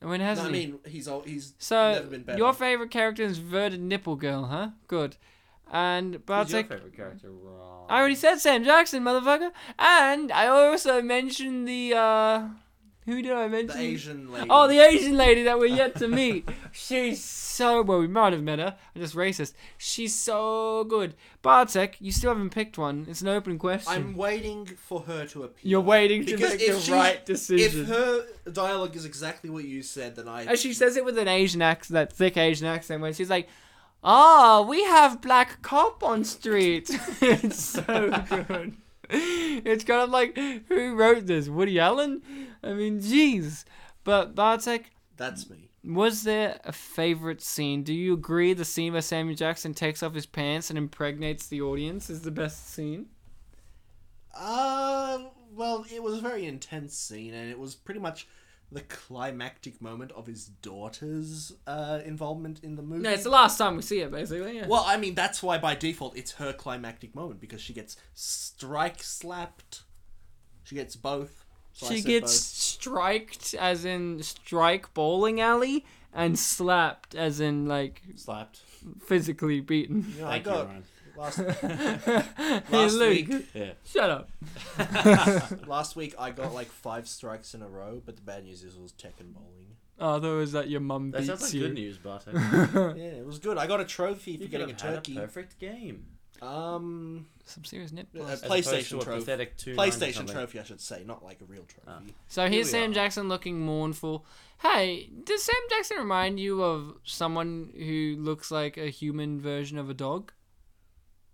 [SPEAKER 1] When
[SPEAKER 2] No,
[SPEAKER 1] hasn't
[SPEAKER 2] I
[SPEAKER 1] he?
[SPEAKER 2] mean, he's all, he's never
[SPEAKER 1] So
[SPEAKER 2] been better.
[SPEAKER 1] your favorite character is Verdant Nipple Girl, huh? Good. And
[SPEAKER 3] Who's your
[SPEAKER 1] Bartek,
[SPEAKER 3] favorite character? Ron?
[SPEAKER 1] I already said Sam Jackson, motherfucker. And I also mentioned the uh, who did I mention?
[SPEAKER 2] the Asian lady.
[SPEAKER 1] Oh, the Asian lady that we're yet to meet. She's so well. We might have met her. I'm just racist. She's so good. Bartek, you still haven't picked one. It's an open question.
[SPEAKER 2] I'm waiting for her to appear.
[SPEAKER 1] You're waiting to
[SPEAKER 2] Because
[SPEAKER 1] make
[SPEAKER 2] if
[SPEAKER 1] the
[SPEAKER 2] she's-
[SPEAKER 1] right decision.
[SPEAKER 2] If her dialogue is exactly what you said, then I.
[SPEAKER 1] And she says it with an Asian accent, that thick Asian accent, where she's like, "Ah, we have black cop on street." it's so good. It's kind of like, who wrote this? Woody Allen? I mean, jeez. But Bartek,
[SPEAKER 2] That's me.
[SPEAKER 1] was there a favorite scene? Do you agree the scene where Samuel Jackson takes off his pants and impregnates the audience is the best scene?
[SPEAKER 2] Uh, well, it was a very intense scene, and it was pretty much the climactic moment of his daughter's uh, involvement in the movie.
[SPEAKER 1] No, it's the last time we see it, basically. Yeah.
[SPEAKER 2] well, I mean, that's why by default it's her climactic moment because she gets strike slapped. She gets both. So I
[SPEAKER 1] She
[SPEAKER 2] said
[SPEAKER 1] gets
[SPEAKER 2] both.
[SPEAKER 1] striked, as in strike bowling alley, and slapped, as in like
[SPEAKER 3] slapped.
[SPEAKER 1] physically beaten.
[SPEAKER 2] You know, I
[SPEAKER 3] Thank you,
[SPEAKER 2] got
[SPEAKER 3] Ryan.
[SPEAKER 2] last
[SPEAKER 1] hey,
[SPEAKER 2] Last
[SPEAKER 1] Luke,
[SPEAKER 2] week.
[SPEAKER 3] Yeah.
[SPEAKER 1] shut up.
[SPEAKER 2] last week I got like five strikes in a row, but the bad news is it was
[SPEAKER 3] Hmm.
[SPEAKER 2] Tekken bowling.
[SPEAKER 1] Oh, that was that your mum
[SPEAKER 3] That
[SPEAKER 1] beats
[SPEAKER 3] sounds like
[SPEAKER 1] you.
[SPEAKER 3] good news, Bartek.
[SPEAKER 2] Yeah, it was good. I got a trophy for
[SPEAKER 3] you could
[SPEAKER 2] getting a
[SPEAKER 3] have had a
[SPEAKER 2] turkey.
[SPEAKER 3] perfect game.
[SPEAKER 2] um,
[SPEAKER 1] Some serious nip.
[SPEAKER 2] a
[SPEAKER 1] blows.
[SPEAKER 3] As opposed to
[SPEAKER 2] PlayStation
[SPEAKER 3] a
[SPEAKER 2] trophy.
[SPEAKER 3] pathetic 2-9 or
[SPEAKER 2] PlayStation
[SPEAKER 3] something.
[SPEAKER 2] trophy, I should say, not like a real trophy.
[SPEAKER 1] So here's
[SPEAKER 2] we
[SPEAKER 1] Sam
[SPEAKER 2] are.
[SPEAKER 1] Jackson looking mournful. Hey, does Sam Jackson remind you of someone who looks like a human version of a dog?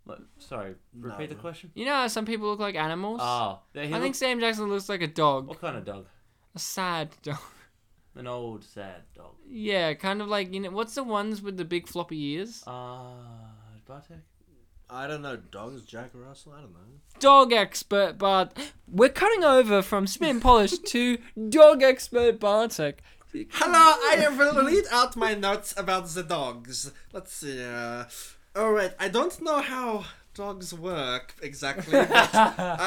[SPEAKER 3] What? Sorry, repeat the
[SPEAKER 2] No.
[SPEAKER 3] question.
[SPEAKER 1] You know how some people look like animals?
[SPEAKER 3] Ah, oh,
[SPEAKER 1] I think Sam Jackson looks like a dog.
[SPEAKER 3] What kind of dog?
[SPEAKER 1] A sad dog.
[SPEAKER 3] An old sad dog.
[SPEAKER 1] Yeah, kind of like you know what's the ones with the big floppy ears?
[SPEAKER 3] Ah, Bartek. Ah.
[SPEAKER 2] I don't know, dogs, Jack Russell. I don't know.
[SPEAKER 1] Dog expert Bart. We're cutting over from Spin Polish to dog expert Bartek.
[SPEAKER 2] Hello, I will read out my notes about the dogs. Let's see. Uh, all right, I don't know how dogs work exactly. But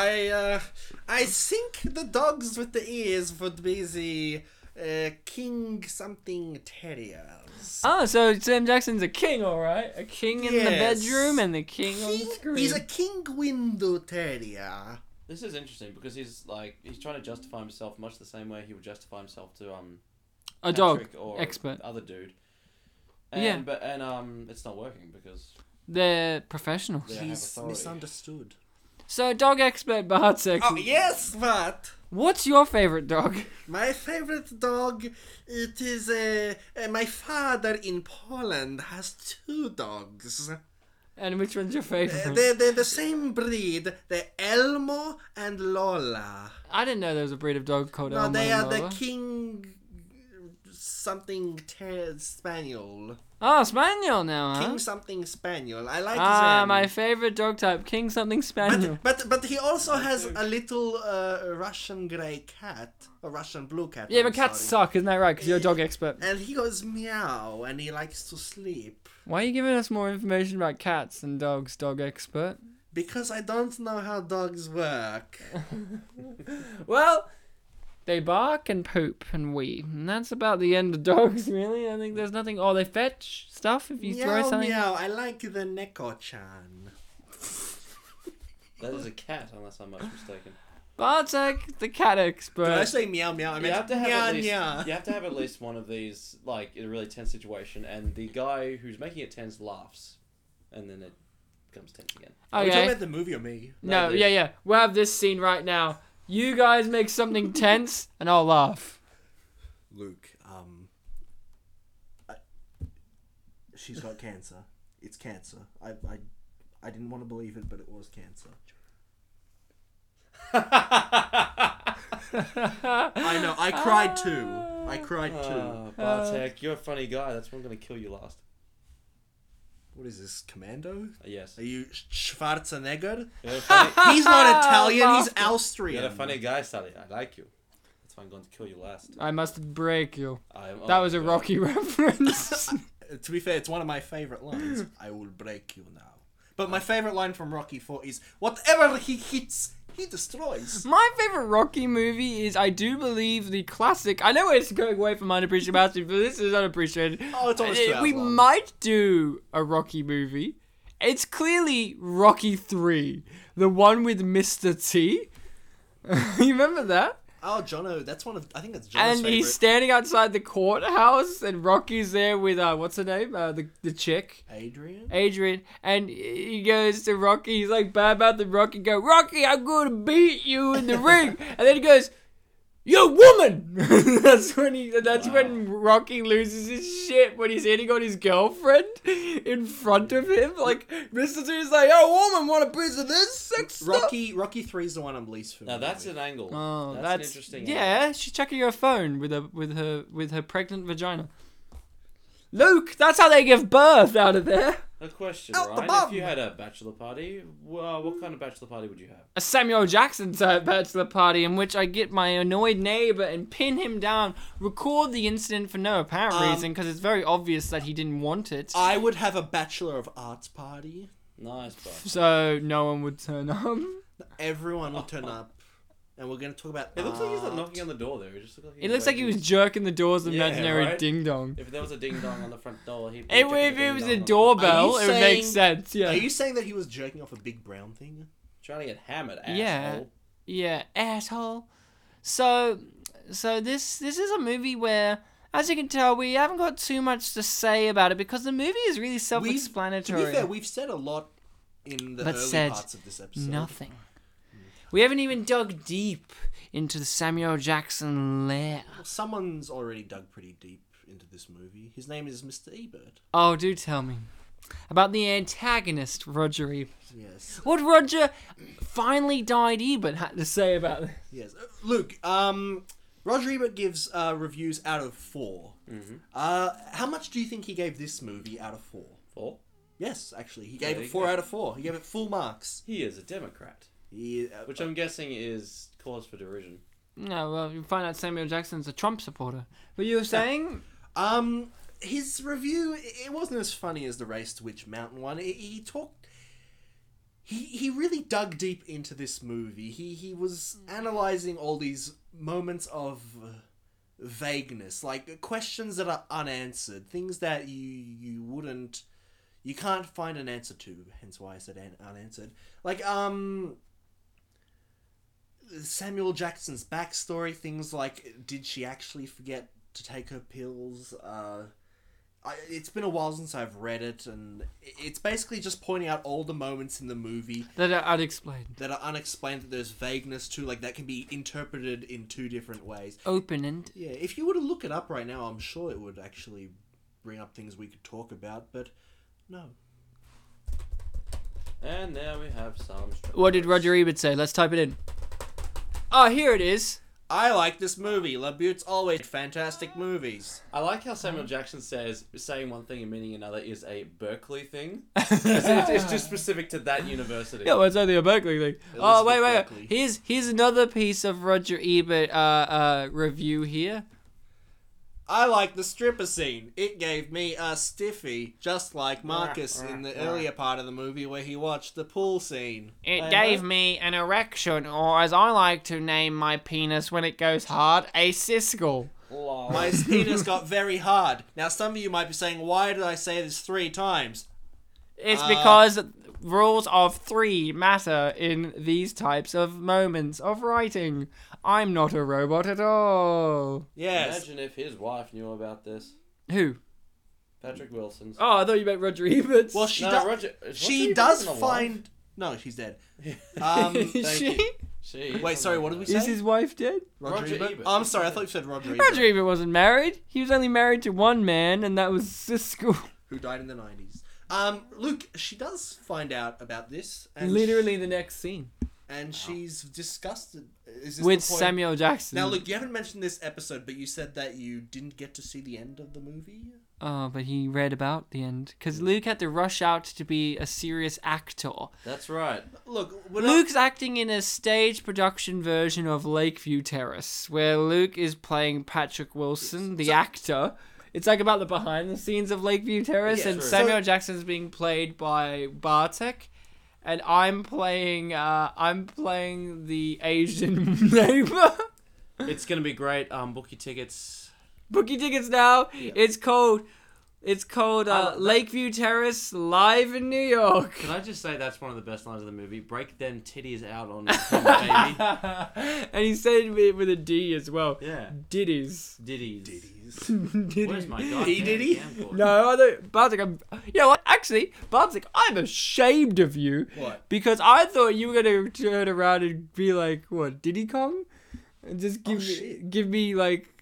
[SPEAKER 2] I uh, I think the dogs with the ears would be the uh, king something terriers.
[SPEAKER 1] Oh, so Sam Jackson's a king, all right? A king in the
[SPEAKER 2] Yes.
[SPEAKER 1] bedroom and the king, on the
[SPEAKER 2] King-
[SPEAKER 1] screen.
[SPEAKER 2] he's a king window terrier.
[SPEAKER 3] This is interesting because he's like he's trying to justify himself much the same way he would justify himself to um
[SPEAKER 1] A dog
[SPEAKER 3] Patrick or
[SPEAKER 1] expert.
[SPEAKER 3] other dude. And,
[SPEAKER 1] Yeah.
[SPEAKER 3] but and um, it's not working because
[SPEAKER 1] They're professionals.
[SPEAKER 3] they don't have
[SPEAKER 2] He's
[SPEAKER 3] authority.
[SPEAKER 2] misunderstood.
[SPEAKER 1] So dog expert Bartek.
[SPEAKER 2] Oh yes, but.
[SPEAKER 1] What's your favorite dog?
[SPEAKER 2] My favorite dog, it is a. Uh, my father in Poland has two dogs.
[SPEAKER 1] And which one's your favorite?
[SPEAKER 2] They're, they're the same breed. They're Elmo and Lola.
[SPEAKER 1] I didn't know there was a breed of dog called
[SPEAKER 2] No,
[SPEAKER 1] Elmo
[SPEAKER 2] they
[SPEAKER 1] and
[SPEAKER 2] are the
[SPEAKER 1] Lola.
[SPEAKER 2] king. Something ter- spaniel.
[SPEAKER 1] Oh, spaniel now, huh?
[SPEAKER 2] King something spaniel. I like
[SPEAKER 1] Ah,
[SPEAKER 2] them.
[SPEAKER 1] my favorite dog type, king something spaniel.
[SPEAKER 2] but, but but he also has a little uh, Russian grey cat, a Russian blue cat.
[SPEAKER 1] Yeah,
[SPEAKER 2] I'm
[SPEAKER 1] but cats
[SPEAKER 2] sorry.
[SPEAKER 1] suck, isn't that right? Because you're a dog expert.
[SPEAKER 2] And he goes meow, and he likes to sleep.
[SPEAKER 1] Why are you giving us more information about cats than dogs, dog expert?
[SPEAKER 2] Because I don't know how dogs work.
[SPEAKER 1] Well, they bark and poop and wee, and that's about the end of dogs. Really, I think there's nothing. Oh, they fetch stuff if you
[SPEAKER 2] meow,
[SPEAKER 1] throw something.
[SPEAKER 2] meow. I like the Neko-chan.
[SPEAKER 3] That is a cat, unless I'm much mistaken.
[SPEAKER 1] Bartek, the cat
[SPEAKER 2] Did I
[SPEAKER 1] expert.
[SPEAKER 2] say meow, meow? I
[SPEAKER 3] You
[SPEAKER 2] meant
[SPEAKER 3] have to have
[SPEAKER 2] meow,
[SPEAKER 3] at least
[SPEAKER 2] meow.
[SPEAKER 3] you have to have at least one of these like in a really tense situation, and the guy who's making it tense laughs, and then it becomes tense again.
[SPEAKER 2] Are we talking
[SPEAKER 1] Okay.
[SPEAKER 2] about the movie or me?
[SPEAKER 1] No,
[SPEAKER 3] No, this-
[SPEAKER 1] yeah, yeah. We'll have this scene right now. You guys make something tense, and I'll laugh.
[SPEAKER 2] Luke, um... I, she's got cancer. It's cancer. I, I, I didn't want to believe it, but it was cancer. I know. I cried too. I cried too.
[SPEAKER 1] Uh.
[SPEAKER 3] Ah, Bartek, you're a funny guy. That's when I'm gonna kill you last.
[SPEAKER 2] What is this, Commando?
[SPEAKER 3] Uh, yes,
[SPEAKER 2] Are you Schwarzenegger?
[SPEAKER 3] you're a funny,
[SPEAKER 2] He's not Italian. He's
[SPEAKER 1] Bastard.
[SPEAKER 2] Austrian.
[SPEAKER 3] you're a funny guy, Sally. I like you. That's I'm going to kill you last.
[SPEAKER 1] I must break you.
[SPEAKER 3] I, oh
[SPEAKER 1] that
[SPEAKER 3] my
[SPEAKER 1] was a
[SPEAKER 3] God.
[SPEAKER 1] Rocky reference.
[SPEAKER 2] Uh, to be fair, it's one of my favorite lines. I will break you now. But my favorite line from Rocky Four is, "Whatever he hits, he destroys."
[SPEAKER 1] My favorite Rocky movie is, I do believe, the classic. I know it's going away from unappreciated mastery, but this is unappreciated.
[SPEAKER 2] Oh, it's almost
[SPEAKER 1] Uh,
[SPEAKER 2] two hours
[SPEAKER 1] We
[SPEAKER 2] long.
[SPEAKER 1] might do a Rocky movie. It's clearly Rocky Three, the one with Mr. T. you remember that?
[SPEAKER 2] Oh, Jono, that's one of I think that's Jono's
[SPEAKER 1] and
[SPEAKER 2] favorite.
[SPEAKER 1] he's standing outside the courthouse, and Rocky's there with uh, what's her name? Uh, the the chick.
[SPEAKER 2] Adrian.
[SPEAKER 1] Adrian, and he goes to Rocky. He's like bad about the Rocky. Go, Rocky, I'm gonna beat you in the ring. And then he goes, "You woman." that's when he. That's when Rocky loses his shit when he's hitting on his girlfriend in front of him. Like Mr. T is like, "Oh, woman, want a piece of this sex stuff?"
[SPEAKER 2] Rocky Rocky Three is the one I'm least
[SPEAKER 3] Now
[SPEAKER 2] familiar.
[SPEAKER 3] that's
[SPEAKER 2] with.
[SPEAKER 3] an angle.
[SPEAKER 1] Oh,
[SPEAKER 3] that's,
[SPEAKER 1] that's,
[SPEAKER 3] an interesting. angle.
[SPEAKER 1] Yeah, she's checking her phone with her with her with her pregnant vagina. Luke, that's how they give birth out of there.
[SPEAKER 3] A question,
[SPEAKER 2] Out the
[SPEAKER 3] Ryan. If
[SPEAKER 2] bum.
[SPEAKER 3] you had a bachelor party, well, what kind of bachelor party would you have?
[SPEAKER 1] a Samuel Jackson type bachelor party in which I get my annoyed neighbor and pin him down, record the incident for no apparent reason,
[SPEAKER 2] Um,
[SPEAKER 1] 'cause reason because it's very obvious that he didn't want it.
[SPEAKER 2] I would have a Bachelor of Arts party.
[SPEAKER 3] Nice, bro.
[SPEAKER 1] so no one would turn up.
[SPEAKER 2] Everyone would turn up, and we're gonna talk about.
[SPEAKER 3] It looks like he's
[SPEAKER 2] art.
[SPEAKER 3] not knocking on the door there. It just looks like
[SPEAKER 1] It looks like he was jerking the doors of
[SPEAKER 3] Yeah,
[SPEAKER 1] imaginary
[SPEAKER 3] right?
[SPEAKER 1] ding dong.
[SPEAKER 3] If there was a ding dong on the front door, he'd. be
[SPEAKER 1] If,
[SPEAKER 3] checking
[SPEAKER 1] if
[SPEAKER 3] the
[SPEAKER 1] it was a
[SPEAKER 3] ding-dong on the-
[SPEAKER 1] doorbell,
[SPEAKER 2] Are
[SPEAKER 1] it
[SPEAKER 2] you
[SPEAKER 1] would make
[SPEAKER 2] saying-
[SPEAKER 1] sense. Yeah.
[SPEAKER 2] Are you saying that he was jerking off a big brown thing?
[SPEAKER 3] Trying to get hammered, asshole.
[SPEAKER 1] Yeah. Yeah, asshole. So, so this this is a movie where, as you can tell, we haven't got too much to say about it because the movie is really self-explanatory.
[SPEAKER 2] To be fair, we've said a lot in the
[SPEAKER 1] But
[SPEAKER 2] early
[SPEAKER 1] said
[SPEAKER 2] parts of this episode.
[SPEAKER 1] Nothing. We haven't even dug deep into the Samuel Jackson lair.
[SPEAKER 2] Someone's already dug pretty deep into this movie. His name is Mr. Ebert.
[SPEAKER 1] Oh, do tell me about the antagonist, Roger Ebert.
[SPEAKER 2] Yes.
[SPEAKER 1] What Roger finally died Ebert had to say about this.
[SPEAKER 2] Yes. Uh, Luke, um, Roger Ebert gives uh, reviews out of 4
[SPEAKER 3] Mm-hmm.
[SPEAKER 2] Uh, how much do you think he gave this movie out of four?
[SPEAKER 3] Four.
[SPEAKER 2] Yes, actually, he gave
[SPEAKER 3] There
[SPEAKER 2] it
[SPEAKER 3] you
[SPEAKER 2] four
[SPEAKER 3] go.
[SPEAKER 2] out of four. He gave it full marks.
[SPEAKER 3] He is a Democrat,
[SPEAKER 2] He, uh,
[SPEAKER 3] which I'm guessing is cause for derision.
[SPEAKER 1] No, well, you find out Samuel Jackson's a Trump supporter. But you were saying?
[SPEAKER 2] Um, his review i- it wasn't as funny as the race to which mountain one. He, he talked. He he really dug deep into this movie. He he was analyzing all these moments of uh, vagueness, like questions that are unanswered, things that you you wouldn't. You can't find an answer to, hence why I said an- unanswered. Like, um, Samuel Jackson's backstory, things like did she actually forget to take her pills? Uh, I, it's been a while since I've read it, and i- it's basically just pointing out all the moments in the movie
[SPEAKER 1] That are unexplained.
[SPEAKER 2] that are unexplained, that there's vagueness to, like that can be interpreted in two different ways.
[SPEAKER 1] Open ended.
[SPEAKER 2] Yeah, if you were to look it up right now, I'm sure it would actually bring up things we could talk about, but no.
[SPEAKER 3] And now we have some.
[SPEAKER 1] What did Roger Ebert say? Let's type it in. Oh, here it is.
[SPEAKER 2] I like this movie. LaBute's always fantastic movies.
[SPEAKER 3] I like how Samuel Jackson says saying one thing and meaning another is a Berkeley thing. it's, it's just specific to that university.
[SPEAKER 1] Yeah, well, it's only a Berkeley thing. oh, wait, wait,
[SPEAKER 2] Berkeley.
[SPEAKER 1] wait. Here's here's another piece of Roger Ebert uh, uh, review here.
[SPEAKER 2] I like the stripper scene. It gave me a stiffy, just like Marcus in the earlier part of the movie where he watched the pool scene.
[SPEAKER 1] It
[SPEAKER 3] Uh-huh.
[SPEAKER 1] gave me an erection, or as I like to name my penis when it goes hard, a siskel.
[SPEAKER 3] Lol.
[SPEAKER 2] My penis got very hard. Now, some of you might be saying, why did I say this three times?
[SPEAKER 1] It's
[SPEAKER 2] Uh.
[SPEAKER 1] because rules of three matter in these types of moments of writing. I'm not a robot at all.
[SPEAKER 2] Yes.
[SPEAKER 3] Imagine if his wife knew about this.
[SPEAKER 1] Who?
[SPEAKER 3] Patrick Wilson's.
[SPEAKER 1] Oh, I thought you meant Roger Ebert.
[SPEAKER 2] Well, she,
[SPEAKER 3] No,
[SPEAKER 2] do-
[SPEAKER 3] Roger- is Roger
[SPEAKER 2] she
[SPEAKER 3] Ebert
[SPEAKER 2] does
[SPEAKER 3] even alive?
[SPEAKER 2] find. No, she's dead. Um,
[SPEAKER 1] Is
[SPEAKER 3] thank
[SPEAKER 1] she?
[SPEAKER 3] you. She.
[SPEAKER 2] Wait, sorry, what did we say?
[SPEAKER 1] Is his wife dead?
[SPEAKER 2] Roger,
[SPEAKER 3] Roger
[SPEAKER 2] Ebert?
[SPEAKER 3] Ebert.
[SPEAKER 2] Oh, I'm sorry, I thought you said Roger Ebert.
[SPEAKER 1] Roger Ebert wasn't married. He was only married to one man, and that was Siskel.
[SPEAKER 2] Who died in the 90s. Um, Luke, she does find out about this. And
[SPEAKER 1] Literally the next scene.
[SPEAKER 2] and she's disgusted. Is this
[SPEAKER 1] With
[SPEAKER 2] the point-
[SPEAKER 1] Samuel Jackson.
[SPEAKER 2] Hmm. Now, look, you haven't mentioned this episode, but you said that you didn't get to see the end of the movie.
[SPEAKER 1] Oh, but he read about the end because Luke had to rush out to be a serious actor.
[SPEAKER 3] That's right.
[SPEAKER 2] Look, we're not-
[SPEAKER 1] Luke's acting in a stage production version of Lakeview Terrace, where Luke is playing Patrick Wilson, the actor. It's like about the behind the scenes of Lakeview Terrace,
[SPEAKER 2] Yeah,
[SPEAKER 1] and
[SPEAKER 2] true.
[SPEAKER 1] Samuel
[SPEAKER 2] So-
[SPEAKER 1] Jackson's being played by Bartek, and I'm playing uh, I'm playing the Asian neighbor.
[SPEAKER 3] It's gonna be great. Um, book your tickets.
[SPEAKER 1] Book your tickets now. It's called it's called uh,
[SPEAKER 3] like that.
[SPEAKER 1] Lakeview Terrace live in New York.
[SPEAKER 3] Can I just say that's one of the best lines of the movie? Break them titties out on film, baby.
[SPEAKER 1] and he said it with a D as well.
[SPEAKER 3] Yeah.
[SPEAKER 1] Ditties.
[SPEAKER 3] Ditties.
[SPEAKER 2] Ditties.
[SPEAKER 1] Ditties.
[SPEAKER 3] Where's my goddamn
[SPEAKER 2] He diddy?
[SPEAKER 3] camcorder?
[SPEAKER 1] No, I don't. Bartek, I'm. You know what? Actually, Bartek, I'm ashamed of you.
[SPEAKER 2] What?
[SPEAKER 1] Because I thought you were gonna turn around and be like, "What? Diddy Kong?" And just give me,
[SPEAKER 2] Oh, shit.
[SPEAKER 1] give me like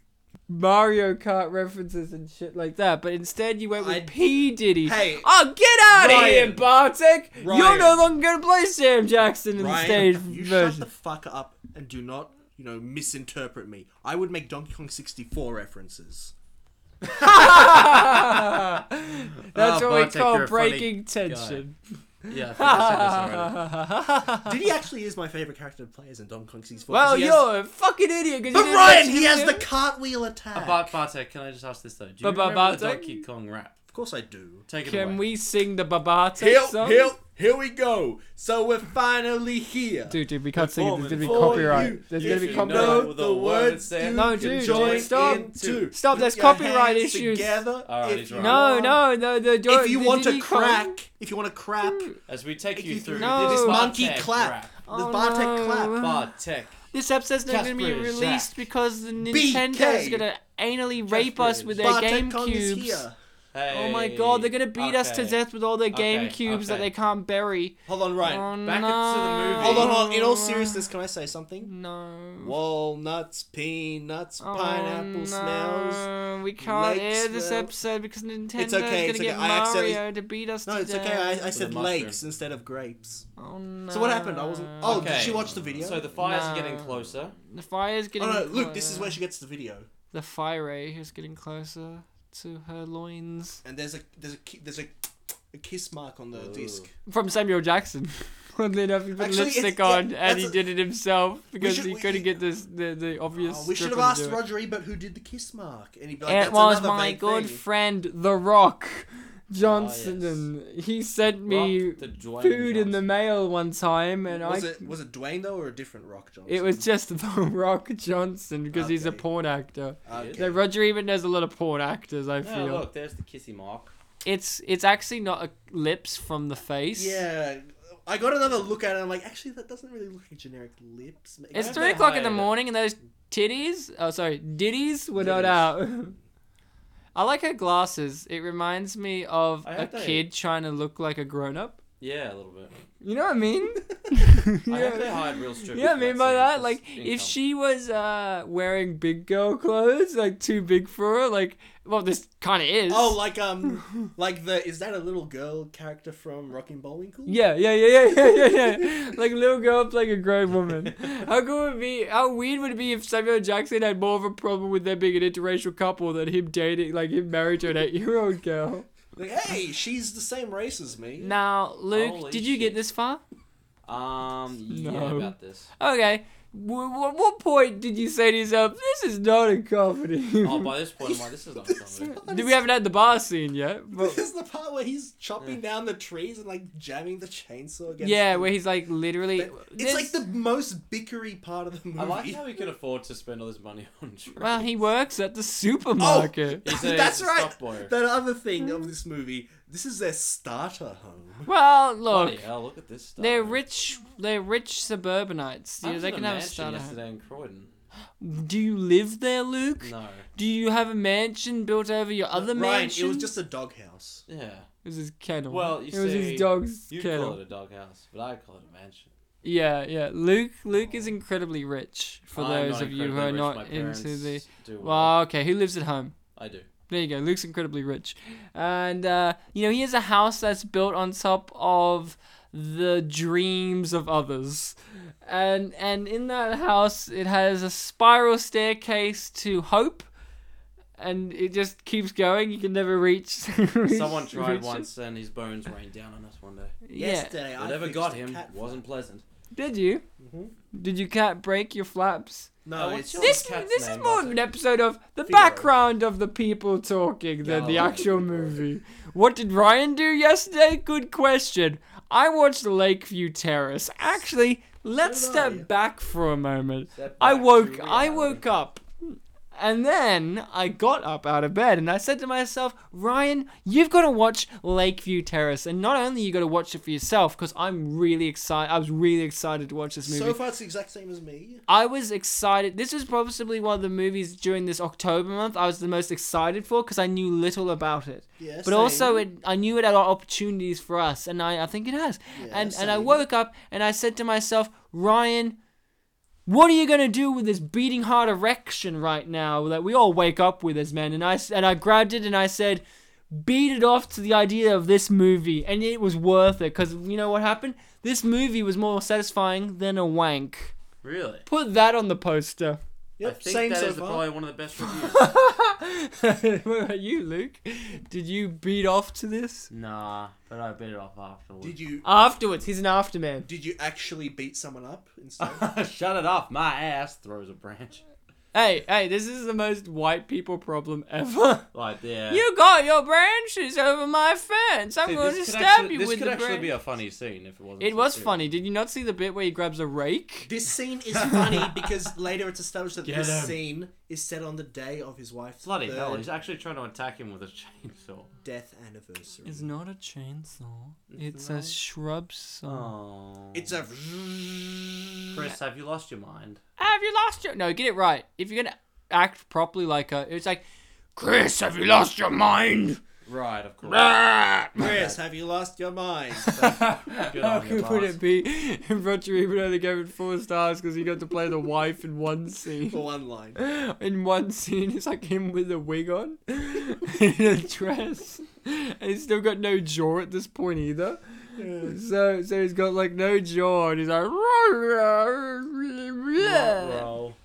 [SPEAKER 1] Mario Kart references and shit like that. But instead, you went with
[SPEAKER 2] I-
[SPEAKER 1] P Diddy.
[SPEAKER 2] Hey,
[SPEAKER 1] oh, get out of
[SPEAKER 2] Ryan.
[SPEAKER 1] here, Bartek! You're
[SPEAKER 2] Ryan.
[SPEAKER 1] no longer gonna play Sam Jackson in the stage
[SPEAKER 2] Ryan, you shut
[SPEAKER 1] version.
[SPEAKER 2] the fuck up and do not, you know, misinterpret me. I would make Donkey Kong 64 references.
[SPEAKER 1] That's
[SPEAKER 2] Oh,
[SPEAKER 1] what
[SPEAKER 3] Ah, Bartek,
[SPEAKER 1] we call
[SPEAKER 3] you're a funny
[SPEAKER 1] breaking tension.
[SPEAKER 3] Yeah, I think I said this already.
[SPEAKER 2] Diddy actually is my favorite character to play as in Donkey Kong 64. 'cause
[SPEAKER 1] Well,
[SPEAKER 2] he has-
[SPEAKER 1] you're a fucking idiot. 'cause you
[SPEAKER 2] But
[SPEAKER 1] didn't
[SPEAKER 2] Ryan,
[SPEAKER 1] mention
[SPEAKER 2] he
[SPEAKER 1] it
[SPEAKER 2] has
[SPEAKER 1] to
[SPEAKER 2] the
[SPEAKER 1] him.
[SPEAKER 2] cartwheel attack.
[SPEAKER 3] Bart Uh, Bartek, can I just ask this though? Do you
[SPEAKER 1] Ba- ba-
[SPEAKER 3] remember the
[SPEAKER 1] Bartek?
[SPEAKER 3] Donkey Kong rap?
[SPEAKER 2] Of course I do.
[SPEAKER 3] Take it away.
[SPEAKER 1] Can we sing the Babata song?
[SPEAKER 2] here we go. So we're finally here.
[SPEAKER 1] Dude, dude, we can't sing it. There's gonna be
[SPEAKER 2] For
[SPEAKER 1] copyright.
[SPEAKER 2] you,
[SPEAKER 1] There's
[SPEAKER 2] you
[SPEAKER 1] gonna be
[SPEAKER 2] should
[SPEAKER 1] copyright.
[SPEAKER 2] know the words you
[SPEAKER 1] No,
[SPEAKER 2] can
[SPEAKER 1] dude,
[SPEAKER 2] join
[SPEAKER 1] dude, stop.
[SPEAKER 2] into.
[SPEAKER 1] Stop,
[SPEAKER 2] Put
[SPEAKER 1] there's
[SPEAKER 2] your
[SPEAKER 1] copyright
[SPEAKER 2] hands
[SPEAKER 1] issues.
[SPEAKER 2] Together
[SPEAKER 3] Alright,
[SPEAKER 2] if
[SPEAKER 3] he's
[SPEAKER 2] you
[SPEAKER 3] right.
[SPEAKER 1] No,
[SPEAKER 2] want.
[SPEAKER 1] no, no, no. do-
[SPEAKER 2] If you
[SPEAKER 1] did
[SPEAKER 2] want to
[SPEAKER 1] he come?
[SPEAKER 2] crack, if you want to crap,
[SPEAKER 3] As we take
[SPEAKER 2] take
[SPEAKER 3] you through
[SPEAKER 1] No.
[SPEAKER 3] this
[SPEAKER 2] this monkey
[SPEAKER 3] Bartek
[SPEAKER 2] clap,
[SPEAKER 3] rap.
[SPEAKER 2] this
[SPEAKER 1] Oh,
[SPEAKER 2] Bartek
[SPEAKER 1] no.
[SPEAKER 2] clap.
[SPEAKER 3] Bartek.
[SPEAKER 1] This episode's not gonna be
[SPEAKER 3] Casper is
[SPEAKER 1] released
[SPEAKER 3] Zach.
[SPEAKER 1] because the Nintendo's gonna anally rape us
[SPEAKER 3] is-
[SPEAKER 1] with their
[SPEAKER 2] Bartek Kong is
[SPEAKER 1] GameCubes.
[SPEAKER 2] here.
[SPEAKER 1] Oh my god, they're gonna beat us to
[SPEAKER 3] Okay.
[SPEAKER 1] death with all their
[SPEAKER 3] Okay,
[SPEAKER 1] GameCubes that
[SPEAKER 3] okay.
[SPEAKER 1] they can't bury.
[SPEAKER 2] Hold on,
[SPEAKER 1] Oh,
[SPEAKER 2] Ryan.
[SPEAKER 3] back
[SPEAKER 1] no.
[SPEAKER 3] into the movie.
[SPEAKER 2] Hold on, hold on. In all seriousness, can I say something?
[SPEAKER 1] No.
[SPEAKER 2] Walnuts, peanuts,
[SPEAKER 1] Mm. Oh,
[SPEAKER 2] pineapple smells.
[SPEAKER 1] no, We can't
[SPEAKER 2] lake
[SPEAKER 1] air this
[SPEAKER 2] smells.
[SPEAKER 1] episode because Nintendo's
[SPEAKER 2] It's okay,
[SPEAKER 1] gonna
[SPEAKER 2] it's
[SPEAKER 1] get
[SPEAKER 2] okay, I accidentally-
[SPEAKER 1] Mario to beat us
[SPEAKER 2] No,
[SPEAKER 1] to
[SPEAKER 2] it's
[SPEAKER 1] death.
[SPEAKER 2] okay. I, I said
[SPEAKER 3] the mushroom.
[SPEAKER 2] lakes instead of grapes.
[SPEAKER 1] Oh, no.
[SPEAKER 2] So what happened? I wasn't. Oh,
[SPEAKER 3] Okay.
[SPEAKER 2] did she watch the video?
[SPEAKER 3] So the fires are
[SPEAKER 1] No.
[SPEAKER 3] getting closer.
[SPEAKER 1] The fire's
[SPEAKER 2] oh
[SPEAKER 1] getting.
[SPEAKER 2] no, Luke. This is
[SPEAKER 1] closer.
[SPEAKER 2] where she gets the video.
[SPEAKER 1] The fire ray is getting closer to her loins.
[SPEAKER 2] And there's a there's a ki- there's a, a kiss mark on the
[SPEAKER 3] Ooh.
[SPEAKER 2] disc.
[SPEAKER 1] From Samuel Jackson. Oddly enough, he put
[SPEAKER 2] Actually, it's-
[SPEAKER 1] lipstick
[SPEAKER 2] yeah,
[SPEAKER 1] on and
[SPEAKER 2] that's
[SPEAKER 1] he
[SPEAKER 2] a-
[SPEAKER 1] did it himself because
[SPEAKER 2] should-
[SPEAKER 1] he
[SPEAKER 2] we-
[SPEAKER 1] couldn't get this, the, the obvious.
[SPEAKER 2] Oh, we should have
[SPEAKER 1] stripper to
[SPEAKER 2] asked
[SPEAKER 1] do it.
[SPEAKER 2] Roger Ebert who did the kiss mark, and he'd be like,
[SPEAKER 1] it
[SPEAKER 2] "That's
[SPEAKER 1] was
[SPEAKER 2] another
[SPEAKER 1] my
[SPEAKER 2] vague
[SPEAKER 1] good
[SPEAKER 2] thing." Ah,
[SPEAKER 1] friend, The Rock Johnson. He sent me
[SPEAKER 3] Rock the Dwayne
[SPEAKER 1] food in the
[SPEAKER 3] Johnson.
[SPEAKER 1] mail one time and
[SPEAKER 2] Was
[SPEAKER 1] I.
[SPEAKER 2] it was it Dwayne though or a different Rock Johnson?
[SPEAKER 1] It was just The Rock Johnson because he's a
[SPEAKER 2] Okay.
[SPEAKER 1] porn actor.
[SPEAKER 2] Uh, Okay.
[SPEAKER 1] No, Roger Ebert knows a lot of porn actors, I
[SPEAKER 3] Oh,
[SPEAKER 1] feel.
[SPEAKER 3] look, there's the kissy mark.
[SPEAKER 1] It's it's actually not a lips from the face.
[SPEAKER 2] Yeah, I got another look at it. and I'm like, actually, that doesn't really look like generic lips.
[SPEAKER 1] It's
[SPEAKER 3] Yeah,
[SPEAKER 1] three
[SPEAKER 3] they
[SPEAKER 1] o'clock in the
[SPEAKER 3] hide it.
[SPEAKER 1] morning, and those titties. Oh, sorry, ditties were not
[SPEAKER 2] Ditties.
[SPEAKER 1] out. I like her glasses. It reminds me of
[SPEAKER 3] I
[SPEAKER 1] a
[SPEAKER 3] hope they-
[SPEAKER 1] kid trying to look like a grown up.
[SPEAKER 3] Yeah, a little bit.
[SPEAKER 1] You know what I mean?
[SPEAKER 3] I hope they
[SPEAKER 1] yeah.
[SPEAKER 3] hired real strippers.
[SPEAKER 1] You know what I
[SPEAKER 3] for
[SPEAKER 1] mean by
[SPEAKER 3] scene,
[SPEAKER 1] that?
[SPEAKER 3] just
[SPEAKER 1] Like, if
[SPEAKER 3] income.
[SPEAKER 1] she was uh, wearing big girl clothes, like too big for her, like, well, this kind of is.
[SPEAKER 2] Oh, like um, like the is that a little girl character from Rockin' Bullwinkle?
[SPEAKER 1] Yeah, yeah, yeah, yeah, yeah, yeah, yeah. like little girl playing a grown woman. How cool would it be? How weird would it be if Samuel Jackson had more of a problem with there being an interracial couple than him dating, like him married to an eight-year-old girl?
[SPEAKER 2] Like, hey, she's the same race as me.
[SPEAKER 1] Now, Luke,
[SPEAKER 3] Holy
[SPEAKER 1] did you
[SPEAKER 3] shit.
[SPEAKER 1] get this far?
[SPEAKER 3] Um, yeah,
[SPEAKER 1] No.
[SPEAKER 3] about this.
[SPEAKER 1] Okay. W- w- what point did you say to yourself, "This is not a comedy"?
[SPEAKER 3] Oh, by this point, I'm like, this is not something.
[SPEAKER 1] Dude, we haven't had the bar scene yet. But
[SPEAKER 2] This is the part where he's chopping down the trees and like jamming the chainsaw against.
[SPEAKER 1] yeah,
[SPEAKER 2] the-
[SPEAKER 1] where he's like literally.
[SPEAKER 2] It's like the most bickery part of the movie.
[SPEAKER 3] I like how he can afford to spend all this money on drugs.
[SPEAKER 1] Well, he works at the supermarket.
[SPEAKER 3] He's a-
[SPEAKER 2] That's
[SPEAKER 3] he's a
[SPEAKER 2] right.
[SPEAKER 3] stockboy.
[SPEAKER 2] That other thing of this movie. This is their starter home.
[SPEAKER 1] Well, look.
[SPEAKER 3] Bloody hell, look at this stuff.
[SPEAKER 1] They're rich. They're rich suburbanites.
[SPEAKER 3] I
[SPEAKER 1] You know,
[SPEAKER 3] was
[SPEAKER 1] they
[SPEAKER 3] in
[SPEAKER 1] can
[SPEAKER 3] a
[SPEAKER 1] have a
[SPEAKER 3] mansion
[SPEAKER 1] starter. home.
[SPEAKER 3] yesterday in Croydon.
[SPEAKER 1] Do you live there, Luke?
[SPEAKER 3] No.
[SPEAKER 1] Do you have a mansion built over your other
[SPEAKER 2] Ryan,
[SPEAKER 1] mansion?
[SPEAKER 2] it was just a doghouse.
[SPEAKER 3] Yeah.
[SPEAKER 1] It was his kennel.
[SPEAKER 3] Well, you
[SPEAKER 1] it was
[SPEAKER 3] see,
[SPEAKER 1] his dog's
[SPEAKER 3] You
[SPEAKER 1] kennel.
[SPEAKER 3] call it a doghouse, but I call it a mansion.
[SPEAKER 1] Yeah, yeah. Luke, Luke is incredibly rich. For
[SPEAKER 3] I'm
[SPEAKER 1] those
[SPEAKER 3] not
[SPEAKER 1] of you who
[SPEAKER 3] incredibly
[SPEAKER 1] are not
[SPEAKER 3] rich, my
[SPEAKER 1] into the.
[SPEAKER 3] parents Do well.
[SPEAKER 1] Well, okay. Who lives at home?
[SPEAKER 3] I do.
[SPEAKER 1] There you go. Luke's incredibly rich, and uh, you know he has a house that's built on top of the dreams of others, and and in that house it has a spiral staircase to hope, and it just keeps going. You can never reach. reach-
[SPEAKER 3] Someone
[SPEAKER 1] reach
[SPEAKER 3] tried
[SPEAKER 1] it.
[SPEAKER 3] once and his bones rained down on us one day.
[SPEAKER 1] Yeah.
[SPEAKER 2] Yesterday, I
[SPEAKER 3] Whatever
[SPEAKER 2] fixed
[SPEAKER 3] got
[SPEAKER 2] a
[SPEAKER 3] him
[SPEAKER 2] cat
[SPEAKER 3] wasn't pleasant.
[SPEAKER 1] Did you?
[SPEAKER 3] Mm-hmm.
[SPEAKER 1] Did your cat break your flaps?
[SPEAKER 2] No,
[SPEAKER 3] Oh,
[SPEAKER 2] it's
[SPEAKER 3] what's
[SPEAKER 2] your
[SPEAKER 3] your-
[SPEAKER 1] This
[SPEAKER 2] cat's
[SPEAKER 1] this is
[SPEAKER 2] name,
[SPEAKER 1] more
[SPEAKER 2] wasn't
[SPEAKER 1] of
[SPEAKER 2] it?
[SPEAKER 1] an episode of the
[SPEAKER 2] Figaro.
[SPEAKER 1] background of the people talking than the
[SPEAKER 3] Yeah.
[SPEAKER 1] actual movie. What did Ryan do yesterday? Good question. I watched Lakeview Terrace. Actually, let's
[SPEAKER 2] did I.
[SPEAKER 1] step back for a moment.
[SPEAKER 3] Step
[SPEAKER 1] I
[SPEAKER 3] back to
[SPEAKER 1] woke I
[SPEAKER 3] reality.
[SPEAKER 1] woke up and then I got up out of bed and I said to myself, Ryan, you've got to watch Lakeview Terrace. And not only you got to watch it for yourself, because I'm really excited. I was really excited to watch this movie.
[SPEAKER 2] So far, it's the exact same as me.
[SPEAKER 1] I was excited. This was possibly one of the movies during this October month I was the most excited for because I knew little about it.
[SPEAKER 2] Yeah,
[SPEAKER 1] but also, it,
[SPEAKER 2] same.
[SPEAKER 1] I knew it had opportunities for us, and I, I think it has. and and I
[SPEAKER 2] same.
[SPEAKER 1] woke up and I said to myself, Ryan, what are you gonna do with this beating heart erection right now that we all wake up with as men? And I s- and I grabbed it and I said, beat it off to the idea of this movie, and it was worth it because you know what happened? This movie was more satisfying than a wank.
[SPEAKER 3] Really?
[SPEAKER 1] Put that on the poster.
[SPEAKER 3] I
[SPEAKER 2] Yep,
[SPEAKER 3] think
[SPEAKER 2] same
[SPEAKER 3] that
[SPEAKER 2] so
[SPEAKER 3] is
[SPEAKER 2] far.
[SPEAKER 3] probably one of the best reviews.
[SPEAKER 1] what about you, Luke? Did you beat off to this?
[SPEAKER 3] nah, but I bit it off afterwards.
[SPEAKER 2] Did you
[SPEAKER 1] Afterwards, he's an afterman.
[SPEAKER 2] did you actually beat someone up instead?
[SPEAKER 3] Shut it off. My ass throws a branch.
[SPEAKER 1] Hey, hey, this is the most white people problem ever.
[SPEAKER 3] Like, yeah.
[SPEAKER 1] You got your branches over my fence. I'm
[SPEAKER 3] See,
[SPEAKER 1] going to
[SPEAKER 3] this could
[SPEAKER 1] stab
[SPEAKER 3] actually-
[SPEAKER 1] you
[SPEAKER 3] This
[SPEAKER 1] with
[SPEAKER 3] could
[SPEAKER 1] the
[SPEAKER 3] actually
[SPEAKER 1] branch.
[SPEAKER 3] be a funny scene if it wasn't.
[SPEAKER 1] it
[SPEAKER 3] so
[SPEAKER 1] was
[SPEAKER 3] serious.
[SPEAKER 1] funny. Did you not see the bit where he grabs a rake?
[SPEAKER 2] this scene is funny because later it's established that
[SPEAKER 3] Get
[SPEAKER 2] this
[SPEAKER 3] him.
[SPEAKER 2] scene is set on the day of his wife's
[SPEAKER 3] Bloody hell!
[SPEAKER 2] third
[SPEAKER 3] He's actually trying to attack him with a chainsaw.
[SPEAKER 2] death anniversary.
[SPEAKER 1] It's not a chainsaw. It's a shrub saw.
[SPEAKER 3] Oh.
[SPEAKER 2] It's a
[SPEAKER 3] Chris, have you lost your mind?
[SPEAKER 1] Have you lost your? No, get it right. If you're gonna act properly like a, it's like, Chris, have you lost your mind?
[SPEAKER 3] Right, of course.
[SPEAKER 1] Ah!
[SPEAKER 2] Chris, have you lost your mind?
[SPEAKER 3] Good
[SPEAKER 1] How
[SPEAKER 3] on you,
[SPEAKER 1] good would
[SPEAKER 3] boss.
[SPEAKER 1] it be if Roger Ebert only gave it four stars because he got to play the wife in one scene?
[SPEAKER 2] For one line.
[SPEAKER 1] In one scene, it's like him with a wig on, in a dress, and he's still got no jaw at this point either. So, so he's got like no jaw, and he's like,
[SPEAKER 3] Right, roll.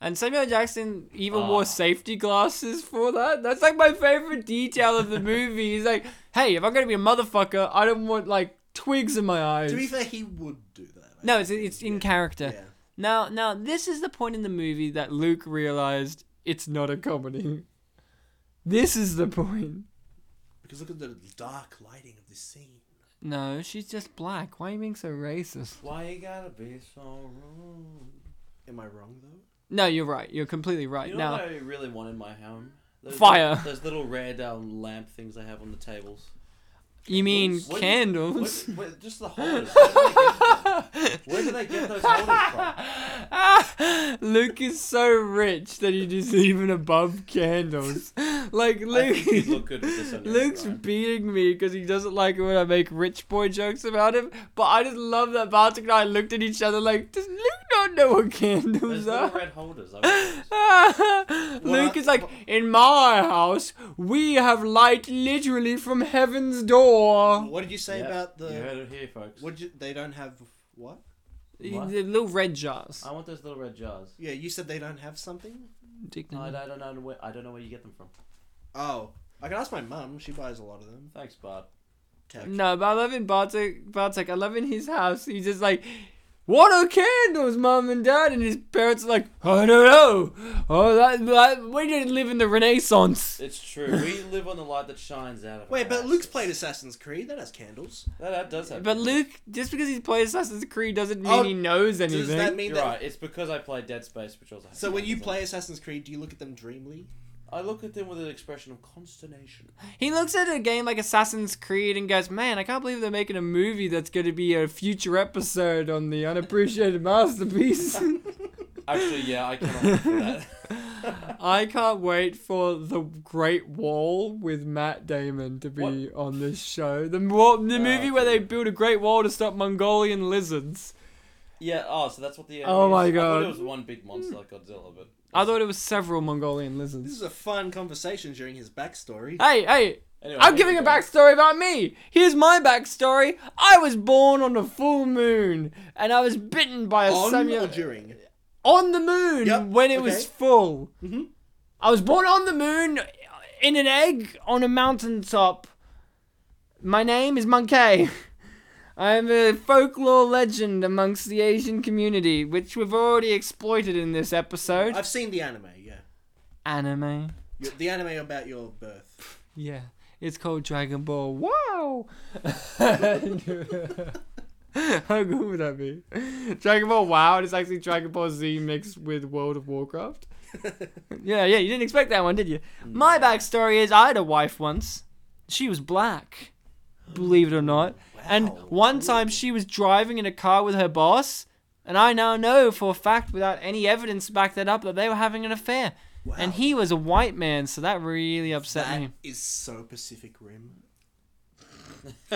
[SPEAKER 1] and Samuel Jackson even
[SPEAKER 3] Ah.
[SPEAKER 1] wore safety glasses for that. That's like my favorite detail of the movie. He's like, hey, if I'm gonna be a motherfucker, I don't want like twigs in my eyes.
[SPEAKER 2] to be fair, he would do that. I
[SPEAKER 1] No,
[SPEAKER 2] think.
[SPEAKER 1] it's it's in
[SPEAKER 2] Yeah.
[SPEAKER 1] character.
[SPEAKER 2] Yeah.
[SPEAKER 1] Now, now this is the point in the movie that Luke realized it's not a comedy. This is the point.
[SPEAKER 2] Because look at the dark lighting of this scene.
[SPEAKER 1] No, she's just black. Why are you being so racist?
[SPEAKER 3] Why you gotta be so rude?
[SPEAKER 2] Am I wrong though?
[SPEAKER 1] No, you're right. You're completely right.
[SPEAKER 3] You know
[SPEAKER 1] now,
[SPEAKER 3] what I really want in my home? Those
[SPEAKER 1] Fire.
[SPEAKER 3] Little, those little red um, lamp things they have on the tables.
[SPEAKER 1] you mean
[SPEAKER 3] What-
[SPEAKER 1] candles?
[SPEAKER 3] What, what, just the holders. Where do they get those holders from?
[SPEAKER 1] Luke is so rich that he is even above candles. Like
[SPEAKER 3] I
[SPEAKER 1] Luke,
[SPEAKER 3] think he'd look good with this under his
[SPEAKER 1] Luke's
[SPEAKER 3] arm.
[SPEAKER 1] beating me because he doesn't like it when I make rich boy jokes about him. But I just love that Bartek and I looked at each other like, does Luke not know what
[SPEAKER 3] Those
[SPEAKER 1] candles
[SPEAKER 3] little
[SPEAKER 1] are?
[SPEAKER 3] red holders. I want those.
[SPEAKER 1] Luke
[SPEAKER 2] I-
[SPEAKER 1] is like, in my house, we have light literally from heaven's door.
[SPEAKER 2] Oh, What did you say
[SPEAKER 3] Yep,
[SPEAKER 2] about the?
[SPEAKER 3] You heard it here, folks.
[SPEAKER 2] What you, they don't have what?
[SPEAKER 1] The
[SPEAKER 3] What?
[SPEAKER 1] little red jars.
[SPEAKER 3] I want those little red jars.
[SPEAKER 2] Yeah, you said they don't have something.
[SPEAKER 1] Dick
[SPEAKER 3] I,
[SPEAKER 1] Nine.
[SPEAKER 3] I don't know. Where, I don't know where you get them from.
[SPEAKER 2] Oh, I can ask my mum. She buys a lot of them.
[SPEAKER 3] Thanks, Bart.
[SPEAKER 2] Tech.
[SPEAKER 1] No, but I love in Bartek. Bartek, I love in his house. He's just like, what are candles, mom and dad? And his parents are like, I don't know. Oh, that, that we didn't live in the Renaissance.
[SPEAKER 3] It's true. We live on the light that shines out of.
[SPEAKER 2] Wait,
[SPEAKER 3] our
[SPEAKER 2] but Luke's
[SPEAKER 3] asses.
[SPEAKER 2] played Assassin's Creed. That has candles.
[SPEAKER 3] That, that does happen.
[SPEAKER 1] But Luke, just because he's played Assassin's Creed doesn't mean
[SPEAKER 2] Oh,
[SPEAKER 1] he knows anything.
[SPEAKER 2] Does that mean
[SPEAKER 3] You're
[SPEAKER 2] that?
[SPEAKER 3] right. It's because I play Dead Space, which also. has
[SPEAKER 2] So when you
[SPEAKER 3] candles on
[SPEAKER 2] play
[SPEAKER 3] it.
[SPEAKER 2] Assassin's Creed, do you look at them dreamily?
[SPEAKER 3] I look at them with an expression of consternation.
[SPEAKER 1] He looks at a game like Assassin's Creed and goes, "Man, I can't believe they're making a movie that's going to be a future episode on the unappreciated masterpiece."
[SPEAKER 3] Actually, yeah, I cannot wait for that.
[SPEAKER 1] I can't wait for the Great Wall with Matt Damon to be on this show. The wa- the movie where they build a great wall to stop Mongolian lizards.
[SPEAKER 3] yeah. Oh, so that's what the.
[SPEAKER 1] Oh
[SPEAKER 3] enemy
[SPEAKER 1] my
[SPEAKER 3] is. I
[SPEAKER 1] God.
[SPEAKER 3] thought it was one big monster like Godzilla, but.
[SPEAKER 1] I thought it was several Mongolian
[SPEAKER 2] This
[SPEAKER 1] lizards.
[SPEAKER 2] is a fun conversation during his backstory.
[SPEAKER 1] Hey, hey,
[SPEAKER 3] Anyway,
[SPEAKER 1] I'm
[SPEAKER 3] here
[SPEAKER 1] giving
[SPEAKER 3] we
[SPEAKER 1] a
[SPEAKER 3] go.
[SPEAKER 1] backstory about me. Here's my backstory. I was born on a full moon, and I was bitten by a
[SPEAKER 2] On
[SPEAKER 1] Samuel
[SPEAKER 2] or during?
[SPEAKER 1] on the moon
[SPEAKER 2] Yep,
[SPEAKER 1] when it
[SPEAKER 2] okay.
[SPEAKER 1] was full.
[SPEAKER 2] Mhm.
[SPEAKER 1] I was born on the moon in an egg on a mountaintop. My name is Monkey. I am a folklore legend amongst the Asian community, which we've already exploited in this episode.
[SPEAKER 2] I've seen the anime. Yeah,
[SPEAKER 1] Anime.
[SPEAKER 2] Your- the anime about your birth.
[SPEAKER 1] Yeah, it's called Dragon Ball. Wow! How good would that be? Dragon Ball Wow, and it's actually Dragon Ball Z mixed with World of Warcraft. yeah, yeah, you didn't expect that one, did you?
[SPEAKER 2] Mm.
[SPEAKER 1] My backstory is I had a wife once. She was black, believe it or not. And
[SPEAKER 2] Wow.
[SPEAKER 1] one time she was driving in a car with her boss, and I now know for a fact, without any evidence to back that up, that they were having an affair. And
[SPEAKER 2] Wow.
[SPEAKER 1] he was a white man, so that really upset
[SPEAKER 2] That
[SPEAKER 1] me.
[SPEAKER 2] is so Pacific Rim.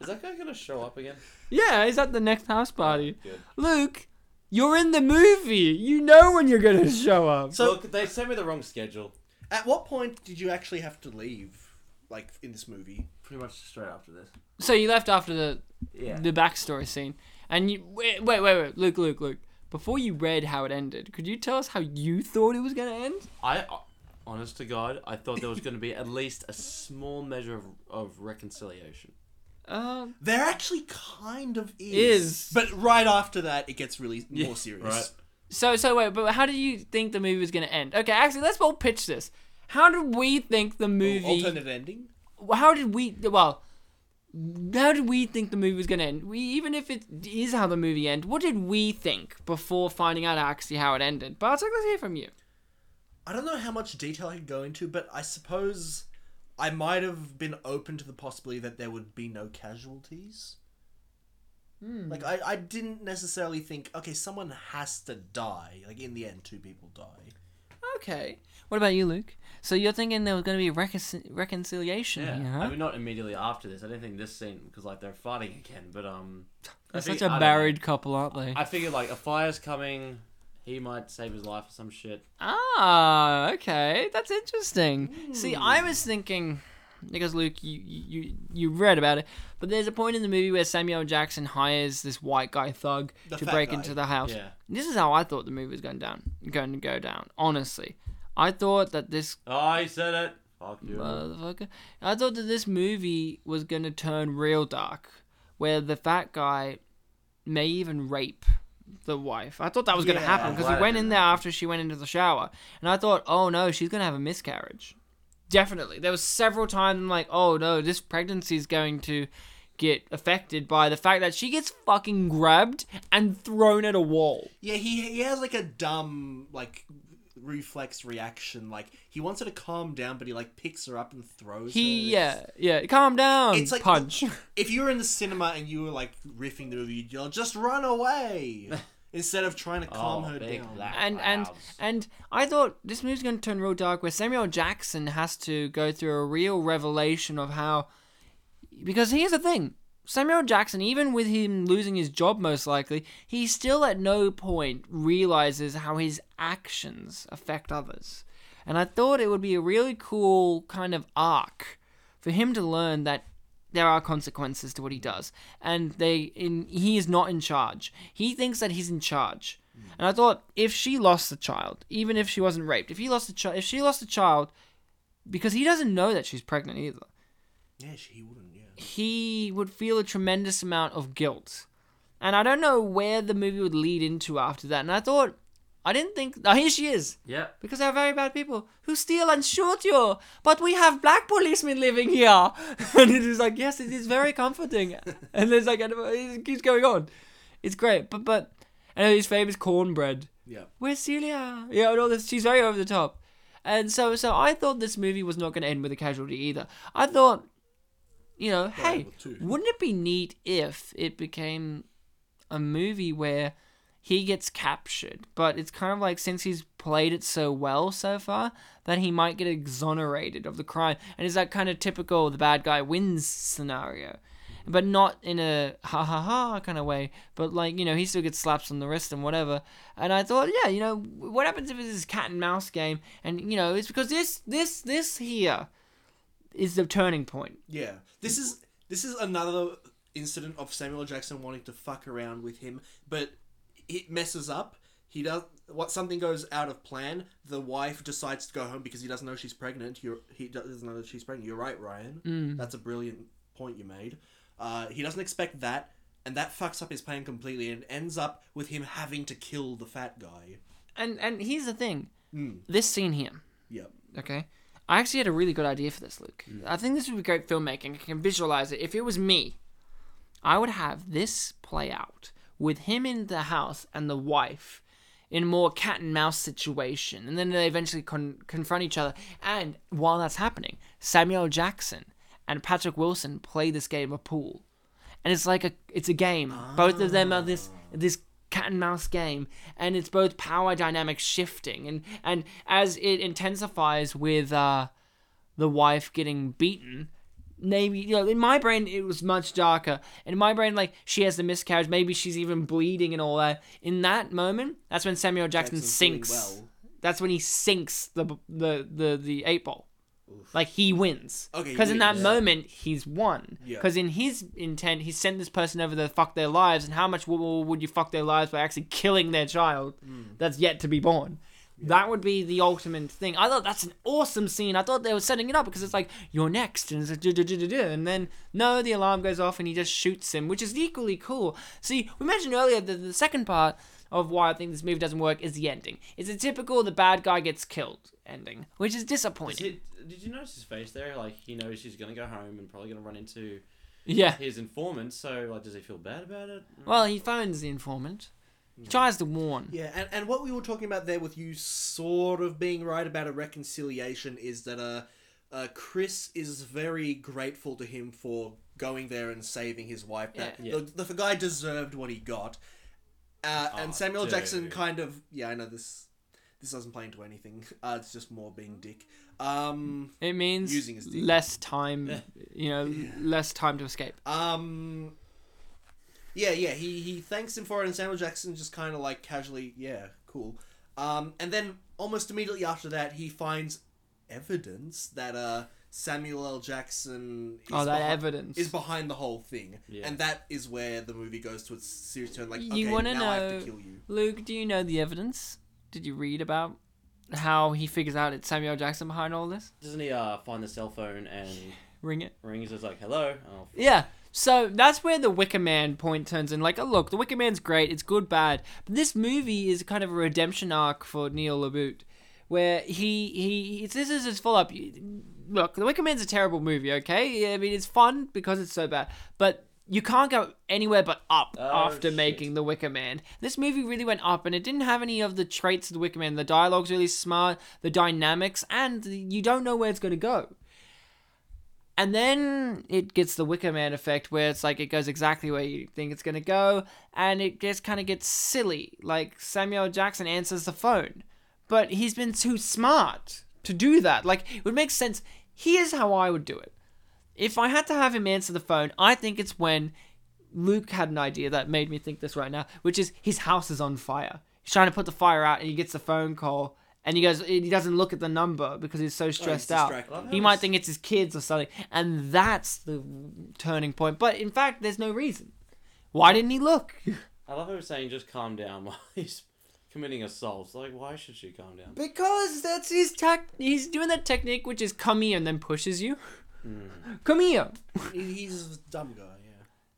[SPEAKER 3] Is that guy gonna show up again? Oh,
[SPEAKER 1] Yeah, he's at the next house party.
[SPEAKER 3] Good.
[SPEAKER 1] Luke, you're in the movie. You know when you're gonna show up.
[SPEAKER 2] So-
[SPEAKER 3] Look, they sent me the wrong schedule.
[SPEAKER 2] At what point did you actually have to leave, like in this movie?
[SPEAKER 3] Pretty much straight after this.
[SPEAKER 1] So you left after the
[SPEAKER 3] Yeah.
[SPEAKER 1] the backstory scene, and you wait, wait, wait, wait, Luke, Luke, Luke. Before you read how it ended, could you tell us how you thought it was gonna end?
[SPEAKER 3] I, uh, honest to God, I thought there was going to be at least a small measure of, of reconciliation.
[SPEAKER 1] Uh,
[SPEAKER 2] There actually kind of
[SPEAKER 1] Is.
[SPEAKER 2] is, but right after that, it gets really more serious.
[SPEAKER 3] right.
[SPEAKER 1] so so wait, but how did you think the movie was gonna end? Okay, actually, let's all pitch this. How did we think the movie?
[SPEAKER 2] Alternate ending.
[SPEAKER 1] how did we well how did we think the movie was going to end we even if it is how the movie end what did we think before finding out actually how it ended bartek let's hear from you
[SPEAKER 2] I don't know how much detail I could go into, but I suppose I might have been open to the possibility that there would be no casualties. Like I, I didn't necessarily think, okay, someone has to die. Like in the end, two people die.
[SPEAKER 1] okay what about you luke so you're thinking there was going to be recon- reconciliation
[SPEAKER 3] Yeah.
[SPEAKER 1] here huh?
[SPEAKER 3] I mean, not immediately after this. I didn't think this scene because like they're fighting again, but um. I
[SPEAKER 1] they're
[SPEAKER 3] think-
[SPEAKER 1] such a
[SPEAKER 3] I don't
[SPEAKER 1] married couple aren't they
[SPEAKER 3] know. I figured like a fire's coming. He might save his life or some shit.
[SPEAKER 1] ah okay that's interesting see i
[SPEAKER 3] Hmm.
[SPEAKER 1] was thinking because Luke, you, you you- you read about it, but there's a point in the movie where Samuel Jackson hires this white guy thug
[SPEAKER 2] The
[SPEAKER 1] to
[SPEAKER 2] fat
[SPEAKER 1] break
[SPEAKER 2] guy.
[SPEAKER 1] into the house.
[SPEAKER 3] Yeah.
[SPEAKER 1] This is how I thought the movie was going down, going to go down. Honestly, I thought that this
[SPEAKER 3] Oh, he said it. Fuck you.
[SPEAKER 1] motherfucker, I thought that this movie was going to turn real dark, where the fat guy may even rape the wife. I thought that was going to
[SPEAKER 2] Yeah,
[SPEAKER 1] happen
[SPEAKER 2] I'm
[SPEAKER 1] because
[SPEAKER 3] glad
[SPEAKER 1] he
[SPEAKER 3] it
[SPEAKER 1] went
[SPEAKER 3] didn't
[SPEAKER 1] in there after she went into the shower, and I thought, oh no, she's going to have a miscarriage. Definitely, there was several times I'm like, oh no, this pregnancy is going to get affected by the fact that she gets fucking grabbed and thrown at a wall.
[SPEAKER 2] Yeah, he he has like a dumb like reflex reaction. Like he wants her to calm down, but he like picks her up and throws.
[SPEAKER 1] He
[SPEAKER 2] her.
[SPEAKER 1] yeah yeah. Calm down.
[SPEAKER 2] It's like
[SPEAKER 1] punch.
[SPEAKER 2] If you were in the cinema and you were like riffing the movie, you'd yell, "Just run away!" instead of trying to calm
[SPEAKER 3] Oh,
[SPEAKER 2] her
[SPEAKER 3] big
[SPEAKER 2] down.
[SPEAKER 3] laugh.
[SPEAKER 1] and and
[SPEAKER 3] Clouds.
[SPEAKER 1] and I thought this movie's going to turn real dark, where Samuel Jackson has to go through a real revelation of how, because here's the thing. Samuel Jackson, even with him losing his job most likely, he still at no point realizes how his actions affect others. And I thought it would be a really cool kind of arc for him to learn that there are consequences to what he does and they in he is not in charge he thinks that he's in charge and i thought if she lost the child even if she wasn't raped if he lost the child if she lost the child because he doesn't know that she's pregnant either
[SPEAKER 2] Yeah, she wouldn't. Yeah.
[SPEAKER 1] he would feel a tremendous amount of guilt. And I don't know where the movie would lead into after that. And I thought, I didn't think. Oh, here she is.
[SPEAKER 3] Yep.
[SPEAKER 1] Because there are very bad people who steal and shoot you. But we have black policemen living here. and it is like, yes, it is very comforting. and there's like, it keeps going on. It's great. But, but, and his famous cornbread.
[SPEAKER 2] Yeah.
[SPEAKER 1] Where's Celia? Yeah, and all this. She's very over the top. And so, so I thought this movie was not going to end with a casualty either. I thought, you know, hey,
[SPEAKER 2] well, too.
[SPEAKER 1] wouldn't it be neat if it became a movie where he gets captured? But it's kind of like since he's played it so well so far, that he might get exonerated of the crime. And it's that kind of typical the bad guy wins scenario. But not in a ha ha ha kind of way, but like, you know, he still gets slaps on the wrist and whatever. And I thought, yeah, you know, what happens if it's this cat and mouse game? And, you know, it's because this, this, this here is the turning point.
[SPEAKER 2] Yeah. This is this is another incident of Samuel Jackson wanting to fuck around with him, but it messes up. He does what something goes out of plan. The wife decides to go home because he doesn't know she's pregnant. You're, he doesn't know that she's pregnant. You're right, Ryan. That's a brilliant point you made. Uh, he doesn't expect that, and that fucks up his plan completely, and it ends up with him having to kill the fat guy.
[SPEAKER 1] And and here's the thing. This scene here,
[SPEAKER 2] Yep.
[SPEAKER 1] okay? I actually had a really good idea for this, Luke. I think this would be great filmmaking. I can visualize it. If it was me, I would have this play out with him in the house and the wife in a more cat and mouse situation. And then they eventually con- confront each other. And while that's happening, Samuel Jackson and Patrick Wilson play this game of pool. And it's like a it's a game. Both of them are this this cat and mouse game and it's both power dynamics shifting and and as it intensifies with uh the wife getting beaten maybe you know in my brain it was much darker in my brain like she has the miscarriage maybe she's even bleeding and all that in that moment that's when samuel jackson
[SPEAKER 2] Jackson's doing
[SPEAKER 1] sinks
[SPEAKER 2] well.
[SPEAKER 1] that's when he sinks the the the, the eight ball like he wins
[SPEAKER 2] Okay, he
[SPEAKER 1] because in that
[SPEAKER 2] wins.
[SPEAKER 1] moment he's won
[SPEAKER 2] Yeah.
[SPEAKER 1] because in his intent he sent this person over to fuck their lives and how much more would you fuck their lives by actually killing their child that's yet to be born that would be the ultimate thing i thought that's an awesome scene i thought they were setting it up because it's like you're next and it's like, duh, duh, duh, duh, duh, and then no the alarm goes off and he just shoots him which is equally cool see we mentioned earlier that the second part of why I think this movie doesn't work is the ending. It's a typical the bad guy gets killed ending, which is disappointing.
[SPEAKER 3] Did, did you notice his face there? Like he knows he's gonna go home and probably gonna run into
[SPEAKER 1] yeah.
[SPEAKER 3] his informant. So like, does he feel bad about it?
[SPEAKER 1] Well, he phones the informant. He tries to warn.
[SPEAKER 2] Yeah, and, and what we were talking about there with you sort of being right about a reconciliation is that uh, uh Chris is very grateful to him for going there and saving his wife. That
[SPEAKER 3] Yeah.
[SPEAKER 2] The, the guy deserved what he got. Uh,
[SPEAKER 3] Aw,
[SPEAKER 2] and Samuel Jackson
[SPEAKER 3] dude.
[SPEAKER 2] kind of yeah, I know this this doesn't play into anything. Uh, it's just more being dick. Um
[SPEAKER 1] It means
[SPEAKER 2] Using his dick.
[SPEAKER 1] less time, you know, less time to escape.
[SPEAKER 2] Um. Yeah, yeah. He he thanks him for it, and Samuel Jackson just kind of like casually, yeah, cool. Um, and then almost immediately after that, he finds evidence that uh Samuel L. Jackson is,
[SPEAKER 1] Oh, that
[SPEAKER 2] behi-
[SPEAKER 1] evidence.
[SPEAKER 2] is behind the whole thing,
[SPEAKER 3] Yeah.
[SPEAKER 2] and that is where the movie goes to its serious turn. Like,
[SPEAKER 1] You
[SPEAKER 2] okay,
[SPEAKER 1] wanna
[SPEAKER 2] now I have
[SPEAKER 1] know-
[SPEAKER 2] to kill you.
[SPEAKER 1] Luke, do you know the evidence? Did you read about how he figures out it's Samuel Jackson behind all this?
[SPEAKER 3] Doesn't he uh, find the cell phone and
[SPEAKER 1] Ring it.
[SPEAKER 3] rings? Is like, hello. Oh, f-
[SPEAKER 1] Yeah. So that's where the Wicker Man point turns in. Like, oh, look, the Wicker Man's great. It's good, bad. But this movie is kind of a redemption arc for Neil LaBute, where he he it's, this is his follow up. Look, the Wicker Man's a terrible movie. Okay, I mean it's fun because it's so bad, but you can't go anywhere but up
[SPEAKER 3] Oh,
[SPEAKER 1] after
[SPEAKER 3] shit.
[SPEAKER 1] making the Wicker Man. This movie really went up, and it didn't have any of the traits of the Wicker Man. The dialogue's really smart, the dynamics, and you don't know where it's going to go. And then it gets the Wicker Man effect where it's like it goes exactly where you think it's going to go, and it just kind of gets silly. Like Samuel Jackson answers the phone, but he's been too smart to do that. Like, it would make sense. Here's how I would do it. If I had to have him answer the phone, I think it's when Luke had an idea that made me think this right now, which is his house is on fire. He's trying to put the fire out, and he gets a phone call, and he goes, he doesn't look at the number because he's so stressed out.
[SPEAKER 2] distracted. I love
[SPEAKER 1] He
[SPEAKER 3] how
[SPEAKER 1] might
[SPEAKER 3] he's-
[SPEAKER 1] think it's his kids or something, and that's the turning point. But in fact, there's no reason. Why didn't he look?
[SPEAKER 3] I love him saying just calm down while he's committing assaults. Like, why should she calm down?
[SPEAKER 1] Because that's his tech. He's doing that technique, which is come here and then pushes you. Come here.
[SPEAKER 2] He- He's a dumb guy. Yeah.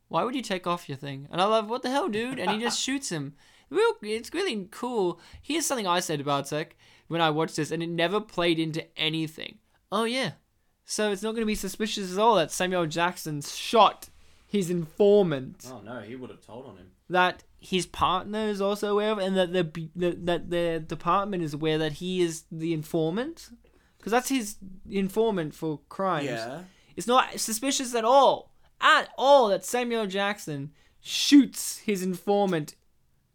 [SPEAKER 1] Why would you take off your thing? And I love what the hell, dude? And he just shoots him. Real, it's really cool. Here's something I said about Sec when I watched this, and it never played into anything. Oh yeah, so it's not going to be suspicious at all that Samuel Jackson shot his informant
[SPEAKER 3] Oh no, he would have told on him.
[SPEAKER 1] that his partner is also aware of, and that the b- that that the department is aware that he is the informant, because that's his informant for crimes.
[SPEAKER 2] Yeah.
[SPEAKER 1] It's not suspicious at all, at all, that Samuel Jackson shoots his informant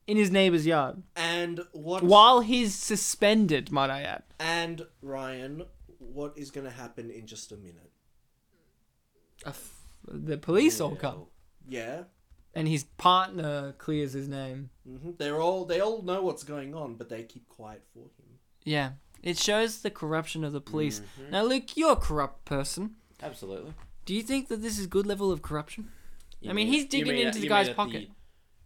[SPEAKER 1] in his neighbor's yard
[SPEAKER 2] And what?
[SPEAKER 1] while he's suspended, might I add.
[SPEAKER 2] And Ryan, what is going to happen in just a minute?
[SPEAKER 1] The police all come,
[SPEAKER 2] Yeah.
[SPEAKER 1] and his partner clears his name.
[SPEAKER 2] hmm They're all they all know what's going on, but they keep quiet for him.
[SPEAKER 1] Yeah, it shows the corruption of the police.
[SPEAKER 2] Mm-hmm.
[SPEAKER 1] Now, Luke, you're a corrupt person.
[SPEAKER 3] Absolutely.
[SPEAKER 1] Do you think that this is good level of corruption?
[SPEAKER 3] You
[SPEAKER 1] I mean, he's
[SPEAKER 3] you
[SPEAKER 1] digging
[SPEAKER 3] at-
[SPEAKER 1] into the
[SPEAKER 3] you
[SPEAKER 1] guy's
[SPEAKER 3] at
[SPEAKER 1] pocket.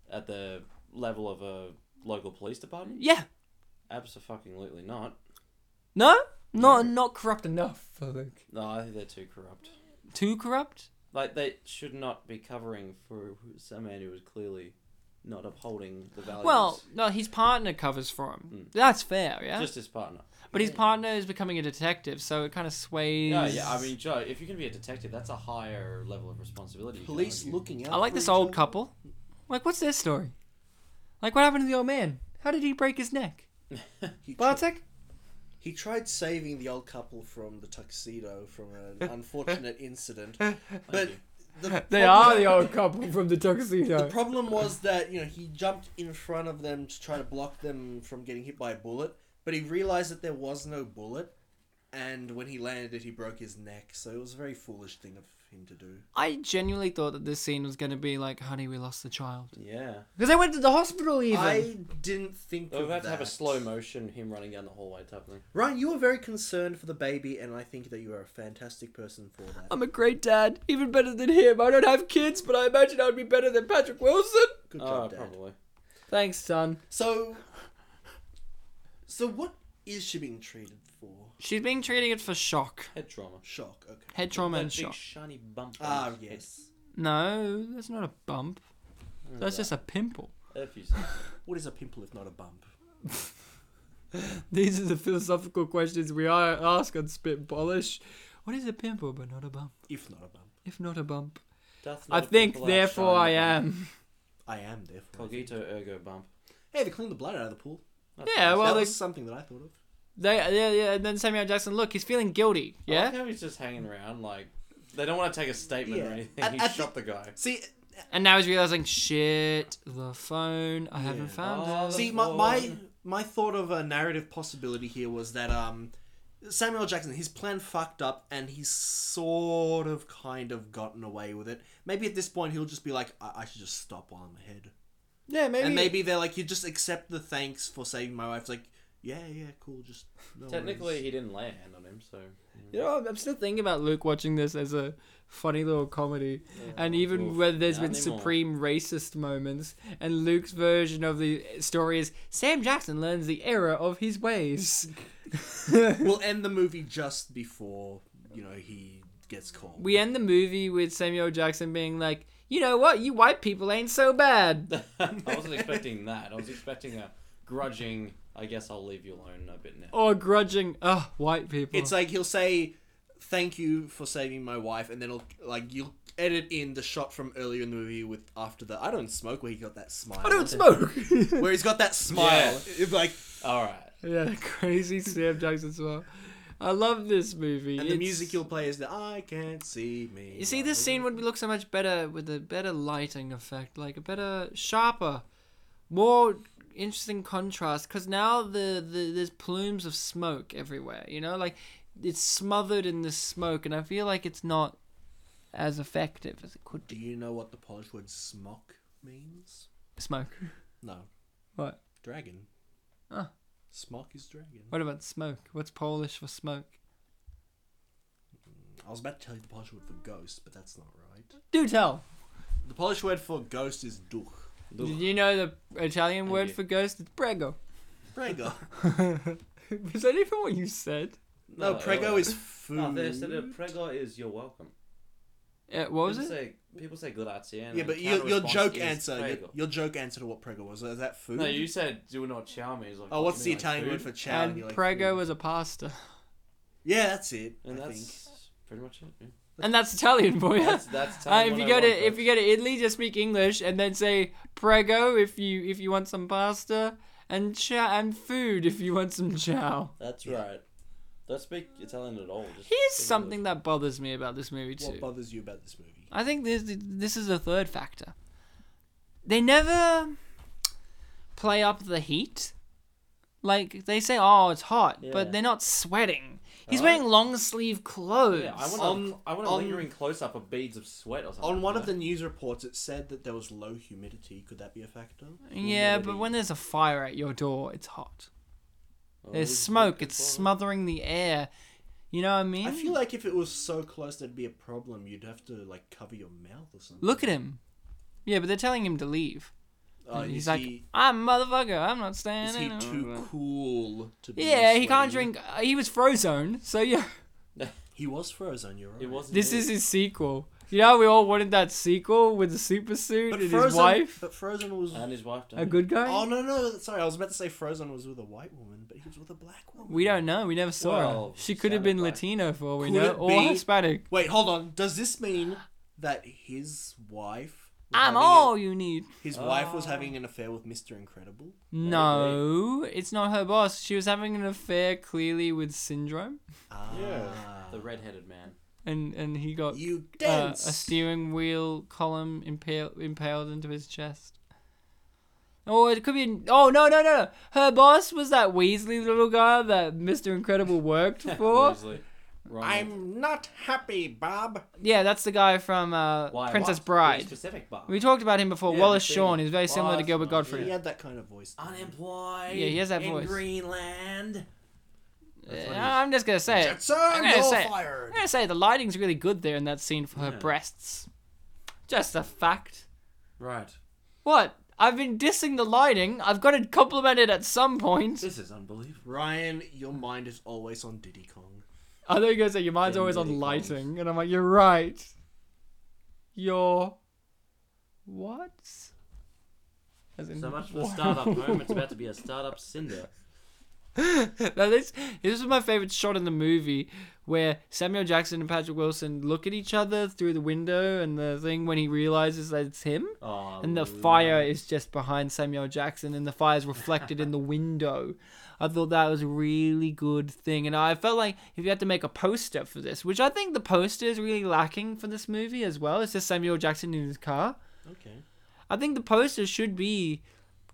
[SPEAKER 3] the- at the level of a local police department?
[SPEAKER 1] Yeah.
[SPEAKER 3] Absolutely not.
[SPEAKER 1] No? Not not corrupt enough, I think.
[SPEAKER 3] No, I think they're too corrupt.
[SPEAKER 1] Too corrupt?
[SPEAKER 3] Like they should not be covering for a man who was clearly not upholding the values.
[SPEAKER 1] Well, no, his partner covers for him. That's fair, yeah?
[SPEAKER 3] Hmm. just his partner.
[SPEAKER 1] but his partner is becoming a detective, so it kind of sways.
[SPEAKER 3] No, yeah. I mean, Joe, if you're gonna be a detective, that's a higher level of responsibility. you can
[SPEAKER 2] Police
[SPEAKER 3] argue.
[SPEAKER 2] looking out.
[SPEAKER 1] I like
[SPEAKER 2] for
[SPEAKER 1] this
[SPEAKER 2] each
[SPEAKER 1] old
[SPEAKER 2] other.
[SPEAKER 1] couple. Like, what's their story? Like, what happened to the old man? How did he break his neck?
[SPEAKER 2] He, tri-
[SPEAKER 1] Bartek?
[SPEAKER 2] he tried saving the old couple from the tuxedo from an unfortunate incident, but the
[SPEAKER 1] They are the old couple from the tuxedo.
[SPEAKER 2] The problem was that you know he jumped in front of them to try to block them from getting hit by a bullet, but he realized that there was no bullet, and when he landed, he broke his neck. So it was a very foolish thing of him to do.
[SPEAKER 1] I genuinely thought that this scene was going to be like, honey, we lost the child.
[SPEAKER 3] Yeah.
[SPEAKER 1] Because they went to the hospital even.
[SPEAKER 2] I didn't think
[SPEAKER 3] We've
[SPEAKER 2] of
[SPEAKER 3] had
[SPEAKER 2] that.
[SPEAKER 3] to have a slow motion him running down the hallway type thing.
[SPEAKER 2] Ryan, you were very concerned for the baby, and I think that you are a fantastic person for that.
[SPEAKER 1] I'm a great dad, even better than him. I don't have kids, but I imagine I'd be better than Patrick Wilson.
[SPEAKER 2] Good
[SPEAKER 3] Oh,
[SPEAKER 2] job, Dad.
[SPEAKER 3] probably.
[SPEAKER 1] Thanks, son.
[SPEAKER 2] So, so what is she being treated for?
[SPEAKER 1] She's being treated for shock,
[SPEAKER 3] Head trauma.
[SPEAKER 2] Shock. Okay.
[SPEAKER 1] head trauma,
[SPEAKER 3] That
[SPEAKER 1] and
[SPEAKER 3] big
[SPEAKER 1] shock.
[SPEAKER 3] shiny bump. on
[SPEAKER 2] Ah,
[SPEAKER 3] his head.
[SPEAKER 2] yes.
[SPEAKER 1] No, that's not a bump.
[SPEAKER 3] Look at
[SPEAKER 1] That's
[SPEAKER 3] that.
[SPEAKER 1] just a pimple.
[SPEAKER 3] If you say.
[SPEAKER 2] What is a pimple if not a bump?
[SPEAKER 1] These are the philosophical questions we are- ask on Spit Polish. What is a pimple but not a bump?
[SPEAKER 2] If not a bump,
[SPEAKER 1] If not a bump,
[SPEAKER 3] Doth
[SPEAKER 1] I
[SPEAKER 3] not
[SPEAKER 1] think
[SPEAKER 3] people
[SPEAKER 1] therefore I
[SPEAKER 3] outshine
[SPEAKER 1] am.
[SPEAKER 2] I am therefore.
[SPEAKER 3] the Cogito ergo bump.
[SPEAKER 2] Hey, they cleaned the blood out of the pool.
[SPEAKER 1] Yeah, well,
[SPEAKER 2] that
[SPEAKER 1] they,
[SPEAKER 2] was something that I thought of.
[SPEAKER 1] they, yeah, yeah. And then Samuel Jackson, look, he's feeling guilty.
[SPEAKER 3] I like
[SPEAKER 1] Yeah,
[SPEAKER 3] how he's just hanging around, like they don't want to take a statement or
[SPEAKER 2] Yeah.
[SPEAKER 3] anything.
[SPEAKER 2] I-
[SPEAKER 3] he
[SPEAKER 2] I
[SPEAKER 3] shot the guy.
[SPEAKER 2] See,
[SPEAKER 1] and now he's realizing, shit, the phone. I haven't
[SPEAKER 2] Yeah.
[SPEAKER 1] found
[SPEAKER 3] Oh,
[SPEAKER 1] it.
[SPEAKER 2] see, my, my my thought of a narrative possibility here was that um, Samuel Jackson, his plan fucked up, and he's sort of, kind of gotten away with it. Maybe at this point he'll just be like, I, I should just stop while I'm ahead,
[SPEAKER 1] Yeah, maybe.
[SPEAKER 2] and maybe they're like, you just accept the thanks for saving my wife. It's like, yeah, yeah, cool, just no
[SPEAKER 3] Technically,
[SPEAKER 2] worries.
[SPEAKER 3] he didn't land on him, so
[SPEAKER 1] You know, I'm- I'm still thinking about Luke watching this as a funny little comedy, and even
[SPEAKER 3] Oof,
[SPEAKER 1] when there's
[SPEAKER 3] not
[SPEAKER 1] been
[SPEAKER 3] anymore.
[SPEAKER 1] supreme racist moments, and Luke's version of the story is Sam Jackson learns the error of his ways.
[SPEAKER 2] we'll end the movie just before you know he gets called.
[SPEAKER 1] we end the movie with Samuel Jackson being like, you know what, you white people ain't so bad.
[SPEAKER 3] I wasn't expecting that. I was expecting a grudging. I guess I'll leave you alone a bit now.
[SPEAKER 2] Oh,
[SPEAKER 1] Or grudging, ugh, white people.
[SPEAKER 2] It's like he'll say, "Thank you for saving my wife," and then it'll, like you'll edit in the shot from earlier in the movie with after the "I don't smoke" where he got that smile.
[SPEAKER 1] I don't smoke.
[SPEAKER 2] Where he's got that smile.
[SPEAKER 3] Yeah.
[SPEAKER 2] It's like
[SPEAKER 3] All right.
[SPEAKER 1] yeah, crazy Sam Jackson smile. I love this movie.
[SPEAKER 2] and the
[SPEAKER 1] It's-
[SPEAKER 2] music you'll play is the "I can't see me."
[SPEAKER 1] You see, this scene would look so much better with a better lighting effect, like a better, sharper, more interesting contrast. Because now the, the there's plumes of smoke everywhere. You know, like it's smothered in the smoke, and I feel like it's not as effective as it could
[SPEAKER 2] Do
[SPEAKER 1] be.
[SPEAKER 2] you know what the Polish word "smock" means?
[SPEAKER 1] Smoke.
[SPEAKER 2] No,
[SPEAKER 1] What?
[SPEAKER 2] dragon.
[SPEAKER 1] Ah.
[SPEAKER 2] Smock is dragon.
[SPEAKER 1] What about smoke? What's Polish for smoke?
[SPEAKER 2] I was about to tell you the Polish word for ghost, but that's not right.
[SPEAKER 1] Do tell.
[SPEAKER 2] The Polish word for ghost is duch.
[SPEAKER 1] Did you know the Italian
[SPEAKER 3] Thank
[SPEAKER 1] word
[SPEAKER 3] you.
[SPEAKER 1] for ghost? It's prego.
[SPEAKER 2] Prego.
[SPEAKER 1] Was that even what you said?
[SPEAKER 2] No, prego is food.
[SPEAKER 3] No, Ah, they said that prego is you're welcome.
[SPEAKER 1] Uh, what was
[SPEAKER 3] people
[SPEAKER 1] it?
[SPEAKER 3] Say, people say grazie. and
[SPEAKER 2] Yeah, but
[SPEAKER 3] the
[SPEAKER 2] your, your
[SPEAKER 3] counter-response
[SPEAKER 2] joke
[SPEAKER 3] is
[SPEAKER 2] answer, your,
[SPEAKER 3] prego.
[SPEAKER 2] your joke answer to what prego was is that food?
[SPEAKER 3] No, you said do not chow me. It's Like,
[SPEAKER 2] oh, what's the
[SPEAKER 3] you mean, like,
[SPEAKER 2] Italian word for
[SPEAKER 3] food?
[SPEAKER 2] chow?
[SPEAKER 1] And
[SPEAKER 2] you're like,
[SPEAKER 1] prego
[SPEAKER 2] food.
[SPEAKER 1] was a pasta.
[SPEAKER 2] yeah, that's it.
[SPEAKER 3] And
[SPEAKER 2] I
[SPEAKER 3] that's
[SPEAKER 2] think
[SPEAKER 3] pretty much it. Yeah.
[SPEAKER 1] And that's Italian for you.
[SPEAKER 3] That's that's
[SPEAKER 1] Uh,
[SPEAKER 3] Italian
[SPEAKER 1] if you
[SPEAKER 3] 101,
[SPEAKER 1] go to if
[SPEAKER 3] folks.
[SPEAKER 1] you go to Italy, just speak English and then say prego if you if you want some pasta and cha- and food if you want some chow.
[SPEAKER 3] That's
[SPEAKER 2] Yeah.
[SPEAKER 3] right. Don't speak Italian at all. Just
[SPEAKER 1] Here's
[SPEAKER 3] speak
[SPEAKER 1] something
[SPEAKER 3] English.
[SPEAKER 1] that bothers me about this movie
[SPEAKER 2] what
[SPEAKER 1] too.
[SPEAKER 2] bothers you about this movie.
[SPEAKER 1] I think this this is a third factor. They never play up the heat. Like they say, oh, it's hot,
[SPEAKER 3] Yeah.
[SPEAKER 1] but they're not sweating. He's
[SPEAKER 3] Alright.
[SPEAKER 1] wearing long sleeve clothes.
[SPEAKER 3] Yeah, I want
[SPEAKER 2] On-
[SPEAKER 3] a, I want a
[SPEAKER 2] Um, on-
[SPEAKER 3] lingering close up of beads of sweat or something.
[SPEAKER 2] On one of the
[SPEAKER 3] you know?
[SPEAKER 2] news reports, it said that there was low humidity. Could that be a factor?
[SPEAKER 1] Yeah,
[SPEAKER 3] Humidity.
[SPEAKER 1] but when there's a fire at your door, it's hot.
[SPEAKER 3] Oh,
[SPEAKER 1] There's
[SPEAKER 3] it's
[SPEAKER 1] smoke.
[SPEAKER 3] looking
[SPEAKER 1] It's
[SPEAKER 3] for-
[SPEAKER 1] smothering the air. You know what I mean?
[SPEAKER 2] I feel like if it was so close, there'd be a problem. You'd have to like cover your mouth or something.
[SPEAKER 1] Look at him. Yeah, but they're telling him to leave.
[SPEAKER 2] Uh,
[SPEAKER 1] And
[SPEAKER 2] is
[SPEAKER 1] he's like,
[SPEAKER 2] he,
[SPEAKER 1] I'm motherfucker. I'm not staying.
[SPEAKER 2] is he
[SPEAKER 1] in."
[SPEAKER 2] too cool to be?
[SPEAKER 1] Yeah, he
[SPEAKER 2] a
[SPEAKER 1] can't
[SPEAKER 2] slave?
[SPEAKER 1] drink. Uh, he was frozen, so yeah.
[SPEAKER 2] He was frozen. You're right.
[SPEAKER 3] It wasn't.
[SPEAKER 1] This is his sequel. You know, we all wanted that sequel with the super suit
[SPEAKER 2] But
[SPEAKER 1] and
[SPEAKER 2] Frozen,
[SPEAKER 1] his wife,
[SPEAKER 2] But Frozen was.
[SPEAKER 3] and his wife. Died.
[SPEAKER 1] a good guy.
[SPEAKER 2] Oh no no! Sorry, I was about to say Frozen was with a white woman, but he was with a black woman.
[SPEAKER 1] we don't know. We never saw
[SPEAKER 3] Well,
[SPEAKER 1] her. She could have
[SPEAKER 3] sounded
[SPEAKER 1] been
[SPEAKER 3] like-
[SPEAKER 1] Latino for all we
[SPEAKER 2] Could
[SPEAKER 1] know,
[SPEAKER 2] it
[SPEAKER 1] or
[SPEAKER 2] be-
[SPEAKER 1] Hispanic.
[SPEAKER 2] Wait, hold on. Does this mean that his wife? was
[SPEAKER 1] I'm
[SPEAKER 2] having a-
[SPEAKER 1] all you need.
[SPEAKER 2] His wife was
[SPEAKER 3] Ah.
[SPEAKER 2] having an affair with Mister Incredible.
[SPEAKER 1] No, it's not her boss. She was having an affair clearly with Syndrome,
[SPEAKER 2] Ah.
[SPEAKER 3] The red-headed man.
[SPEAKER 1] and and he got
[SPEAKER 2] You
[SPEAKER 1] uh,
[SPEAKER 2] dense.
[SPEAKER 1] a steering wheel column impale, impaled into his chest. Oh, it could be. Oh no no no! Her boss was that Weasley little guy that Mister Incredible worked for.
[SPEAKER 3] Weasley. Ronald.
[SPEAKER 2] I'm not happy, Bob.
[SPEAKER 1] yeah, that's the guy from uh,
[SPEAKER 3] Why,
[SPEAKER 1] Princess
[SPEAKER 3] what? Be
[SPEAKER 1] Bride.
[SPEAKER 3] Specific, Bob.
[SPEAKER 1] We talked about him before.
[SPEAKER 3] Yeah,
[SPEAKER 1] Wallace
[SPEAKER 3] we've seen
[SPEAKER 1] Shawn.
[SPEAKER 3] him.
[SPEAKER 1] He's very similar to
[SPEAKER 3] Wallace
[SPEAKER 1] Gilbert
[SPEAKER 3] Shawn,
[SPEAKER 1] Godfrey.
[SPEAKER 2] He
[SPEAKER 3] yeah.
[SPEAKER 2] had that kind of voice.
[SPEAKER 3] Unemployed.
[SPEAKER 1] Yeah, he has that
[SPEAKER 3] in
[SPEAKER 1] voice.
[SPEAKER 3] Greenland.
[SPEAKER 1] Uh, I'm just gonna say it.
[SPEAKER 2] Jetson,
[SPEAKER 1] I'm gonna
[SPEAKER 2] you're
[SPEAKER 1] say it.
[SPEAKER 2] fired.
[SPEAKER 1] I'm gonna say the lighting's really good there in that scene for her
[SPEAKER 3] Yeah.
[SPEAKER 1] breasts. Just a fact.
[SPEAKER 3] Right.
[SPEAKER 1] What? I've been dissing the lighting. I've got to compliment it at some point.
[SPEAKER 3] This is unbelievable.
[SPEAKER 2] Ryan, your mind is always on Diddy Kong.
[SPEAKER 1] I thought you guys said your mind's
[SPEAKER 3] Didn't
[SPEAKER 1] always on
[SPEAKER 3] really count.
[SPEAKER 1] lighting, and I'm like, you're right. You're what? As in
[SPEAKER 3] So much for the
[SPEAKER 1] what?
[SPEAKER 3] startup home. It's about to be a startup cinder.
[SPEAKER 1] now this this is my favorite shot in the movie where Samuel Jackson and Patrick Wilson look at each other through the window and the thing when he realizes that it's him.
[SPEAKER 3] Oh,
[SPEAKER 1] And the
[SPEAKER 3] love
[SPEAKER 1] fire
[SPEAKER 3] it.
[SPEAKER 1] is just behind Samuel Jackson, and the fire's reflected in the window. I thought that was a really good thing, and I felt like if you had to make a poster for this, which I think the poster is really lacking for this movie as well, it's just Samuel Jackson in his car.
[SPEAKER 2] Okay.
[SPEAKER 1] I think the poster should be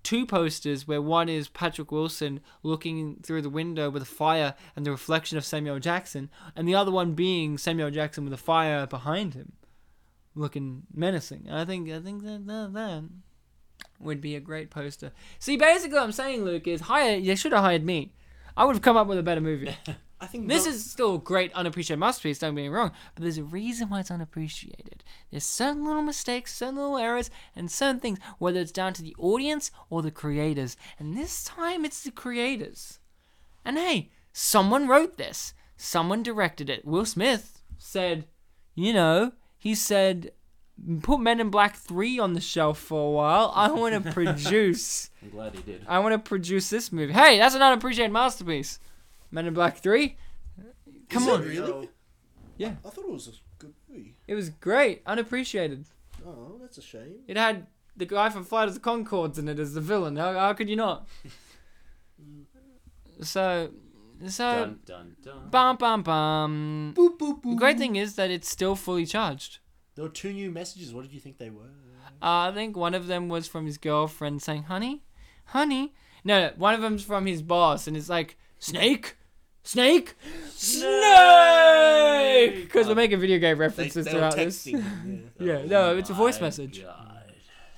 [SPEAKER 1] two posters where one is Patrick Wilson looking through the window with a fire and the reflection of Samuel Jackson, and the other one being Samuel Jackson with a fire behind him, looking menacing. And I think I think that that, that would be a great poster. See, basically, what I'm saying, Luke, is hire. They should have hired me. I would have come up with a better movie.
[SPEAKER 2] I think
[SPEAKER 1] This
[SPEAKER 2] not-
[SPEAKER 1] is still a great unappreciated masterpiece, don't get me wrong, but there's a reason why it's unappreciated. There's certain little mistakes, certain little errors, and certain things, whether it's down to the audience or the creators. And this time it's the creators. And hey, someone wrote this, someone directed it. Will Smith said, you know, he said, put Men in Black 3 on the shelf for a while. I want to produce.
[SPEAKER 3] I'm glad he did.
[SPEAKER 1] I want to produce this movie. Hey, that's an unappreciated masterpiece. Men in Black 3? Come
[SPEAKER 2] Is
[SPEAKER 1] on.
[SPEAKER 2] it really?
[SPEAKER 1] Yeah.
[SPEAKER 2] I thought it was a good movie.
[SPEAKER 1] It was great, unappreciated.
[SPEAKER 2] Oh, that's a shame.
[SPEAKER 1] It had the guy from Flight of the Concords in it as the villain. How, how could you not? so, so.
[SPEAKER 3] Dun dun dun.
[SPEAKER 1] Bum, bum, bum.
[SPEAKER 2] Boop boop
[SPEAKER 1] The
[SPEAKER 2] boop.
[SPEAKER 1] great thing is that it's still fully charged.
[SPEAKER 2] There were two new messages. What did you think they were?
[SPEAKER 1] Uh, I think one of them was from his girlfriend saying, "Honey, honey." No, no, one of them's from his boss, and it's like, "Snake, snake, snake." Because we're making video game
[SPEAKER 2] They,
[SPEAKER 1] references
[SPEAKER 2] they were
[SPEAKER 1] throughout this.
[SPEAKER 2] texting. him, yeah.
[SPEAKER 1] Yeah, no, it's a voice
[SPEAKER 3] My
[SPEAKER 1] message.
[SPEAKER 3] God.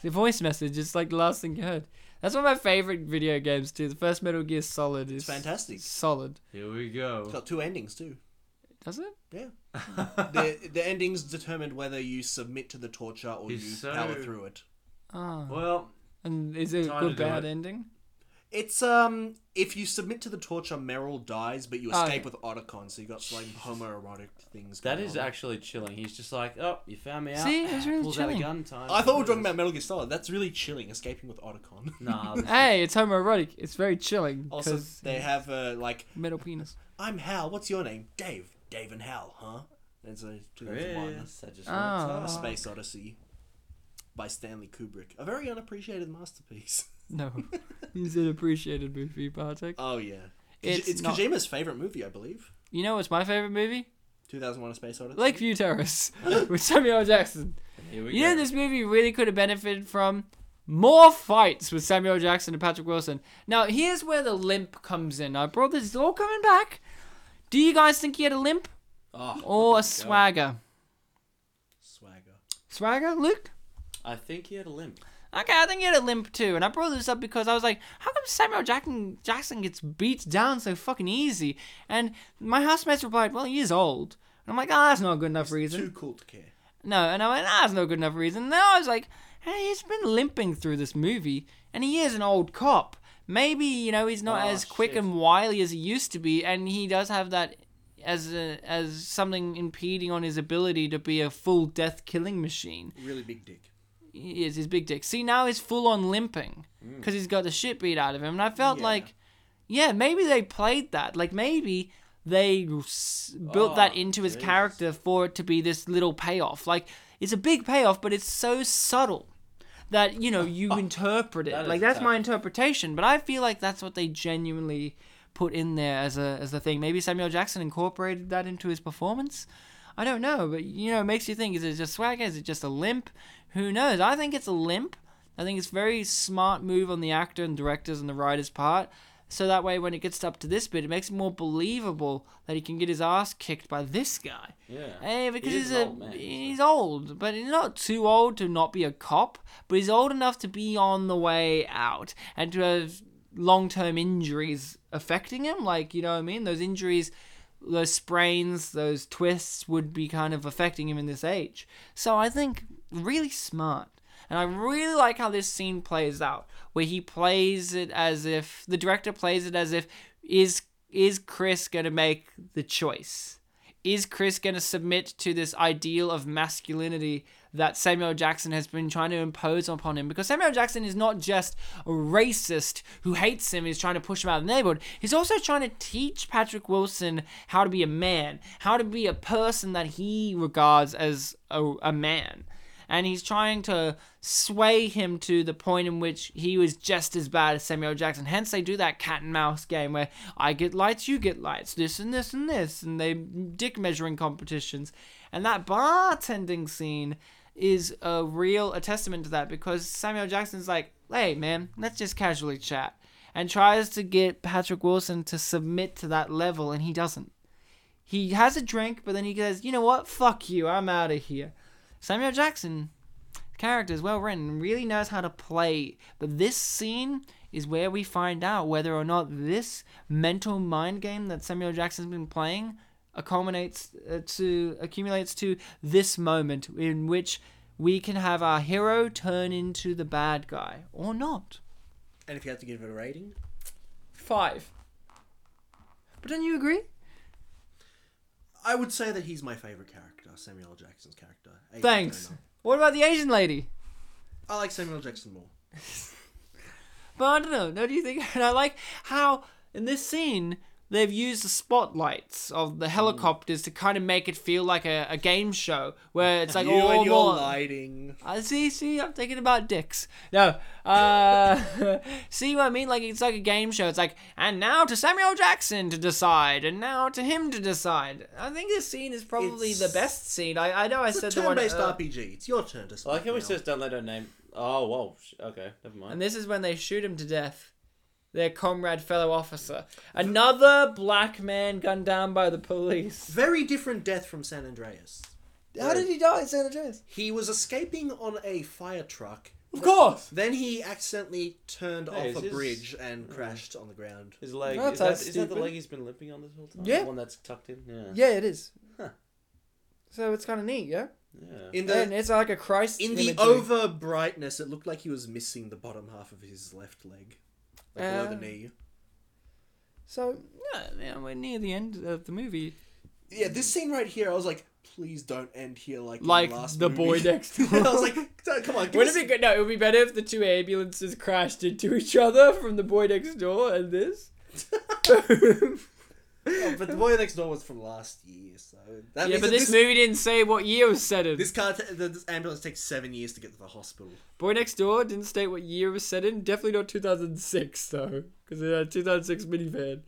[SPEAKER 1] The voice message is like the last thing you heard. That's one of my favorite video games too. The first Metal Gear Solid is
[SPEAKER 2] It's fantastic.
[SPEAKER 1] Solid,
[SPEAKER 3] Here we
[SPEAKER 2] It's
[SPEAKER 3] go.
[SPEAKER 2] got two endings too.
[SPEAKER 1] does it?
[SPEAKER 2] Yeah. the the endings determined whether you submit to the torture or
[SPEAKER 3] He's
[SPEAKER 2] you
[SPEAKER 3] so-
[SPEAKER 2] power through it.
[SPEAKER 1] Oh.
[SPEAKER 3] Well,
[SPEAKER 1] And is it a
[SPEAKER 3] Time
[SPEAKER 1] good
[SPEAKER 3] to do
[SPEAKER 1] bad
[SPEAKER 3] it.
[SPEAKER 1] ending?
[SPEAKER 2] It's um if you submit to the torture, Meryl dies, but you
[SPEAKER 1] Oh,
[SPEAKER 2] escape
[SPEAKER 1] yeah.
[SPEAKER 2] with Otacon, so you got like homoerotic things.
[SPEAKER 3] that
[SPEAKER 2] going
[SPEAKER 3] is
[SPEAKER 2] on.
[SPEAKER 3] actually chilling. He's just like, oh, you found me out.
[SPEAKER 1] See, it's really
[SPEAKER 3] Pulls out
[SPEAKER 1] chilling.
[SPEAKER 3] a gun. Time.
[SPEAKER 2] I
[SPEAKER 3] to
[SPEAKER 2] thought we were
[SPEAKER 3] do
[SPEAKER 2] talking
[SPEAKER 3] this.
[SPEAKER 2] about Metal Gear Solid. That's really chilling, escaping with Otacon.
[SPEAKER 3] Nah. this is-
[SPEAKER 1] Hey, it's homoerotic. It's very chilling
[SPEAKER 2] Also,
[SPEAKER 1] because
[SPEAKER 2] they have uh, like,
[SPEAKER 1] metal penis.
[SPEAKER 2] I'm Hal. What's your name? Dave. Dave and Hal, huh? And so two
[SPEAKER 1] Oh.
[SPEAKER 2] thousand one.
[SPEAKER 3] Chris, I just
[SPEAKER 1] Ah.
[SPEAKER 3] want
[SPEAKER 2] A
[SPEAKER 3] to-
[SPEAKER 2] Space Odyssey by Stanley Kubrick, a very unappreciated masterpiece.
[SPEAKER 1] No, it's an appreciated movie, Bartek.
[SPEAKER 2] Oh yeah, Ko-
[SPEAKER 1] It's
[SPEAKER 2] it's,
[SPEAKER 1] not-
[SPEAKER 2] Kojima's favorite movie, I believe.
[SPEAKER 1] You know what's my favorite movie?
[SPEAKER 2] 2001: A Space Odyssey.
[SPEAKER 1] Lakeview Terrace with Samuel L. Jackson.
[SPEAKER 3] Here we
[SPEAKER 1] You
[SPEAKER 3] go.
[SPEAKER 1] know this movie really could have benefited from more fights with Samuel Jackson and Patrick Wilson. Now here's where the limp comes in. I brought this it's all coming back. Do you guys think he had a limp or a
[SPEAKER 3] Oh, there we go.
[SPEAKER 1] swagger?
[SPEAKER 2] Swagger.
[SPEAKER 1] Swagger, Luke?
[SPEAKER 3] I think he had a limp.
[SPEAKER 1] Okay, I think he had a limp too, and I brought this up because I was like, how come Samuel Jackson Jackson gets beat down so fucking easy? And my housemates replied, well, he is old. And I'm like, ah, that's not a good enough reason.
[SPEAKER 2] Too cool to care.
[SPEAKER 1] No, and I went, ah, that's no good enough reason. Now I was like, and he's been limping through this movie, and he is an old cop. Maybe you know he's not
[SPEAKER 3] Oh,
[SPEAKER 1] as quick
[SPEAKER 3] shit.
[SPEAKER 1] and wily as he used to be, and he does have that as a, as something impeding on his ability to be a full death killing machine.
[SPEAKER 2] Really big dick.
[SPEAKER 1] He is his big dick. See, now he's full on limping
[SPEAKER 3] Mm.
[SPEAKER 1] because he's got the shit beat out of him. And I felt
[SPEAKER 2] Yeah.
[SPEAKER 1] like, yeah, maybe they played that. Like maybe they s- built
[SPEAKER 3] Oh,
[SPEAKER 1] that into his
[SPEAKER 3] Jesus.
[SPEAKER 1] character for it to be this little payoff. Like it's a big payoff, but it's so subtle that you know you interpret it.
[SPEAKER 3] That is
[SPEAKER 1] like that's my
[SPEAKER 3] tough.
[SPEAKER 1] interpretation. But I feel like that's what they genuinely put in there as a as the thing. Maybe Samuel Jackson incorporated that into his performance. I don't know, but you know, it makes you think: is it just swagger? Is it just a limp? Who knows? I think it's a limp. I think it's very smart move on the actor and directors and the writers' part. So that way, when it gets up to this bit, it makes it more believable that he can get his ass kicked by this guy.
[SPEAKER 3] Yeah.
[SPEAKER 1] Eh, because
[SPEAKER 3] He is
[SPEAKER 1] he's
[SPEAKER 3] an
[SPEAKER 1] a
[SPEAKER 3] old man, so-
[SPEAKER 1] he's old, but he's not too old to not be a cop. But he's old enough to be on the way out and to have long term injuries affecting him. Like you know what I mean? Those injuries, those sprains, those twists would be kind of affecting him in this age. So I think really smart. And I really like how this scene plays out, where he plays it as if the director plays it as if is is Chris gonna make the choice? Is Chris gonna submit to this ideal of masculinity that Samuel Jackson has been trying to impose upon him? Because Samuel Jackson is not just a racist who hates him, is trying to push him out of the neighborhood. He's also trying to teach Patrick Wilson how to be a man, how to be a person that he regards as a, a man and he's trying to sway him to the point in which he was just as bad as Samuel Jackson. Hence, they do that cat and mouse game where I get lights, you get lights, this and this and this, and they dick measuring competitions. And that bartending scene is a real a testament to that because Samuel Jackson's like, hey man, let's just casually chat, and tries to get Patrick Wilson to submit to that level, and he doesn't. He has a drink, but then he goes, you know what? Fuck you, I'm out of here. Samuel Jackson character is well written and really knows how to play. But this scene is where we find out whether or not this mental mind game that Samuel Jackson's been playing accumulates uh, to accumulates to this moment in which we can have our hero turn into the bad guy or not.
[SPEAKER 2] And if you had to give it a rating,
[SPEAKER 1] Five. But don't you agree?
[SPEAKER 2] I would say that he's my favorite character, Samuel L. Jackson's character. Agent
[SPEAKER 1] Thanks.
[SPEAKER 2] Turner.
[SPEAKER 1] What about the Asian lady?
[SPEAKER 2] I like Samuel L. Jackson more.
[SPEAKER 1] But I don't know. No, do you think? And I like how in this scene they've used the spotlights of
[SPEAKER 2] Hmm.
[SPEAKER 1] the helicopters to kind of make it feel like a, a game show where it's like oh,
[SPEAKER 2] you
[SPEAKER 1] all
[SPEAKER 2] and your
[SPEAKER 1] more-
[SPEAKER 2] lighting.
[SPEAKER 1] I see, see, I'm thinking about dicks. No, uh, see what I mean? Like it's like a game show. It's like, and now to Samuel Jackson to decide, and now to him to decide. I think this scene is probably the
[SPEAKER 2] It's-
[SPEAKER 1] best scene. I, I know I
[SPEAKER 2] It's a
[SPEAKER 1] said the one.
[SPEAKER 2] turn-based
[SPEAKER 1] uh,
[SPEAKER 2] RPG. It's your turn to
[SPEAKER 3] I
[SPEAKER 2] speak
[SPEAKER 3] like how he
[SPEAKER 2] now.
[SPEAKER 3] says don't let her name. Oh whoa. sh- Okay, never mind.
[SPEAKER 1] And this is when they shoot him to death. Their comrade, fellow officer. Another black man gunned down by the police.
[SPEAKER 2] Very different death from San Andreas.
[SPEAKER 1] How did he die in San Andreas?
[SPEAKER 2] He was escaping on a fire truck.
[SPEAKER 1] Of course!
[SPEAKER 2] Then he accidentally turned
[SPEAKER 3] Hey,
[SPEAKER 2] off a
[SPEAKER 3] is this-
[SPEAKER 2] bridge and crashed on the ground.
[SPEAKER 3] His leg.
[SPEAKER 1] That's
[SPEAKER 3] Is that,
[SPEAKER 1] how
[SPEAKER 3] is that the
[SPEAKER 1] stupid.
[SPEAKER 3] leg he's been limping on this whole time?
[SPEAKER 1] Yeah.
[SPEAKER 3] The one that's tucked in. Yeah.
[SPEAKER 1] Yeah, it is.
[SPEAKER 3] Huh.
[SPEAKER 1] So it's kind of neat, yeah?
[SPEAKER 3] Yeah.
[SPEAKER 2] In
[SPEAKER 1] and
[SPEAKER 2] the
[SPEAKER 1] it's like a Christ.
[SPEAKER 2] in the
[SPEAKER 1] imagery.
[SPEAKER 2] over brightness, it looked like he was missing the bottom half of his left leg, like below the
[SPEAKER 1] Uh,
[SPEAKER 2] knee.
[SPEAKER 1] So, yeah, yeah, we're near the end of the movie.
[SPEAKER 2] Yeah, this scene right here, I was like, please don't end here like in
[SPEAKER 1] Like
[SPEAKER 2] the, last
[SPEAKER 1] the
[SPEAKER 2] movie.
[SPEAKER 1] boy next door.
[SPEAKER 2] I was like, "Don't- come on, give
[SPEAKER 1] Would
[SPEAKER 2] us-
[SPEAKER 1] it be good? No, it would be better if the two ambulances crashed into each other from the boy next door and this.
[SPEAKER 2] Oh, but the boy next door was from last year, so that
[SPEAKER 1] yeah,
[SPEAKER 2] means
[SPEAKER 1] but
[SPEAKER 2] that
[SPEAKER 1] this, movie didn't say what year it was set in.
[SPEAKER 2] this car, t- the- this ambulance takes seven years to get to the hospital.
[SPEAKER 1] Boy Next Door didn't state what year it was set in. Definitely not 2006 though, because it had a 2006 minivan.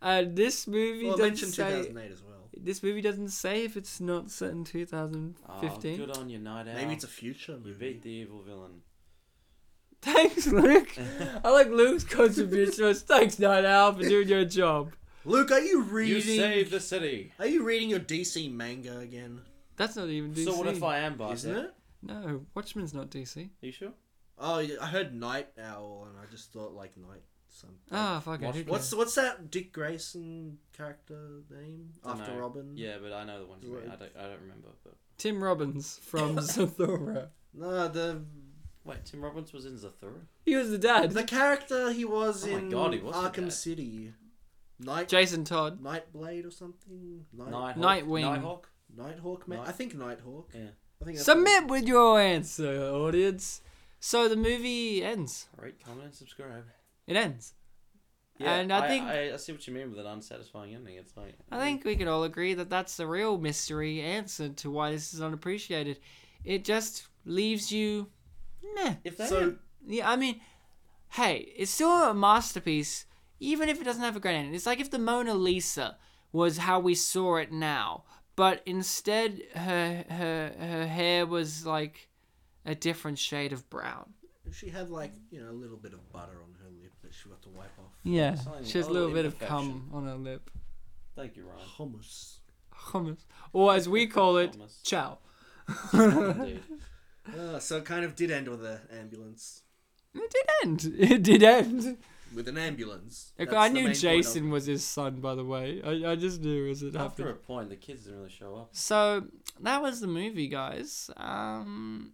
[SPEAKER 1] And this movie
[SPEAKER 2] Well, it
[SPEAKER 1] doesn't
[SPEAKER 2] mentioned
[SPEAKER 1] say.
[SPEAKER 2] 2008 as well.
[SPEAKER 1] This movie doesn't say if it's not set in
[SPEAKER 3] Oh,
[SPEAKER 1] 2015.
[SPEAKER 3] good on you, night out.
[SPEAKER 2] Maybe it's a future
[SPEAKER 3] You
[SPEAKER 2] movie.
[SPEAKER 3] beat the evil villain.
[SPEAKER 1] Thanks, Luke. I like Luke's contribution. It's Thanks, Night Owl, for doing your job.
[SPEAKER 2] Luke, are you
[SPEAKER 3] You
[SPEAKER 2] reading?
[SPEAKER 3] saved the city.
[SPEAKER 2] Are you reading your DC manga again?
[SPEAKER 1] That's not even DC.
[SPEAKER 3] So what if I am Bartek?
[SPEAKER 2] Isn't it?
[SPEAKER 1] No, Watchmen's not DC.
[SPEAKER 3] Are you sure?
[SPEAKER 2] Oh, yeah, I heard Night Owl, and I just thought like Night something.
[SPEAKER 1] Ah, fuck it.
[SPEAKER 3] Watch-
[SPEAKER 1] who
[SPEAKER 2] what's
[SPEAKER 1] cares?
[SPEAKER 2] what's that Dick Grayson character name after
[SPEAKER 3] No.
[SPEAKER 2] Robin?
[SPEAKER 3] Yeah, but I know the ones. you mean.
[SPEAKER 2] Right.
[SPEAKER 3] I don't. I don't remember. But
[SPEAKER 1] Tim Robbins from Zathura.
[SPEAKER 2] No, the
[SPEAKER 3] Wait, Tim Robbins was in Zathura?
[SPEAKER 1] He was the dad.
[SPEAKER 2] The character he was
[SPEAKER 3] Oh my
[SPEAKER 2] in
[SPEAKER 3] God, he was the
[SPEAKER 2] Arkham
[SPEAKER 3] dad.
[SPEAKER 2] City, Night
[SPEAKER 1] Jason Todd.
[SPEAKER 2] Nightblade or something. Night,
[SPEAKER 3] Nighthawk.
[SPEAKER 1] Nightwing.
[SPEAKER 3] Nighthawk?
[SPEAKER 2] Nighthawk, man.
[SPEAKER 3] Night-
[SPEAKER 2] I think Nighthawk.
[SPEAKER 3] Yeah.
[SPEAKER 2] I think that's
[SPEAKER 1] Submit with your answer, audience. So the movie ends.
[SPEAKER 3] Rate, comment, and subscribe.
[SPEAKER 1] It ends.
[SPEAKER 3] Yeah,
[SPEAKER 1] And I think-
[SPEAKER 3] I, I see what you mean with an unsatisfying ending. It's like
[SPEAKER 1] I think we can all agree that that's the real mystery answer to why this is unappreciated. It just leaves you, meh.
[SPEAKER 3] if
[SPEAKER 2] it.
[SPEAKER 3] they
[SPEAKER 2] So
[SPEAKER 3] had-
[SPEAKER 1] Yeah, I mean, hey, it's still a masterpiece, even if it doesn't have a great ending. It's like if the Mona Lisa was how we saw it now, but instead her her her hair was like a different shade of brown.
[SPEAKER 2] she had like you know a little bit of butter on her lip that she got to wipe off.
[SPEAKER 1] Yeah,
[SPEAKER 3] Something-
[SPEAKER 1] she has
[SPEAKER 3] a
[SPEAKER 1] a little
[SPEAKER 3] little
[SPEAKER 1] bit of cum on her lip,
[SPEAKER 3] thank you, Ryan.
[SPEAKER 2] Hummus.
[SPEAKER 1] hummus, or as we call it,
[SPEAKER 3] Hummus.
[SPEAKER 1] chow.
[SPEAKER 3] Indeed.
[SPEAKER 2] Uh, so it kind of did end with an ambulance.
[SPEAKER 1] It did end. It did end.
[SPEAKER 2] With an ambulance.
[SPEAKER 1] I-
[SPEAKER 2] That's
[SPEAKER 1] I
[SPEAKER 2] the
[SPEAKER 1] knew
[SPEAKER 2] main point
[SPEAKER 1] Jason
[SPEAKER 2] of-
[SPEAKER 1] was his son, by the way. I, I just knew as it happened.
[SPEAKER 3] After a point, the kids didn't really show up.
[SPEAKER 1] So that was the movie, guys. Um,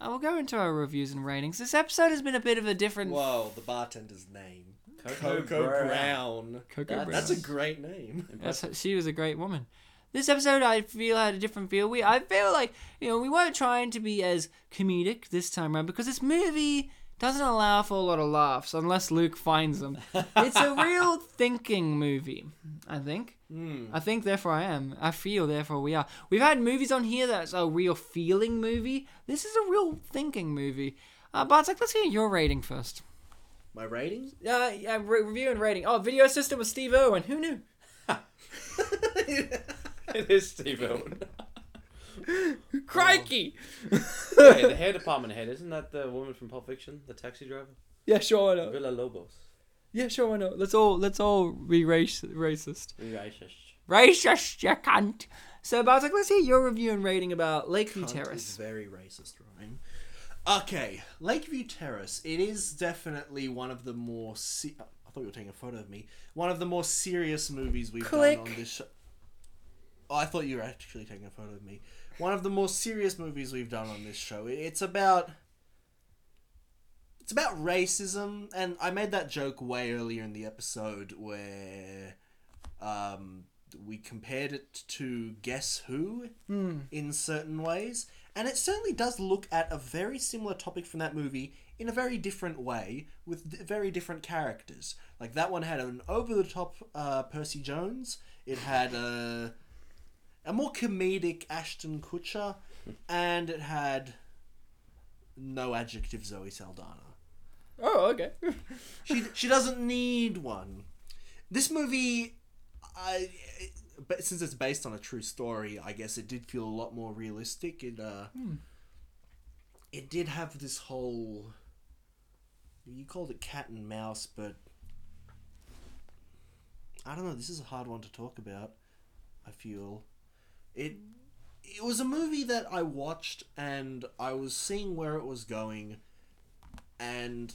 [SPEAKER 1] I will go into our reviews and ratings. This episode has been a bit of a different.
[SPEAKER 2] Wow, the bartender's name.
[SPEAKER 3] Coco,
[SPEAKER 2] Coco
[SPEAKER 3] Brown.
[SPEAKER 2] Brown.
[SPEAKER 1] Coco
[SPEAKER 3] That-
[SPEAKER 1] Brown.
[SPEAKER 2] That's a great name.
[SPEAKER 1] That's,
[SPEAKER 3] Impressive.
[SPEAKER 1] she was a great woman. This episode, I feel had a different feel. We, I feel like you know, we weren't trying to be as comedic this time around because this movie doesn't allow for a lot of laughs unless Luke finds them. it's a real thinking movie, I think.
[SPEAKER 2] Hmm.
[SPEAKER 1] I think, therefore, I am. I feel, therefore, we are. We've had movies on here that's a real feeling movie. This is a real thinking movie. Uh, Bartek, let's hear your rating first.
[SPEAKER 2] My rating?
[SPEAKER 1] Uh, yeah, re- review and rating. Oh, video assistant was Steve Irwin. Who knew?
[SPEAKER 3] it is Steve Irwin.
[SPEAKER 1] Crikey!
[SPEAKER 3] hey, the hair department head isn't that the woman from Pulp Fiction, the taxi driver,
[SPEAKER 1] Yeah, sure, I know.
[SPEAKER 3] Villa Lobos?
[SPEAKER 1] Yeah, sure, I know. Let's all let's all be race- racist.
[SPEAKER 3] Racist.
[SPEAKER 1] Racist, you cunt. So, Bartek, let's hear your review and rating about Lakeview
[SPEAKER 2] Cunt is
[SPEAKER 1] Terrace.
[SPEAKER 2] very racist, Ryan. Okay, Lakeview Terrace. It is definitely one of the more. Se- I thought you were taking a photo of me. One of the more serious movies we've
[SPEAKER 1] Click.
[SPEAKER 2] done on this show. Oh, I thought you were actually taking a photo of me. One of the more serious movies we've done on this show. It- It's about. It's about racism, and I made that joke way earlier in the episode where um, we compared it to Guess Who in certain ways. And it certainly does look at a very similar topic from that movie in a very different way with d- very different characters. Like that one had an over the top uh, Percy Jones, it had a, a more comedic Ashton Kutcher, and it had no adjective Zoe Saldana.
[SPEAKER 1] Oh, okay.
[SPEAKER 2] She she doesn't need one. This movie, I, but since it's based on a true story, I guess it did feel a lot more realistic. It uh, it did have this whole. You called it cat and mouse, but I don't know. This is a hard one to talk about. I feel it. It was a movie that I watched, and I was seeing where it was going, and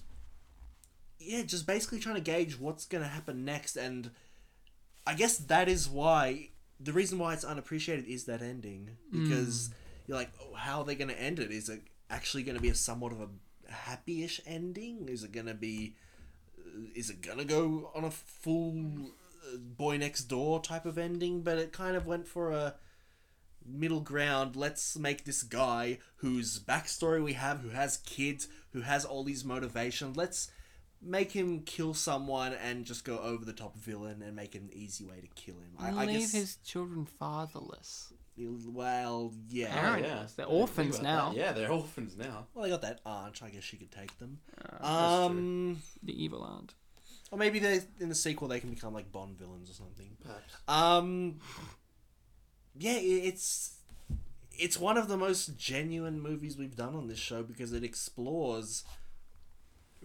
[SPEAKER 2] yeah, just basically trying to gauge what's going to happen next. And I guess that is why the reason why it's unappreciated is that ending because you're like, oh, how are they going to end it? Is it actually going to be a somewhat of a happy-ish ending? Is it going to be? Is it going to go on a full uh, boy next door type of ending? But it kind of went for a middle ground. Let's make this guy whose backstory we have, who has kids, who has all these motivations. Let's make him kill someone and just go over the top villain and make it an easy way to kill him. I, I
[SPEAKER 1] Leave
[SPEAKER 2] guess.
[SPEAKER 1] his children fatherless.
[SPEAKER 2] Well, yeah.
[SPEAKER 1] Aaron.
[SPEAKER 3] Oh, yeah.
[SPEAKER 1] They're
[SPEAKER 3] I didn't
[SPEAKER 1] orphans
[SPEAKER 3] think about
[SPEAKER 1] now.
[SPEAKER 3] that. Yeah, they're orphans now.
[SPEAKER 2] Well, they got that aunt. I guess she could take them.
[SPEAKER 3] true.
[SPEAKER 2] um,
[SPEAKER 1] The evil aunt.
[SPEAKER 2] or maybe they in the sequel they can become like Bond villains or something.
[SPEAKER 3] Perhaps.
[SPEAKER 2] Um, yeah, i- it's it's one of the most genuine movies we've done on this show because it explores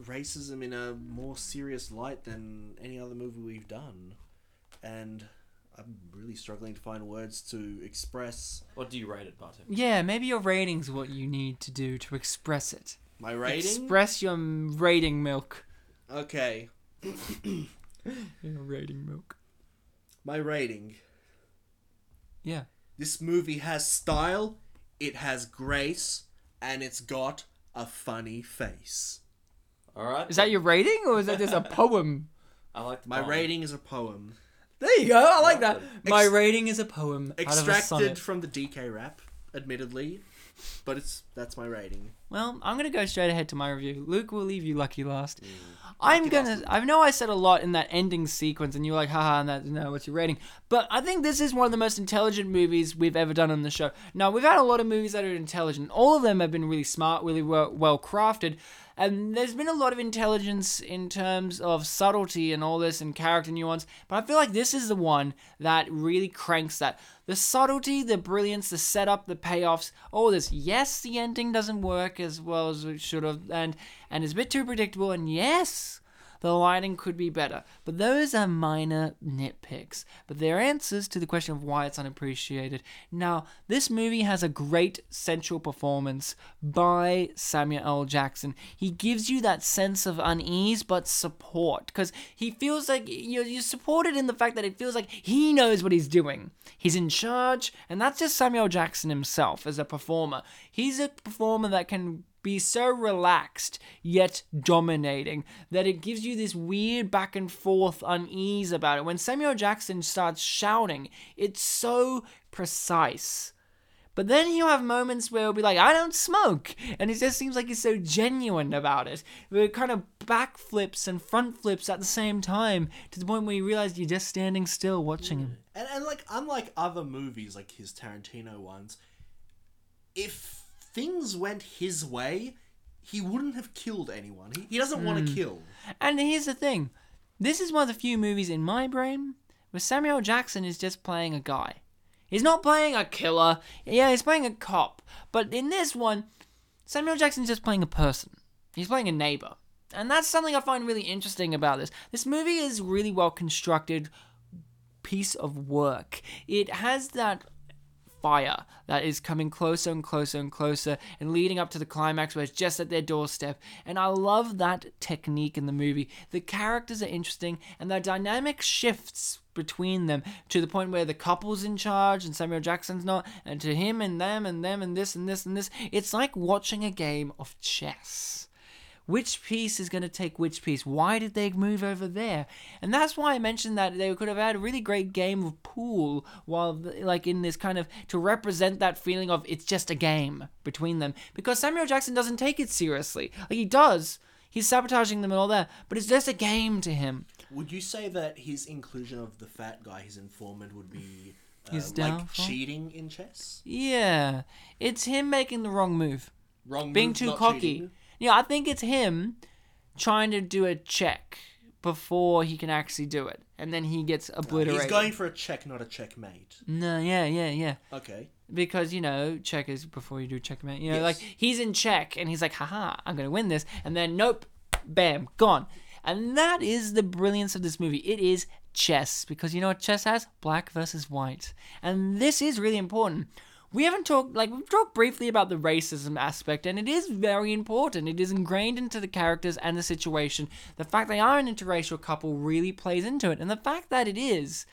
[SPEAKER 2] racism in a more serious light than any other movie we've done, and I'm really struggling to find words to express
[SPEAKER 3] What do you rate it, Bartek?
[SPEAKER 1] Yeah, maybe your rating's what you need to do to express it.
[SPEAKER 2] my rating.
[SPEAKER 1] Express your m- rating milk.
[SPEAKER 2] okay,
[SPEAKER 1] Your rating milk.
[SPEAKER 2] my rating.
[SPEAKER 1] Yeah.
[SPEAKER 2] This movie has style, it has grace, and it's got a funny face.
[SPEAKER 3] All right.
[SPEAKER 1] Is that your rating or is that just a poem?
[SPEAKER 3] I like the
[SPEAKER 2] My
[SPEAKER 3] poem.
[SPEAKER 2] rating is a poem
[SPEAKER 1] There you go. I like that.
[SPEAKER 3] Welcome.
[SPEAKER 1] My
[SPEAKER 2] Ex-
[SPEAKER 1] rating is a poem out of a
[SPEAKER 2] extracted
[SPEAKER 1] sonnet.
[SPEAKER 2] from the DK rap, admittedly, but it's that's my rating.
[SPEAKER 1] Well, I'm gonna go straight ahead to my review. Luke, we'll leave you lucky last. I'm gonna. I know I said a lot in that ending sequence, and you're like, haha, and that no, what's your rating? But I think this is one of the most intelligent movies we've ever done on the show. Now we've had a lot of movies that are intelligent. All of them have been really smart, really well, well crafted, and there's been a lot of intelligence in terms of subtlety and all this and character nuance. But I feel like this is the one that really cranks that. The subtlety, the brilliance, the setup, the payoffs, all this. Yes, the ending doesn't work as well as it should have, and and is a bit too predictable. And yes, the lighting could be better. But those are minor nitpicks. But they're answers to the question of why it's unappreciated. Now, this movie has a great central performance by Samuel L. Jackson. He gives you that sense of unease but support because he feels like you're, you're supported in the fact that it feels like he knows what he's doing. He's in charge, and that's just Samuel Jackson himself as a performer. He's a performer that can be so relaxed yet dominating that it gives you this weird back and forth unease about it. When Samuel Jackson starts shouting, it's so precise. But then he'll have moments where he'll be like, I don't smoke. And it just seems like he's so genuine about it. Where it kind of backflips and front flips at the same time to the point where you realize you're just standing still watching him.
[SPEAKER 2] And, and like unlike other movies, like his Tarantino ones, if things went his way, he wouldn't have killed anyone. He, he doesn't want
[SPEAKER 1] Hmm.
[SPEAKER 2] to kill.
[SPEAKER 1] And here's the thing this is one of the few movies in my brain where Samuel Jackson is just playing a guy. He's not playing a killer. Yeah, he's playing a cop. But in this one, Samuel Jackson's just playing a person. He's playing a neighbor. And that's something I find really interesting about this. This movie is really well constructed piece of work. It has that fire that is coming closer and closer and closer and leading up to the climax where it's just at their doorstep. And I love that technique in the movie. The characters are interesting and the dynamic shifts between them to the point where the couple's in charge and Samuel Jackson's not, and to him and them and them and this and this and this. It's like watching a game of chess which piece is going to take which piece? Why did they move over there? And that's why I mentioned that they could have had a really great game of pool while, like, in this kind of to represent that feeling of it's just a game between them. Because Samuel Jackson doesn't take it seriously. Like, he does. He's sabotaging them and all that, but it's just a game to him.
[SPEAKER 2] Would you say that his inclusion of the fat guy, his informant, would be uh,
[SPEAKER 1] His
[SPEAKER 2] like
[SPEAKER 1] downfall?
[SPEAKER 2] cheating in chess?
[SPEAKER 1] Yeah. It's him making the wrong move.
[SPEAKER 2] Wrong.
[SPEAKER 1] being
[SPEAKER 2] move,
[SPEAKER 1] too
[SPEAKER 2] not
[SPEAKER 1] cocky.
[SPEAKER 2] cheating?
[SPEAKER 1] Yeah, I think it's him trying to do a check before he can actually do it, and then he gets obliterated.
[SPEAKER 2] He's going for a check, not a checkmate.
[SPEAKER 1] No, yeah, yeah, yeah.
[SPEAKER 2] Okay.
[SPEAKER 1] Because you know, check is before you do checkmate. You know,
[SPEAKER 2] Yes.
[SPEAKER 1] like he's in check, and he's like, "Haha, I'm gonna win this," and then nope, bam, gone. And that is the brilliance of this movie. It is chess because you know what chess has? Black versus white, and this is really important. We haven't talked like we've talked briefly about the racism aspect, and it is very important. It is ingrained into the characters and the situation. The fact they are an interracial couple really plays into it, and the fact that it is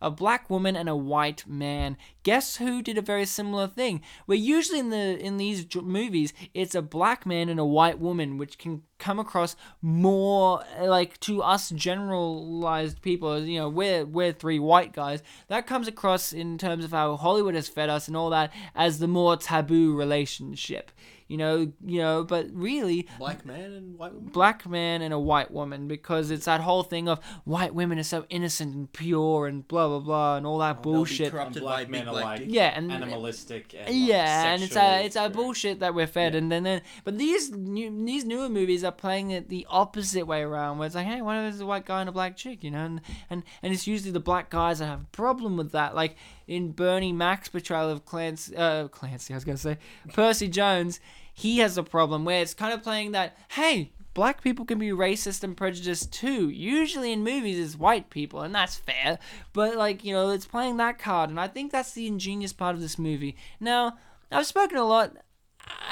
[SPEAKER 1] a black woman and a white man. Guess who did a very similar thing? Where usually in the in these dr- movies, it's a black man and a white woman, which can come across more uh, like to us generalized people. You know, we're we're three white guys. That comes across in terms of how Hollywood has fed us and all that as the more taboo relationship. You know, you know, but really,
[SPEAKER 2] Black man and white woman.
[SPEAKER 1] black man and a white woman because it's that whole thing of white women are so innocent and pure and blah blah blah and all that bullshit.
[SPEAKER 2] corrupt. Corrupted
[SPEAKER 3] And
[SPEAKER 2] by
[SPEAKER 3] black
[SPEAKER 2] big
[SPEAKER 3] men are
[SPEAKER 2] black
[SPEAKER 3] like
[SPEAKER 2] dick.
[SPEAKER 1] Yeah, and
[SPEAKER 3] animalistic. And like,
[SPEAKER 1] yeah, and it's
[SPEAKER 3] sexual
[SPEAKER 1] a it's a
[SPEAKER 3] experience.
[SPEAKER 1] bullshit that we're fed, and then, then but these new, these newer movies are playing it the opposite way around, where it's like, hey, one of us is a white guy and a black chick, you know, and and and it's usually the black guys that have a problem with that, like in Bernie Mac's portrayal of Clancy, uh, Clancy, I was gonna say Percy Jones, he has a problem where it's kind of playing that, hey. Black people can be racist and prejudiced too. Usually in movies, it's white people, and that's fair. But, like, you know, it's playing that card, and I think that's the ingenious part of this movie. Now, I've spoken a lot,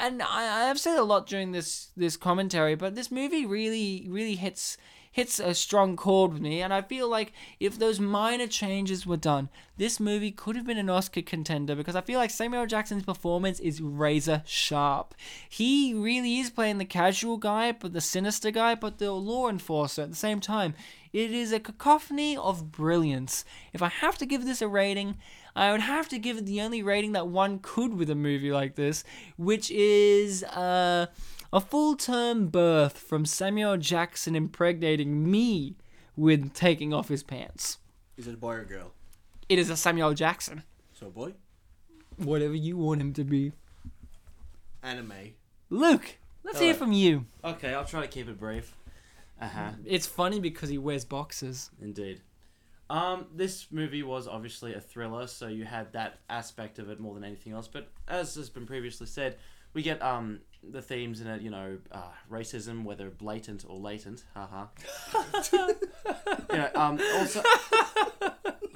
[SPEAKER 1] and I, I've said a lot during this this commentary, but this movie really really hits hits a strong chord with me, and I feel like if those minor changes were done, this movie could have been an Oscar contender because I feel like Samuel Jackson's performance is razor sharp. He really is playing the casual guy, but the sinister guy, but the law enforcer at the same time. It is a cacophony of brilliance. If I have to give this a rating, I would have to give it the only rating that one could with a movie like this, which is uh, a full term birth from Samuel Jackson impregnating me with taking off his pants.
[SPEAKER 2] Is it a boy or a girl?
[SPEAKER 1] It is a Samuel Jackson,
[SPEAKER 2] So a boy?
[SPEAKER 1] whatever you want him to be.
[SPEAKER 2] Anime.
[SPEAKER 1] Luke, let's hear
[SPEAKER 3] Alright.
[SPEAKER 1] from you.
[SPEAKER 3] Okay, I'll try to keep it brief. Uh huh.
[SPEAKER 1] It's funny because he wears boxes.
[SPEAKER 3] Indeed. Um, this movie was obviously a thriller, so you had that aspect of it more than anything else. But as has been previously said, we get um, the themes in it, you know, uh, racism, whether blatant or latent. Haha. you know, um, also.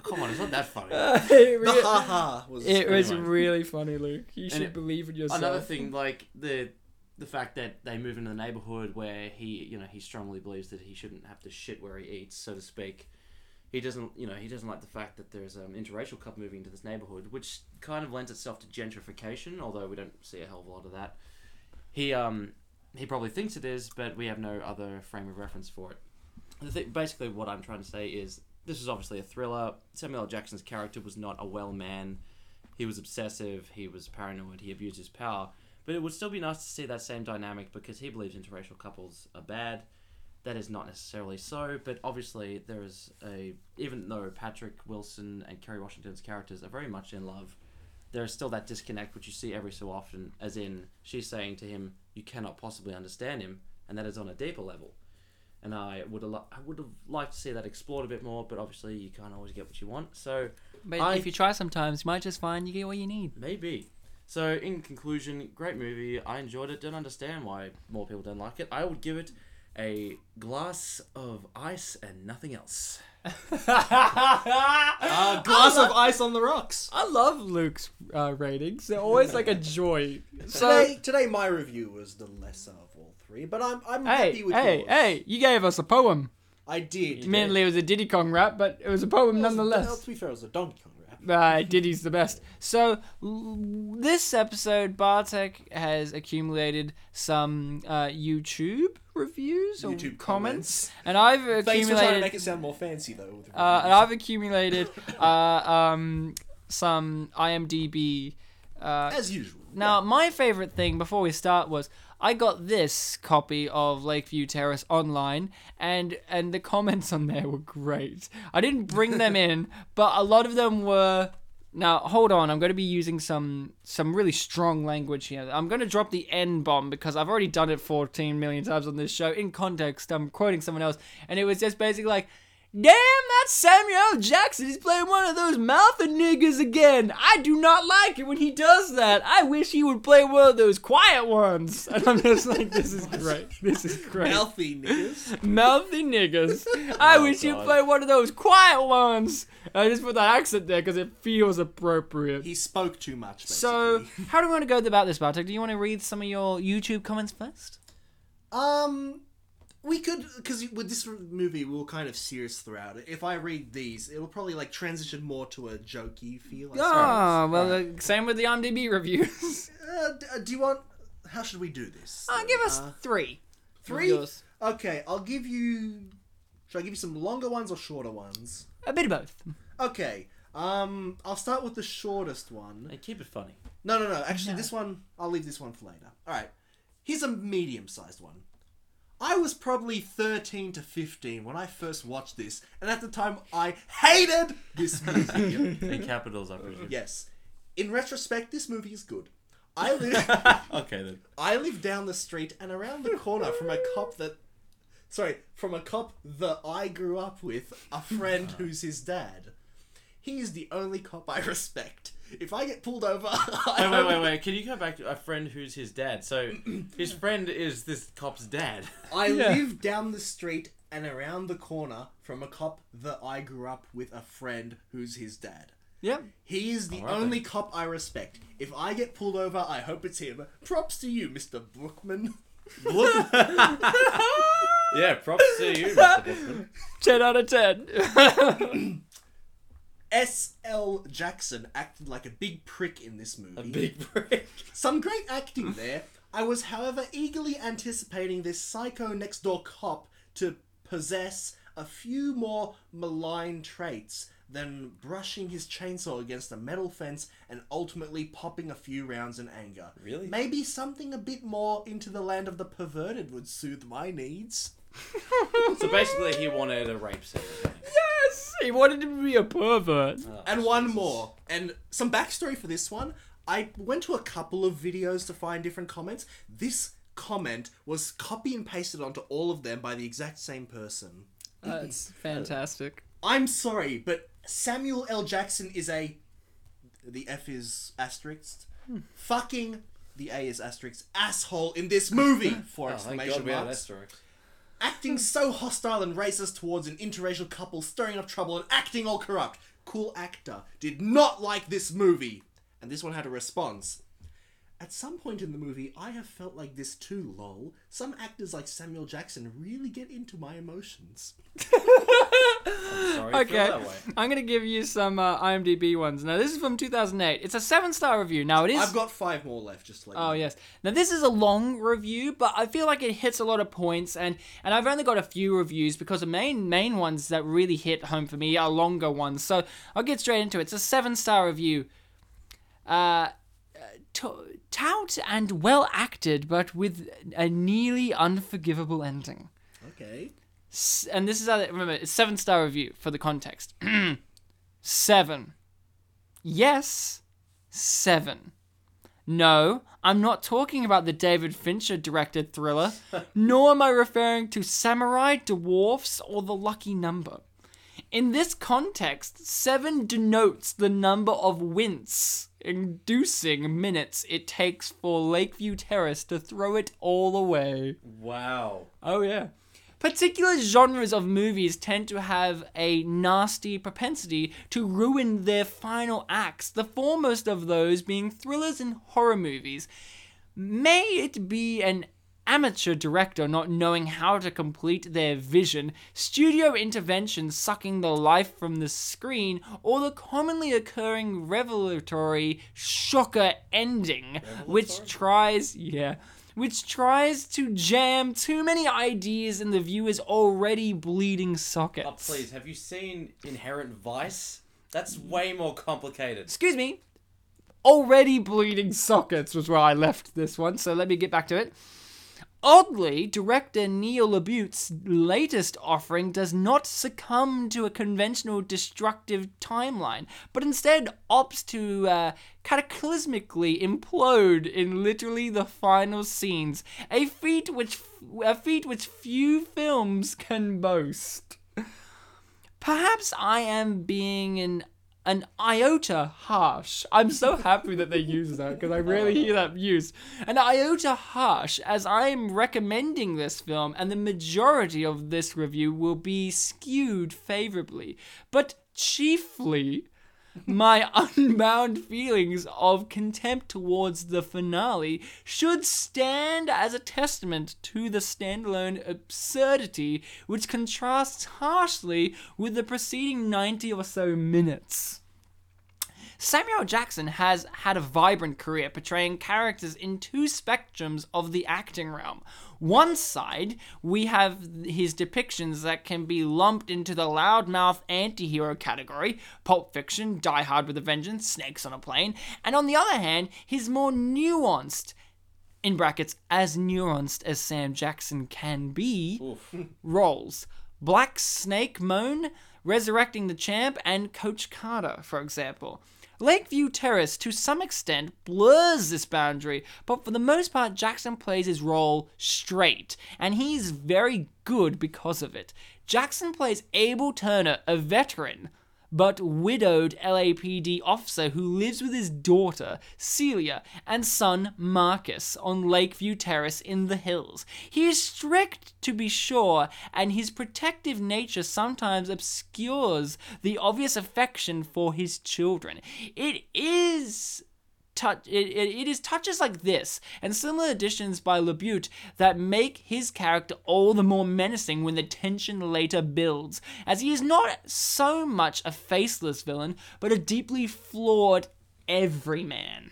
[SPEAKER 3] Come on, it's not that funny.
[SPEAKER 1] it,
[SPEAKER 2] The ha ha was.
[SPEAKER 1] was
[SPEAKER 3] Anyway.
[SPEAKER 1] really funny, Luke. You should
[SPEAKER 3] it-
[SPEAKER 1] believe in yourself.
[SPEAKER 3] Another thing, like the the fact that they move into the neighborhood where he, you know, he strongly believes that he shouldn't have to shit where he eats, so to speak. He doesn't, you know, he doesn't like the fact that there's an interracial couple moving into this neighborhood, which kind of lends itself to gentrification, although we don't see a hell of a lot of that. He um he probably thinks it is, but we have no other frame of reference for it. The th- basically, what I'm trying to say is this is obviously a thriller. Samuel L. Jackson's character was not a well man. He was obsessive. He was paranoid. He abused his power. But it would still be nice to see that same dynamic because he believes interracial couples are bad. That is not necessarily so, but obviously there is a even though Patrick Wilson and Kerry Washington's characters are very much in love, there is still that disconnect which you see every so often, as in she's saying to him, "You cannot possibly understand him," and that is on a deeper level. And I would al- I would have liked to see that explored a bit more, but obviously you can't always get what you want. So
[SPEAKER 1] But
[SPEAKER 3] I-
[SPEAKER 1] if you try sometimes, you might just find you get what you need.
[SPEAKER 3] Maybe. So, in conclusion, great movie. I enjoyed it. Don't understand why more people don't like it. I would give it a glass of ice and nothing else.
[SPEAKER 2] A glass of ice on the rocks.
[SPEAKER 1] I love Luke's uh, ratings. They're always like a joy. So
[SPEAKER 2] today, today my review was the lesser of all three, but I'm I'm
[SPEAKER 1] hey,
[SPEAKER 2] happy with
[SPEAKER 1] hey,
[SPEAKER 2] yours.
[SPEAKER 1] hey! You gave us a poem.
[SPEAKER 2] I did.
[SPEAKER 1] Admittedly, it was a Diddy Kong rap, but it was a poem
[SPEAKER 2] Well,
[SPEAKER 1] nonetheless.
[SPEAKER 2] to be fair, it was a Donkey Kong rap.
[SPEAKER 1] Uh, Diddy's the best. So l- this episode, Bartek has accumulated some uh, YouTube reviews or
[SPEAKER 2] YouTube
[SPEAKER 1] comments,
[SPEAKER 2] comments.
[SPEAKER 1] and I've
[SPEAKER 2] Thanks for
[SPEAKER 1] accumulated.
[SPEAKER 2] trying to make it sound more fancy though. With
[SPEAKER 1] Uh, and
[SPEAKER 2] reviews.
[SPEAKER 1] I've accumulated uh, um, some IMDb. Uh,
[SPEAKER 2] as usual.
[SPEAKER 1] now, my favorite thing before we start was I got this copy of Lakeview Terrace online, and and the comments on there were great. I didn't bring them in, but a lot of them were. Now, hold on. I'm going to be using some some really strong language here. I'm going to drop the N bomb because I've already done it 14 million times on this show. In context, I'm quoting someone else, and it was just basically like. Damn, that Samuel Jackson is playing one of those mouthy niggas again. I do not like it when he does that. I wish he would play one of those quiet ones. And I'm just like, this is great. This is great.
[SPEAKER 2] Healthy niggas.
[SPEAKER 1] mouthy niggas. I
[SPEAKER 3] Oh,
[SPEAKER 1] wish
[SPEAKER 3] God.
[SPEAKER 1] you'd play one of those quiet ones. I just put that accent there because it feels appropriate.
[SPEAKER 2] He spoke too much. Basically.
[SPEAKER 1] so, how do we want to go about this, Bartek? Do you want to read some of your YouTube comments first?
[SPEAKER 2] Um, we could because with this movie we were kind of serious throughout. it. If I read these, it'll probably like transition more to a jokey feel. I suppose.
[SPEAKER 1] Ah, well, uh, same with the IMDb reviews.
[SPEAKER 2] Uh, d- uh, do you want? How should we do this?
[SPEAKER 1] uh, give us
[SPEAKER 2] Uh,
[SPEAKER 1] three.
[SPEAKER 2] three.
[SPEAKER 1] Yours.
[SPEAKER 2] Okay, I'll give you. Should I give you some longer ones or shorter ones?
[SPEAKER 1] A bit of both.
[SPEAKER 2] Okay. Um, I'll start with the shortest one.
[SPEAKER 3] And keep it funny.
[SPEAKER 2] No, no, no. Actually, this one I'll leave this one for later. All right. Here's a medium-sized one. I was probably 13 to 15 when I first watched this, and at the time I hated this movie.
[SPEAKER 3] In capitals, I presume.
[SPEAKER 2] yes. In retrospect, this movie is good. I live
[SPEAKER 3] okay, then.
[SPEAKER 2] I live down the street and around the corner from a cop that sorry, from a cop that I grew up with, a friend who's his dad. He is the only cop I respect. If I get pulled over, I
[SPEAKER 3] Wait, wait, wait, wait. Can you go back to a friend who's his dad? So, his friend is this cop's dad.
[SPEAKER 2] I
[SPEAKER 1] Yeah.
[SPEAKER 2] live down the street and around the corner from a cop that I grew up with a friend who's his dad.
[SPEAKER 1] Yep.
[SPEAKER 2] He is the
[SPEAKER 3] All right,
[SPEAKER 2] only cop I respect. If I get pulled over, I hope it's him. Props to you, Mr. Brookman.
[SPEAKER 3] Yeah, props to you, Mr. Bookman.
[SPEAKER 1] 10 out of 10.
[SPEAKER 2] S.L. Jackson acted like a big prick in this movie.
[SPEAKER 3] A big break.
[SPEAKER 2] Some great acting there. I was, however, eagerly anticipating this psycho next door cop to possess a few more malign traits than brushing his chainsaw against a metal fence and ultimately popping a few rounds in anger.
[SPEAKER 3] Really?
[SPEAKER 2] Maybe something a bit more into the land of the perverted would soothe my needs.
[SPEAKER 3] So basically, he wanted a rape scene. I think.
[SPEAKER 1] yes! He wanted to be a pervert.
[SPEAKER 3] Oh,
[SPEAKER 2] And one
[SPEAKER 3] Jesus.
[SPEAKER 2] more. And some backstory for this one. I went to a couple of videos to find different comments. This comment was copy and pasted onto all of them by the exact same person.
[SPEAKER 1] That's fantastic.
[SPEAKER 2] I'm sorry, but Samuel L. Jackson is a. The F is asterisked.
[SPEAKER 3] Hmm.
[SPEAKER 2] Fucking. The A is asterisked. Asshole in this movie! Four
[SPEAKER 3] Oh, thank
[SPEAKER 2] exclamation
[SPEAKER 3] God we had
[SPEAKER 2] marks.
[SPEAKER 3] asterisk.
[SPEAKER 2] Acting so hostile and racist towards an interracial couple, stirring up trouble and acting all corrupt. Cool actor. Did not like this movie. And this one had a response. At some point in the movie, I have felt like this too, lol. Some actors like Samuel Jackson really get into my emotions.
[SPEAKER 3] Sorry, I feel
[SPEAKER 1] Okay,
[SPEAKER 3] that way.
[SPEAKER 1] I'm going to give you some uh, IMDb ones. Now, this is from 2008. It's a seven star review. Now, it is-
[SPEAKER 2] I've got five more left, just like.
[SPEAKER 1] Oh yes. Now this is a long review, but I feel like it hits a lot of points, and and I've only got a few reviews because the main main ones that really hit home for me are longer ones. So I'll get straight into it. It's a seven star review. Uh, to- tout and well acted, but with a nearly unforgivable ending.
[SPEAKER 2] Okay.
[SPEAKER 1] S- and this is how they- remember it's seven star review for the context. seven. Yes, seven. No, I'm not talking about the David Fincher directed thriller, nor am I referring to samurai, dwarfs, or the lucky number. In this context, seven denotes the number of wince inducing minutes it takes for Lakeview Terrace to throw it all away.
[SPEAKER 3] Wow.
[SPEAKER 1] Oh yeah. Particular genres of movies tend to have a nasty propensity to ruin their final acts, the foremost of those being thrillers and horror movies. May it be an amateur director not knowing how to complete their vision, studio intervention sucking the life from the screen, or the commonly occurring revelatory shocker ending, which tries, yeah, which tries to jam too many ideas in the viewer's already bleeding sockets.
[SPEAKER 3] Oh, please, have you seen Inherent Vice? That's way more complicated.
[SPEAKER 1] excuse me, already bleeding sockets was where I left this one, so let me get back to it. Oddly, director Neil LaBute's latest offering does not succumb to a conventional destructive timeline, but instead opts to uh, cataclysmically implode in literally the final scenes, a feat which a feat which few films can boast. Perhaps I am being an an iota harsh. I'm so happy that they use that because I rarely hear that used. An iota harsh, as I'm recommending this film, and the majority of this review will be skewed favorably, but chiefly my unbound feelings of contempt towards the finale should stand as a testament to the standalone absurdity, which contrasts harshly with the preceding 90 or so minutes. Samuel Jackson has had a vibrant career portraying characters in two spectrums of the acting realm. One side, we have his depictions that can be lumped into the loudmouth anti hero category Pulp Fiction, Die Hard with a Vengeance, Snakes on a Plane, and on the other hand, his more nuanced, in brackets, as nuanced as Sam Jackson can be, roles Black Snake Moan, Resurrecting the Champ, and Coach Carter, for example. Lakeview Terrace, to some extent, blurs this boundary, but for the most part, Jackson plays his role straight, and he's very good because of it. Jackson plays Abel Turner, a veteran, but widowed LAPD officer who lives with his daughter, Celia, and son, Marcus, on Lakeview Terrace in the hills. He is strict, to be sure, and his protective nature sometimes obscures the obvious affection for his children. It is touch it, it, it is touches like this and similar additions by labute that make his character all the more menacing when the tension later builds as he is not so much a faceless villain but a deeply flawed everyman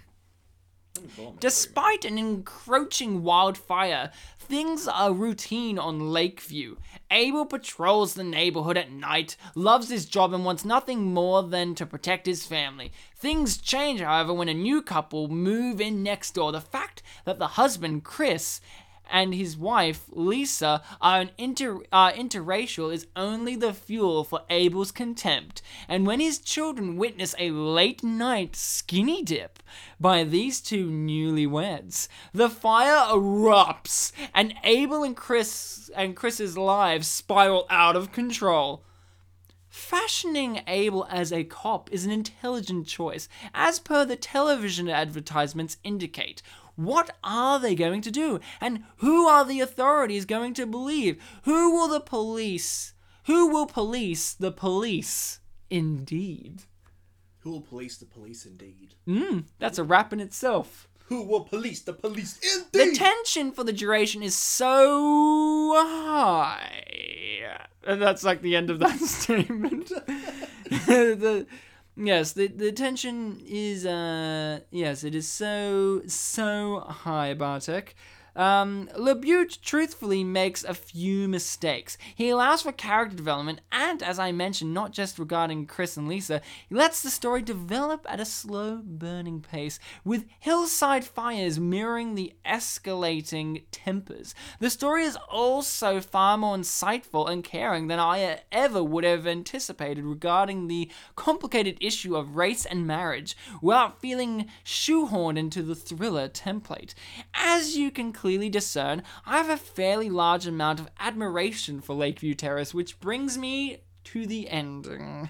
[SPEAKER 1] Despite an encroaching wildfire, things are routine on Lakeview. Abel patrols the neighborhood at night, loves his job, and wants nothing more than to protect his family. Things change, however, when a new couple move in next door. The fact that the husband, Chris, and his wife, Lisa, are an inter- are interracial is only the fuel for Abel's contempt. And when his children witness a late night skinny dip by these two newlyweds, the fire erupts, and Abel and Chris and Chris's lives spiral out of control. Fashioning Abel as a cop is an intelligent choice, as per the television advertisements indicate. What are they going to do? And who are the authorities going to believe? Who will the police? Who will police the police? Indeed.
[SPEAKER 2] Who will police the police indeed?
[SPEAKER 1] Mm. That's a wrap in itself.
[SPEAKER 2] Who will police the police
[SPEAKER 1] The
[SPEAKER 2] indeed?
[SPEAKER 1] tension for the duration is so high. And that's like the end of that statement. the, yes, the, the tension is, uh, yes, it is so, so high, Bartek. Um, Labute truthfully makes a few mistakes. He allows for character development, and as I mentioned, not just regarding Chris and Lisa, he lets the story develop at a slow burning pace, with hillside fires mirroring the escalating tempers. The story is also far more insightful and caring than I ever would have anticipated regarding the complicated issue of race and marriage, without feeling shoehorned into the thriller template. As you can clearly discern, I have a fairly large amount of admiration for Lakeview Terrace, which brings me to the ending.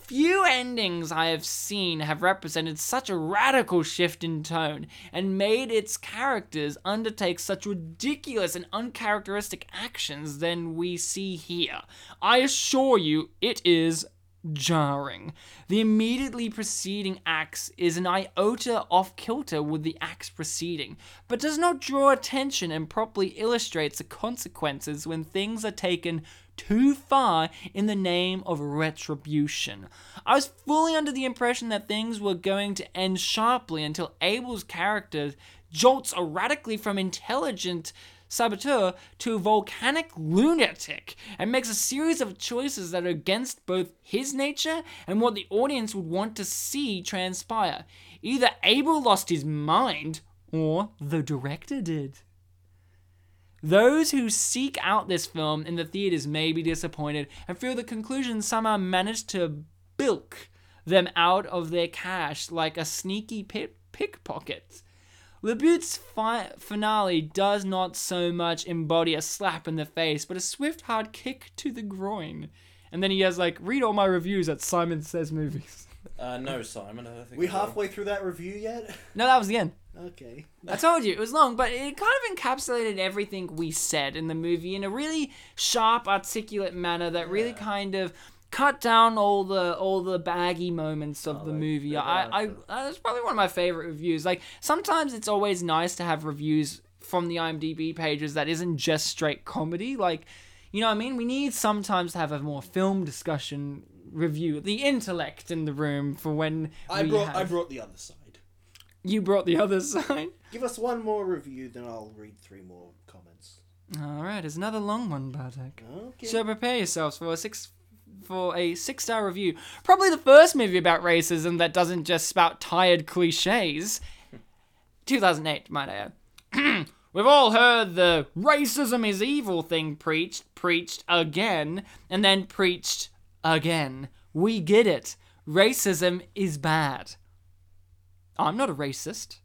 [SPEAKER 1] Few endings I have seen have represented such a radical shift in tone and made its characters undertake such ridiculous and uncharacteristic actions than we see here. I assure you, it is jarring. The immediately preceding acts is an iota off kilter with the acts preceding, but does not draw attention and properly illustrates the consequences when things are taken too far in the name of retribution. I was fully under the impression that things were going to end sharply until Abel's character jolts erratically from intelligent saboteur to volcanic lunatic and makes a series of choices that are against both his nature and what the audience would want to see transpire. Either Abel lost his mind or the director did. Those who seek out this film in the theaters may be disappointed and feel the conclusion somehow managed to bilk them out of their cash like a sneaky pit- pickpocket. Labute's fi- finale does not so much embody a slap in the face, but a swift, hard kick to the groin. And then he has like, read all my reviews at Simon Says Movies.
[SPEAKER 3] Uh, no, Simon. I don't think
[SPEAKER 2] we
[SPEAKER 3] I will.
[SPEAKER 2] halfway through that review yet?
[SPEAKER 1] No, that was the end.
[SPEAKER 2] okay.
[SPEAKER 1] I told you it was long, but it kind of encapsulated everything we said in the movie in a really sharp, articulate manner that really kind of cut down all the all the baggy moments of the
[SPEAKER 3] they-
[SPEAKER 1] movie.
[SPEAKER 3] they
[SPEAKER 1] I, I,
[SPEAKER 3] liked it.
[SPEAKER 1] I that's probably one of my favorite reviews. Like sometimes it's always nice to have reviews from the IMDb pages that isn't just straight comedy. Like, you know what I mean? We need sometimes to have a more film discussion review, the intellect in the room for when
[SPEAKER 2] I
[SPEAKER 1] we
[SPEAKER 2] brought
[SPEAKER 1] have-
[SPEAKER 2] I brought the other side.
[SPEAKER 1] you brought the other side.
[SPEAKER 2] Give us one more review, then I'll read three more comments.
[SPEAKER 1] All right, it's another long one, Bartek.
[SPEAKER 2] Okay.
[SPEAKER 1] So prepare yourselves for a six for a six star review. Probably the first movie about racism that doesn't just spout tired cliches. 2008, might I add. We've all heard the racism is evil thing preached, preached again, and then preached again. We get it. Racism is bad. I'm not a racist.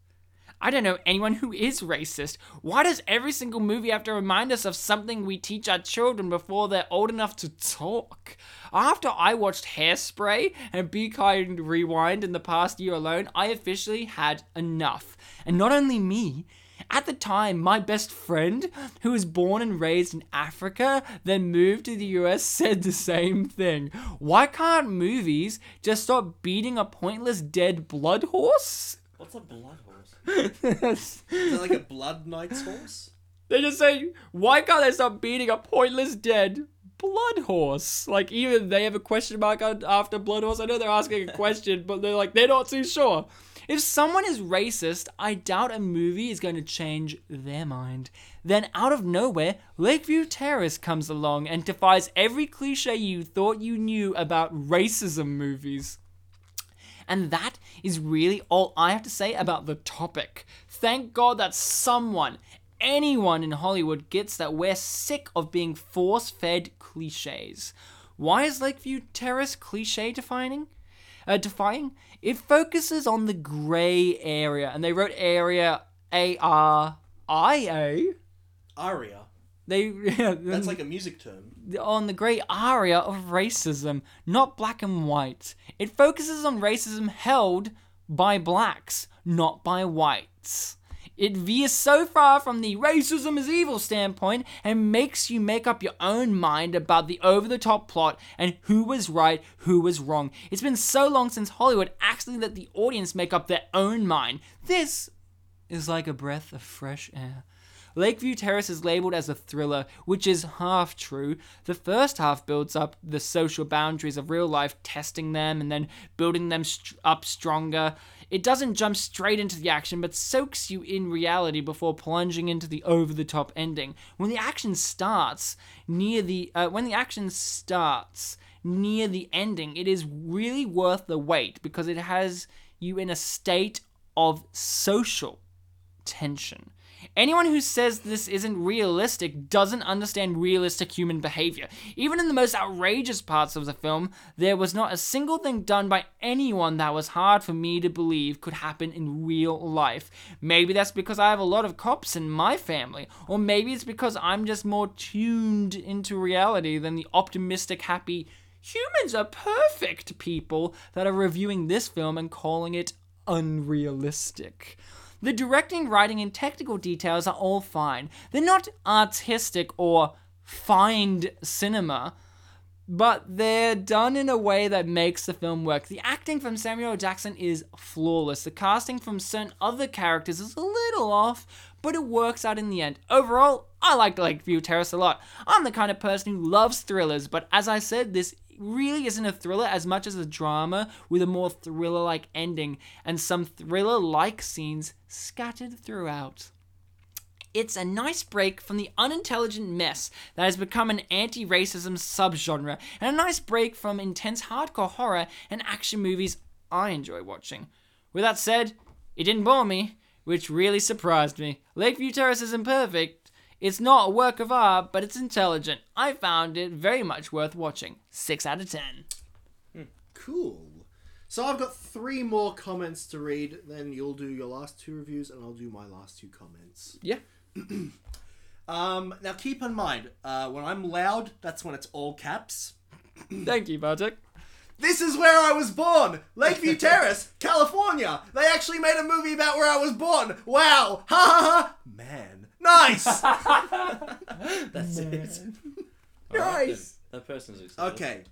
[SPEAKER 1] I don't know anyone who is racist. Why does every single movie have to remind us of something we teach our children before they're old enough to talk? After I watched Hairspray and Be Kind Rewind in the past year alone, I officially had enough. And not only me, at the time, my best friend, who was born and raised in Africa, then moved to the US, said the same thing. Why can't movies just stop beating a pointless dead blood horse?
[SPEAKER 3] What's a blood horse?
[SPEAKER 2] Is that like a blood knight's horse?
[SPEAKER 1] They just say, why can't they stop beating a pointless dead blood horse? Like, even they have a question mark on- after blood horse. I know they're asking a question, but they're like, they're not too sure. If someone is racist, I doubt a movie is going to change their mind. Then, out of nowhere, Lakeview Terrace comes along and defies every cliche you thought you knew about racism movies. And that is really all I have to say about the topic. Thank God that someone, anyone in Hollywood gets that we're sick of being force fed cliches. Why is Lakeview Terrace cliche defining? Uh, defying? It focuses on the grey area, and they wrote area A R I A.
[SPEAKER 2] Aria.
[SPEAKER 1] They
[SPEAKER 2] That's like a music term.
[SPEAKER 1] on the great aria of racism, not black and white. It focuses on racism held by blacks, not by whites. It veers so far from the racism is evil standpoint and makes you make up your own mind about the over the top plot and who was right, who was wrong. It's been so long since Hollywood actually let the audience make up their own mind. This is like a breath of fresh air. Lakeview Terrace is labeled as a thriller, which is half true. The first half builds up the social boundaries of real life, testing them and then building them st- up stronger. It doesn't jump straight into the action, but soaks you in reality before plunging into the over-the-top ending. When the action starts near the uh, when the action starts near the ending, it is really worth the wait because it has you in a state of social tension. Anyone who says this isn't realistic doesn't understand realistic human behavior. Even in the most outrageous parts of the film, there was not a single thing done by anyone that was hard for me to believe could happen in real life. Maybe that's because I have a lot of cops in my family, or maybe it's because I'm just more tuned into reality than the optimistic, happy humans are perfect people that are reviewing this film and calling it unrealistic. The directing, writing, and technical details are all fine. They're not artistic or find cinema, but they're done in a way that makes the film work. The acting from Samuel L. Jackson is flawless. The casting from certain other characters is a little off, but it works out in the end. Overall, I like Lakeview Terrace a lot. I'm the kind of person who loves thrillers, but as I said, this really isn't a thriller as much as a drama with a more thriller like ending and some thriller like scenes scattered throughout. It's a nice break from the unintelligent mess that has become an anti racism subgenre, and a nice break from intense hardcore horror and action movies I enjoy watching. With that said, it didn't bore me, which really surprised me. Lakeview Terrace isn't perfect. It's not a work of art, but it's intelligent. I found it very much worth watching. 6 out of 10.
[SPEAKER 4] Cool. So I've got three more comments to read. Then you'll do your last two reviews, and I'll do my last two comments.
[SPEAKER 1] Yeah.
[SPEAKER 2] Um, now keep in mind, uh, when I'm loud, that's when it's all caps.
[SPEAKER 1] Thank you, Bartek.
[SPEAKER 2] This is where I was born! Lakeview Terrace, California! They actually made a movie about where I was born! Wow! Ha ha ha! Man. Nice!
[SPEAKER 3] That's it.
[SPEAKER 2] nice!
[SPEAKER 3] That person's excited.
[SPEAKER 2] Okay.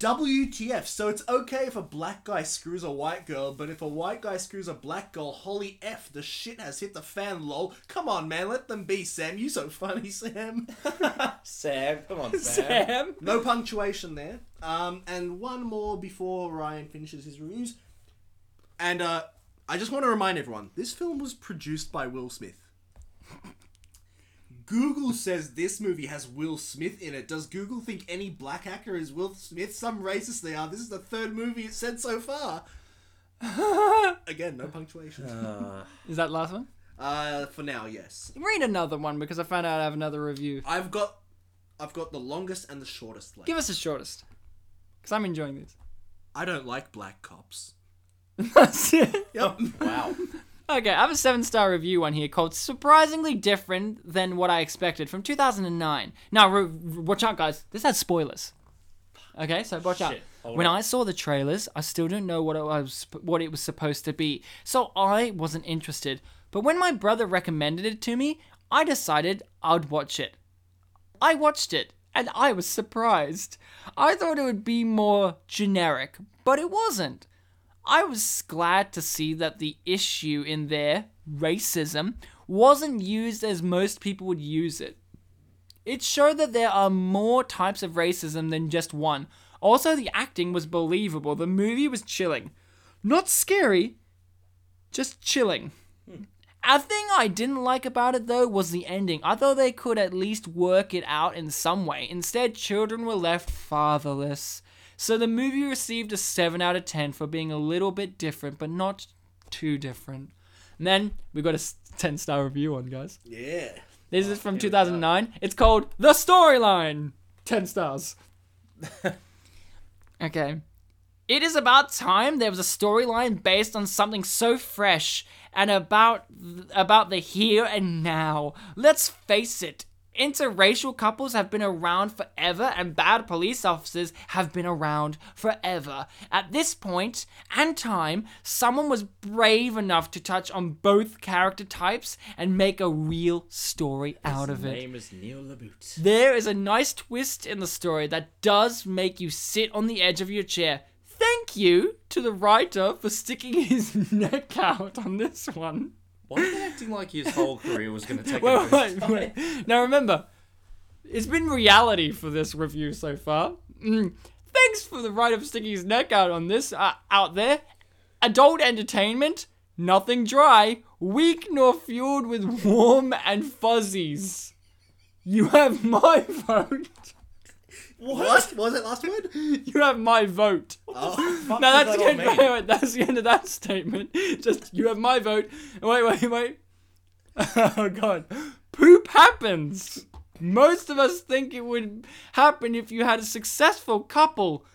[SPEAKER 2] WTF. So it's okay if a black guy screws a white girl, but if a white guy screws a black girl, holy F, the shit has hit the fan, lol. Come on, man, let them be, Sam. You so funny, Sam.
[SPEAKER 3] Sam, come on, Sam.
[SPEAKER 1] Sam?
[SPEAKER 2] no punctuation there. Um, and one more before Ryan finishes his reviews. And uh, I just want to remind everyone this film was produced by Will Smith. Google says this movie has Will Smith in it. Does Google think any black actor is Will Smith? Some racist they are. This is the third movie it said so far. Again, no punctuation.
[SPEAKER 3] Uh,
[SPEAKER 1] Is that last one?
[SPEAKER 2] Uh, for now, yes.
[SPEAKER 1] Read another one because I found out I have another review.
[SPEAKER 2] I've got, I've got the longest and the shortest left.
[SPEAKER 1] Give us the shortest. Because I'm enjoying this.
[SPEAKER 2] I don't like black cops.
[SPEAKER 1] That's it.
[SPEAKER 4] Yep.
[SPEAKER 3] Wow.
[SPEAKER 1] Okay, I have a seven star review one here called Surprisingly Different Than What I Expected from 2009. Now, re- re- watch out, guys. This has spoilers. Okay, so watch out.
[SPEAKER 3] Shit. Hold
[SPEAKER 1] When
[SPEAKER 3] on.
[SPEAKER 1] I saw the trailers, I still didn't know what it was what it was supposed to be, so I wasn't interested. But when my brother recommended it to me, I decided I'd watch it. I watched it and I was surprised. I thought it would be more generic, but it wasn't. I was glad to see that the issue in there, racism, wasn't used as most people would use it. It showed that there are more types of racism than just one. Also, the acting was believable. The movie was chilling. Not scary, just chilling. A thing I didn't like about it though was the ending. I thought they could at least work it out in some way. Instead, children were left fatherless. So the movie received a 7 out of 10 for being a little bit different, but not too different. And then we got a s- 10 star review on, guys.
[SPEAKER 2] Yeah.
[SPEAKER 1] This is from 2009. It's called The Storyline. 10 stars. okay. It is about time there was a storyline based on something so fresh and about about the here and now. Let's face it. Interracial couples have been around forever and bad police officers have been around forever. At this point and time, someone was brave enough to touch on both character types and make a real story out of it.
[SPEAKER 3] Name is Neil Labute.
[SPEAKER 1] There is a nice twist in the story that does make you sit on the edge of your chair. Thank you to the writer for sticking his neck out on this one.
[SPEAKER 3] Why are they acting like his whole career was going to take a
[SPEAKER 1] Wait,
[SPEAKER 3] boost?
[SPEAKER 1] wait, wait. Now remember, it's been reality for this review so far. Mm. Thanks for the writer for sticking his neck out on this uh, out there. Adult entertainment, nothing dry, weak nor fueled with warm and fuzzies. You have my vote.
[SPEAKER 4] What? What was that last word?
[SPEAKER 1] You have my vote.
[SPEAKER 4] Oh,
[SPEAKER 1] no, that's
[SPEAKER 3] that
[SPEAKER 1] the
[SPEAKER 3] all
[SPEAKER 1] end.
[SPEAKER 3] mean?
[SPEAKER 1] Wait, wait, that's the end of that statement. Just you have my vote. Wait, wait, wait. Oh god, poop happens. Most of us think it would happen if you had a successful couple,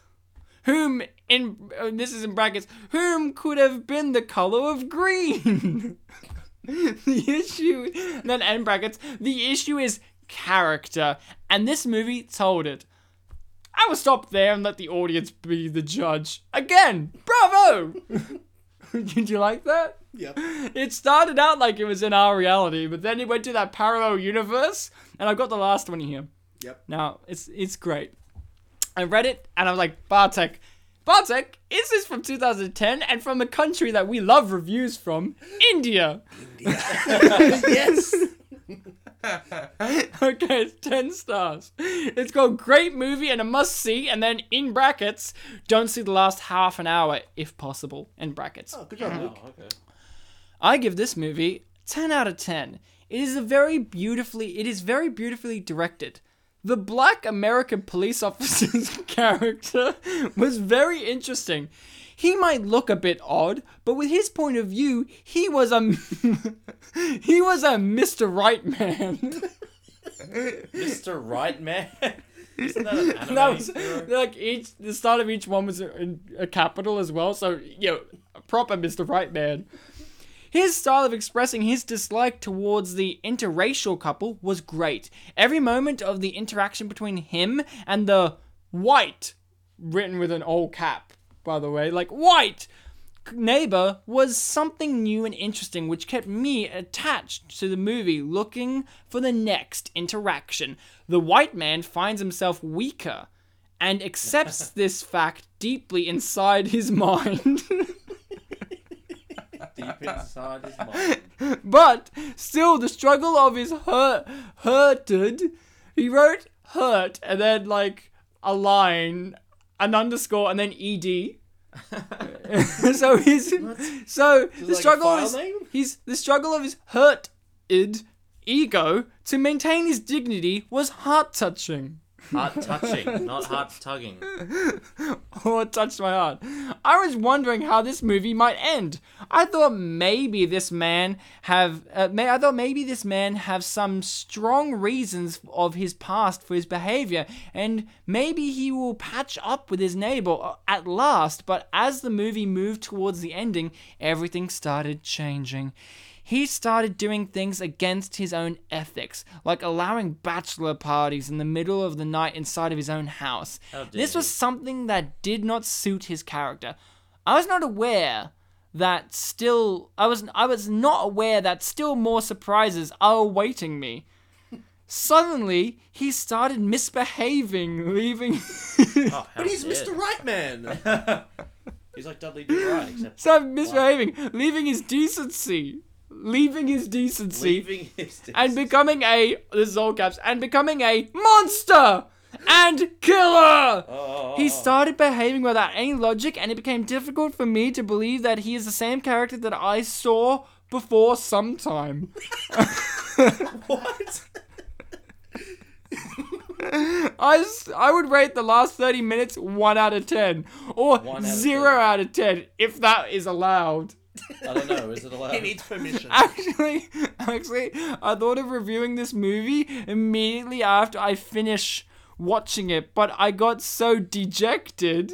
[SPEAKER 1] whom in uh, this is in brackets, whom could have been the color of green. the issue, then end brackets. The issue is character, and this movie told it. I will stop there and let the audience be the judge. Again, bravo! Did you like that?
[SPEAKER 4] yep.
[SPEAKER 1] It started out like it was in our reality, but then it went to that parallel universe, and I've got the last one here.
[SPEAKER 4] Yep.
[SPEAKER 1] Now, it's it's great. I read it and I was like, Bartek, Bartek, is this from 2010 and from a country that we love reviews from? India.
[SPEAKER 4] yes.
[SPEAKER 1] okay, it's 10 stars. It's called Great Movie and a Must See, and then in brackets, don't see the last half an hour if possible. In brackets.
[SPEAKER 4] Oh, good job, Luke.
[SPEAKER 3] Oh, okay.
[SPEAKER 1] I give this movie 10 out of 10. It is a very beautifully it is very beautifully directed. The black American police officer's character was very interesting. He might look a bit odd, but with his point of view, he was a he was a Mr. Right man.
[SPEAKER 3] Mr. Right Man. Isn't that an anime?
[SPEAKER 1] that was
[SPEAKER 3] hero?
[SPEAKER 1] like each the start of each one was in a capital as well. So you know, a proper Mr. Right Man. His style of expressing his dislike towards the interracial couple was great. Every moment of the interaction between him and the white, written with an old cap, by the way, like white neighbor was something new and interesting which kept me attached to the movie looking for the next interaction. The white man finds himself weaker and accepts this fact deeply inside his mind.
[SPEAKER 3] Deep inside his mind.
[SPEAKER 1] but still the struggle of his hurt hurted he wrote hurt and then like a line an underscore and then ed so his so the
[SPEAKER 2] like a
[SPEAKER 1] struggle
[SPEAKER 2] file
[SPEAKER 1] is
[SPEAKER 2] name?
[SPEAKER 1] his the struggle of his hurted ego to maintain his dignity was heart touching
[SPEAKER 3] Heart touching, not heart tugging.
[SPEAKER 1] Oh, it touched my heart. I was wondering how this movie might end. I thought maybe this man have. Uh, may, I thought maybe this man have some strong reasons of his past for his behavior, and maybe he will patch up with his neighbor uh, at last. But as the movie moved towards the ending, everything started changing. He started doing things against his own ethics, like allowing bachelor parties in the middle of the night inside of his own house.
[SPEAKER 3] How dare
[SPEAKER 1] This was
[SPEAKER 3] you.
[SPEAKER 1] something that did not suit his character. I was not aware that still I was I was not aware that still more surprises are awaiting me. Suddenly, he started misbehaving, leaving
[SPEAKER 3] Oh,
[SPEAKER 5] But he's Mr. Right Man.
[SPEAKER 3] He's like Dudley Do Right, except
[SPEAKER 1] started misbehaving, leaving his decency, leaving his decency.
[SPEAKER 3] leaving his.
[SPEAKER 1] and becoming a this is all caps and becoming a monster and killer.
[SPEAKER 3] Oh,
[SPEAKER 1] He started behaving without any logic, and it became difficult for me to believe that he is the same character that I saw before sometime.
[SPEAKER 5] what?
[SPEAKER 1] I, s- I would rate the last 30 minutes 1 out of 10, or
[SPEAKER 3] One out of
[SPEAKER 1] 0
[SPEAKER 3] 10.
[SPEAKER 1] out of 10, if that is allowed.
[SPEAKER 3] I don't know. Is it allowed?
[SPEAKER 5] He needs permission.
[SPEAKER 1] Ah. Actually, actually, I thought of reviewing this movie immediately after I finish watching it, but I got so dejected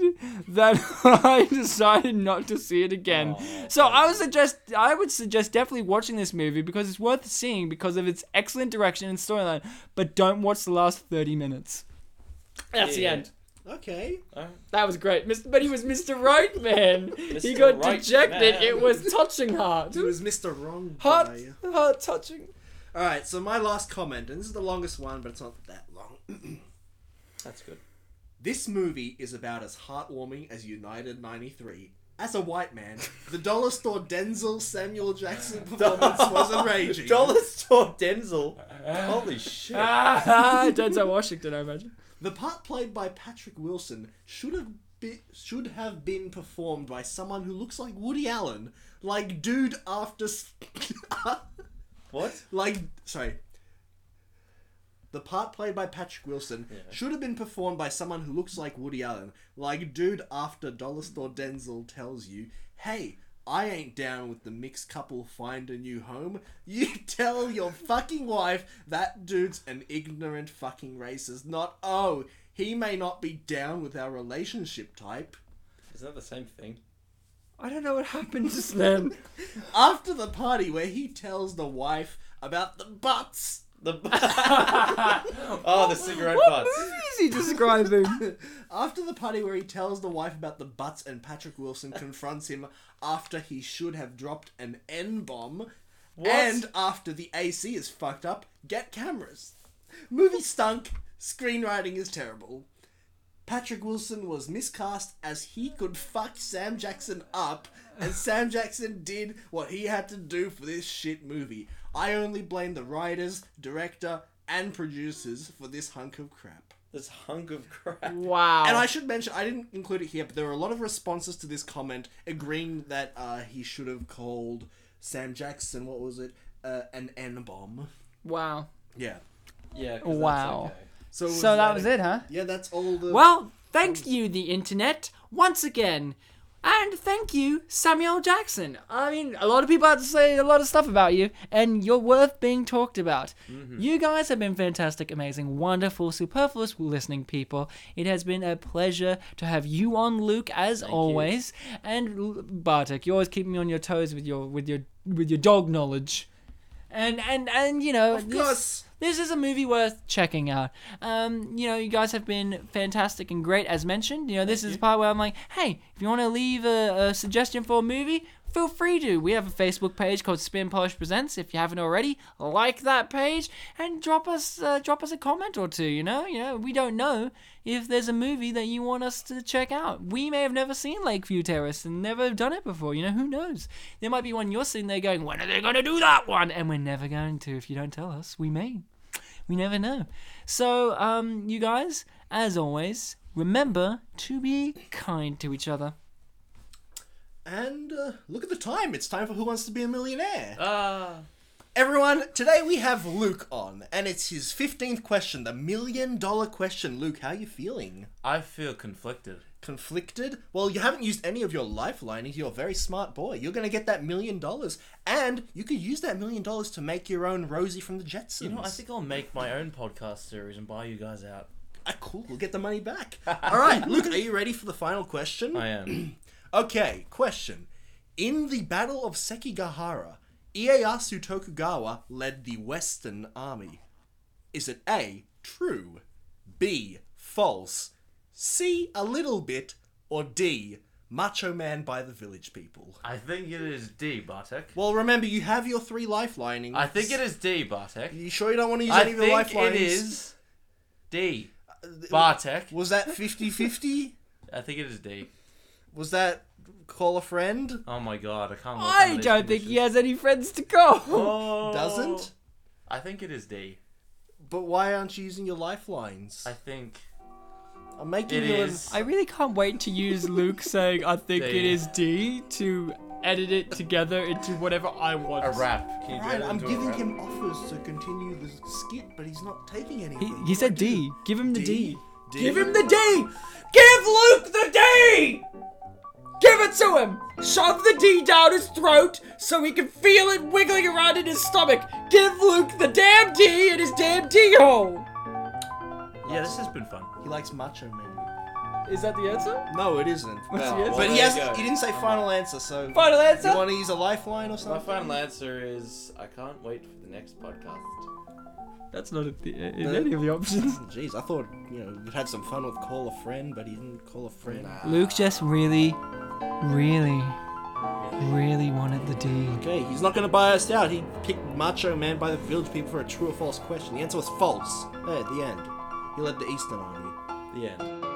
[SPEAKER 1] that I decided not to see it again.
[SPEAKER 3] Oh,
[SPEAKER 1] so I would suggest I would suggest definitely watching this movie because it's worth seeing because of its excellent direction and storyline, but don't watch the last 30 minutes. That's
[SPEAKER 3] Yeah.
[SPEAKER 1] the end.
[SPEAKER 5] Okay.
[SPEAKER 1] That was great. Mr. But he was Mr. Right Man. he
[SPEAKER 3] Mr.
[SPEAKER 1] got
[SPEAKER 3] Right
[SPEAKER 1] dejected.
[SPEAKER 3] Man.
[SPEAKER 1] It was touching heart.
[SPEAKER 2] It was Mr. Wrong
[SPEAKER 1] Heart,
[SPEAKER 2] Guy.
[SPEAKER 1] heart touching.
[SPEAKER 2] All right, so my last comment, and this is the longest one, but it's not that long.
[SPEAKER 3] That's good.
[SPEAKER 2] This movie is about as heartwarming as United 93. As a white man, the dollar store Denzel Samuel Jackson performance was enraging.
[SPEAKER 3] Dollar store Denzel. Holy shit.
[SPEAKER 1] Ah, Denzel Washington, I imagine.
[SPEAKER 2] The part played by Patrick Wilson should have be, should have been performed by someone who looks like Woody Allen, like dude after s-
[SPEAKER 3] What?
[SPEAKER 2] like sorry. The part played by Patrick Wilson should have been performed by someone who looks like Woody Allen, like dude after Dollar Store Denzel tells you, "Hey, I ain't down with the mixed couple find a new home." You tell your fucking wife that dude's an ignorant fucking racist. Not oh, he may not be down with our relationship type.
[SPEAKER 3] Is that the same thing?
[SPEAKER 1] I don't know what happened just then.
[SPEAKER 2] After the party where he tells the wife about the butts.
[SPEAKER 3] The oh, the cigarette
[SPEAKER 1] What
[SPEAKER 3] butts.
[SPEAKER 1] movie is he describing?
[SPEAKER 2] After the party where he tells the wife about the butts and Patrick Wilson confronts him after he should have dropped an N bomb, and after the AC is fucked up, get cameras. Movie stunk, screenwriting is terrible. Patrick Wilson was miscast as he could fuck Sam Jackson up, and Sam Jackson did what he had to do for this shit movie. I only blame the writers, director, and producers for this hunk of crap.
[SPEAKER 3] This hunk of crap.
[SPEAKER 1] wow.
[SPEAKER 2] And I should mention, I didn't include it here, but there were a lot of responses to this comment agreeing that uh, he should have called Sam Jackson, what was it, uh, an N bomb.
[SPEAKER 1] wow.
[SPEAKER 2] Yeah.
[SPEAKER 3] Yeah. 'cause
[SPEAKER 1] Wow.
[SPEAKER 3] That's okay.
[SPEAKER 2] So,
[SPEAKER 1] So that was it, huh?
[SPEAKER 2] Yeah, that's all the.
[SPEAKER 1] Well, thank you, the internet, once again. And thank you, Samuel Jackson. I mean, a lot of people had to say a lot of stuff about you, and you're worth being talked about. You guys have been fantastic, amazing, wonderful, superfluous listening people. It has been a pleasure to have you on, Luke, as always. And L- Bartek, you always keep me on your toes with your with your with your dog knowledge. And and and you know,
[SPEAKER 2] Of
[SPEAKER 1] this-
[SPEAKER 2] course.
[SPEAKER 1] this is a movie worth checking out. Um, you know, you guys have been fantastic and great, as mentioned. You know, this is the part where I'm like, hey, if you want to leave a, a suggestion for a movie, feel free to. We have a Facebook page called Spin Polish Presents. If you haven't already, like that page and drop us uh, drop us a comment or two. You know, you know, we don't know if there's a movie that you want us to check out. We may have never seen Lakeview Terrace and never have done it before. You know, who knows? There might be one you're sitting there going, when are they going to do that one? And we're never going to if you don't tell us. We may. We never know. So, um, you guys, as always, remember to be kind to each other.
[SPEAKER 2] And uh, look at the time. It's time for Who Wants to Be a Millionaire.
[SPEAKER 3] Ah.
[SPEAKER 2] Everyone, today we have Luke on, and it's his 15th question, the million dollar question. Luke, how are you feeling?
[SPEAKER 6] I feel conflicted.
[SPEAKER 2] Conflicted? Well, you haven't used any of your lifeline. You're a very smart boy. You're going to get that million dollars, and you could use that million dollars to make your own Rosie from the Jetsons.
[SPEAKER 6] You know, I think I'll make my own podcast series and buy you guys out.
[SPEAKER 2] Ah, cool, we'll get the money back. All right, Luke, are you ready for the final question?
[SPEAKER 6] I am.
[SPEAKER 2] Okay, question. In the Battle of Sekigahara, Ieyasu Tokugawa led the Western Army. Is it A, true, B, false, C, a little bit, or D, macho man by the village people?
[SPEAKER 6] I think it is D, Bartek.
[SPEAKER 2] Well, remember, you have your three lifelinings.
[SPEAKER 6] I think it is D, Bartek.
[SPEAKER 2] You sure you don't want to use
[SPEAKER 6] I
[SPEAKER 2] any of your
[SPEAKER 6] think
[SPEAKER 2] lifelines?
[SPEAKER 6] it is D, Bartek.
[SPEAKER 2] Was that 50 50?
[SPEAKER 6] I think it is D.
[SPEAKER 2] Was that call a friend?
[SPEAKER 6] Oh my god, I can't. work
[SPEAKER 1] I
[SPEAKER 6] under these
[SPEAKER 1] don't think he
[SPEAKER 6] conditions.
[SPEAKER 1] has any friends to call.
[SPEAKER 6] Oh.
[SPEAKER 2] Doesn't?
[SPEAKER 6] I think it is D.
[SPEAKER 2] But why aren't you using your lifelines?
[SPEAKER 6] I think
[SPEAKER 2] I'm making
[SPEAKER 6] it
[SPEAKER 2] you an-
[SPEAKER 6] is.
[SPEAKER 1] I really can't wait to use Luke saying I think it is D to edit it together into whatever I want.
[SPEAKER 6] a rap. Can you do
[SPEAKER 2] Right,
[SPEAKER 6] it
[SPEAKER 2] I'm
[SPEAKER 6] into a
[SPEAKER 2] giving
[SPEAKER 6] rap?
[SPEAKER 2] him offers to continue the skit, but he's not taking any. of
[SPEAKER 1] He,
[SPEAKER 2] them.
[SPEAKER 1] he said
[SPEAKER 2] What do
[SPEAKER 1] D.
[SPEAKER 2] you-
[SPEAKER 1] Give him the D.
[SPEAKER 2] D. D.
[SPEAKER 1] Give him the D. Give Luke the D. Give it to him. Shove the D down his throat so he can feel it wiggling around in his stomach. Give Luke the damn D in his damn D hole.
[SPEAKER 6] Yeah, this has been fun.
[SPEAKER 2] He likes Macho Man.
[SPEAKER 1] Is that the answer?
[SPEAKER 2] No, it isn't.
[SPEAKER 1] the answer?
[SPEAKER 2] but he
[SPEAKER 3] there
[SPEAKER 2] has.
[SPEAKER 3] you go.
[SPEAKER 2] He didn't say final answer, so.
[SPEAKER 1] Final answer?
[SPEAKER 2] You want to use a lifeline or
[SPEAKER 3] My
[SPEAKER 2] something?
[SPEAKER 3] final answer is I can't wait for the next podcast.
[SPEAKER 1] That's not in, the, in any of the options.
[SPEAKER 2] Jeez, I thought you know we'd had some fun with call a friend, but he didn't call a friend.
[SPEAKER 1] Luke just really, really, really wanted the D.
[SPEAKER 2] Okay, he's not gonna buy us out. He picked Macho Man by the Village People for a true or false question. The answer was false. There, at the end, he led the Eastern Army.
[SPEAKER 3] The end.